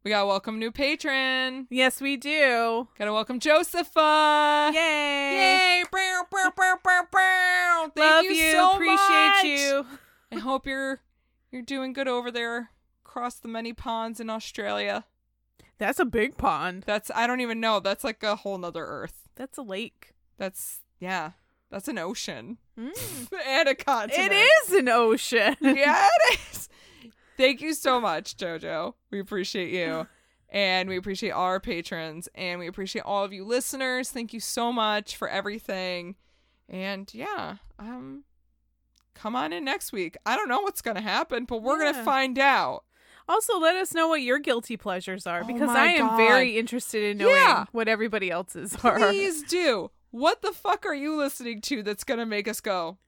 [SPEAKER 1] we gotta welcome a new patron.
[SPEAKER 2] yes, we do.
[SPEAKER 1] Gotta welcome Josepha.
[SPEAKER 2] Yay!
[SPEAKER 1] Yay! Bow, bow, bow, bow, bow. Thank
[SPEAKER 2] Love
[SPEAKER 1] you,
[SPEAKER 2] you.
[SPEAKER 1] so
[SPEAKER 2] Appreciate
[SPEAKER 1] much.
[SPEAKER 2] you.
[SPEAKER 1] I hope you're you're doing good over there across the many ponds in Australia.
[SPEAKER 2] That's a big pond.
[SPEAKER 1] That's I don't even know. That's like a whole nother earth.
[SPEAKER 2] That's a lake.
[SPEAKER 1] That's yeah. That's an ocean.
[SPEAKER 2] Mm.
[SPEAKER 1] <laughs> and a continent.
[SPEAKER 2] It is an ocean.
[SPEAKER 1] <laughs> Yeah, it is. Thank you so much, Jojo. We appreciate you. And we appreciate all our patrons. And we appreciate all of you listeners. Thank you so much for everything. And yeah, um come on in next week. I don't know what's gonna happen, but we're
[SPEAKER 2] Yeah.
[SPEAKER 1] gonna find out.
[SPEAKER 2] Also, let us know what your guilty pleasures are
[SPEAKER 1] Oh
[SPEAKER 2] because
[SPEAKER 1] my
[SPEAKER 2] I am
[SPEAKER 1] God.
[SPEAKER 2] very interested in knowing
[SPEAKER 1] Yeah.
[SPEAKER 2] what everybody else's are.
[SPEAKER 1] Please do. What the fuck are you listening to that's gonna make us go?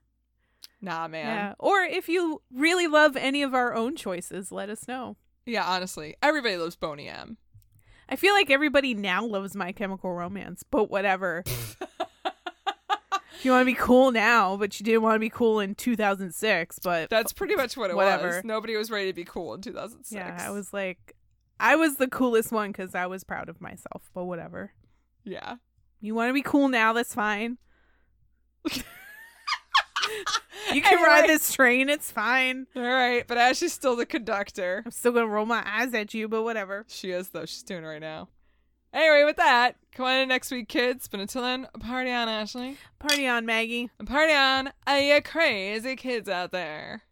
[SPEAKER 1] Nah, man.
[SPEAKER 2] Yeah. Or if you really love any of our own choices, let us know.
[SPEAKER 1] Yeah, honestly. Everybody loves Boney M.
[SPEAKER 2] I feel like everybody now loves My Chemical Romance, but <laughs> whatever. you want to be cool now, but you didn't want to be cool in 2006. But
[SPEAKER 1] That's pretty much what it
[SPEAKER 2] Whatever.
[SPEAKER 1] was. Nobody was ready to be cool in 2006.
[SPEAKER 2] yeah, I was like, I was the coolest one because I was proud of myself. But whatever.
[SPEAKER 1] Yeah.
[SPEAKER 2] You want to be cool now? That's <laughs> fine. you can
[SPEAKER 1] Anyway.
[SPEAKER 2] ride this train. It's fine.
[SPEAKER 1] All right, but Ash is still the conductor.
[SPEAKER 2] I'm still gonna roll my eyes at you, but whatever.
[SPEAKER 1] She is, though. She's doing it right now. Anyway, with that, come on in next week, kids. But until then, party on, Ashley.
[SPEAKER 2] Party on, Maggie.
[SPEAKER 1] And party on, are you crazy kids out there?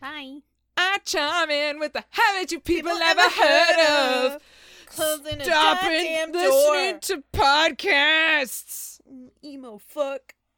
[SPEAKER 2] Bye.
[SPEAKER 1] I chime in with the haven't you people, ever heard of?
[SPEAKER 2] Closing
[SPEAKER 1] Stop it listening to podcasts.
[SPEAKER 2] Emo fuck.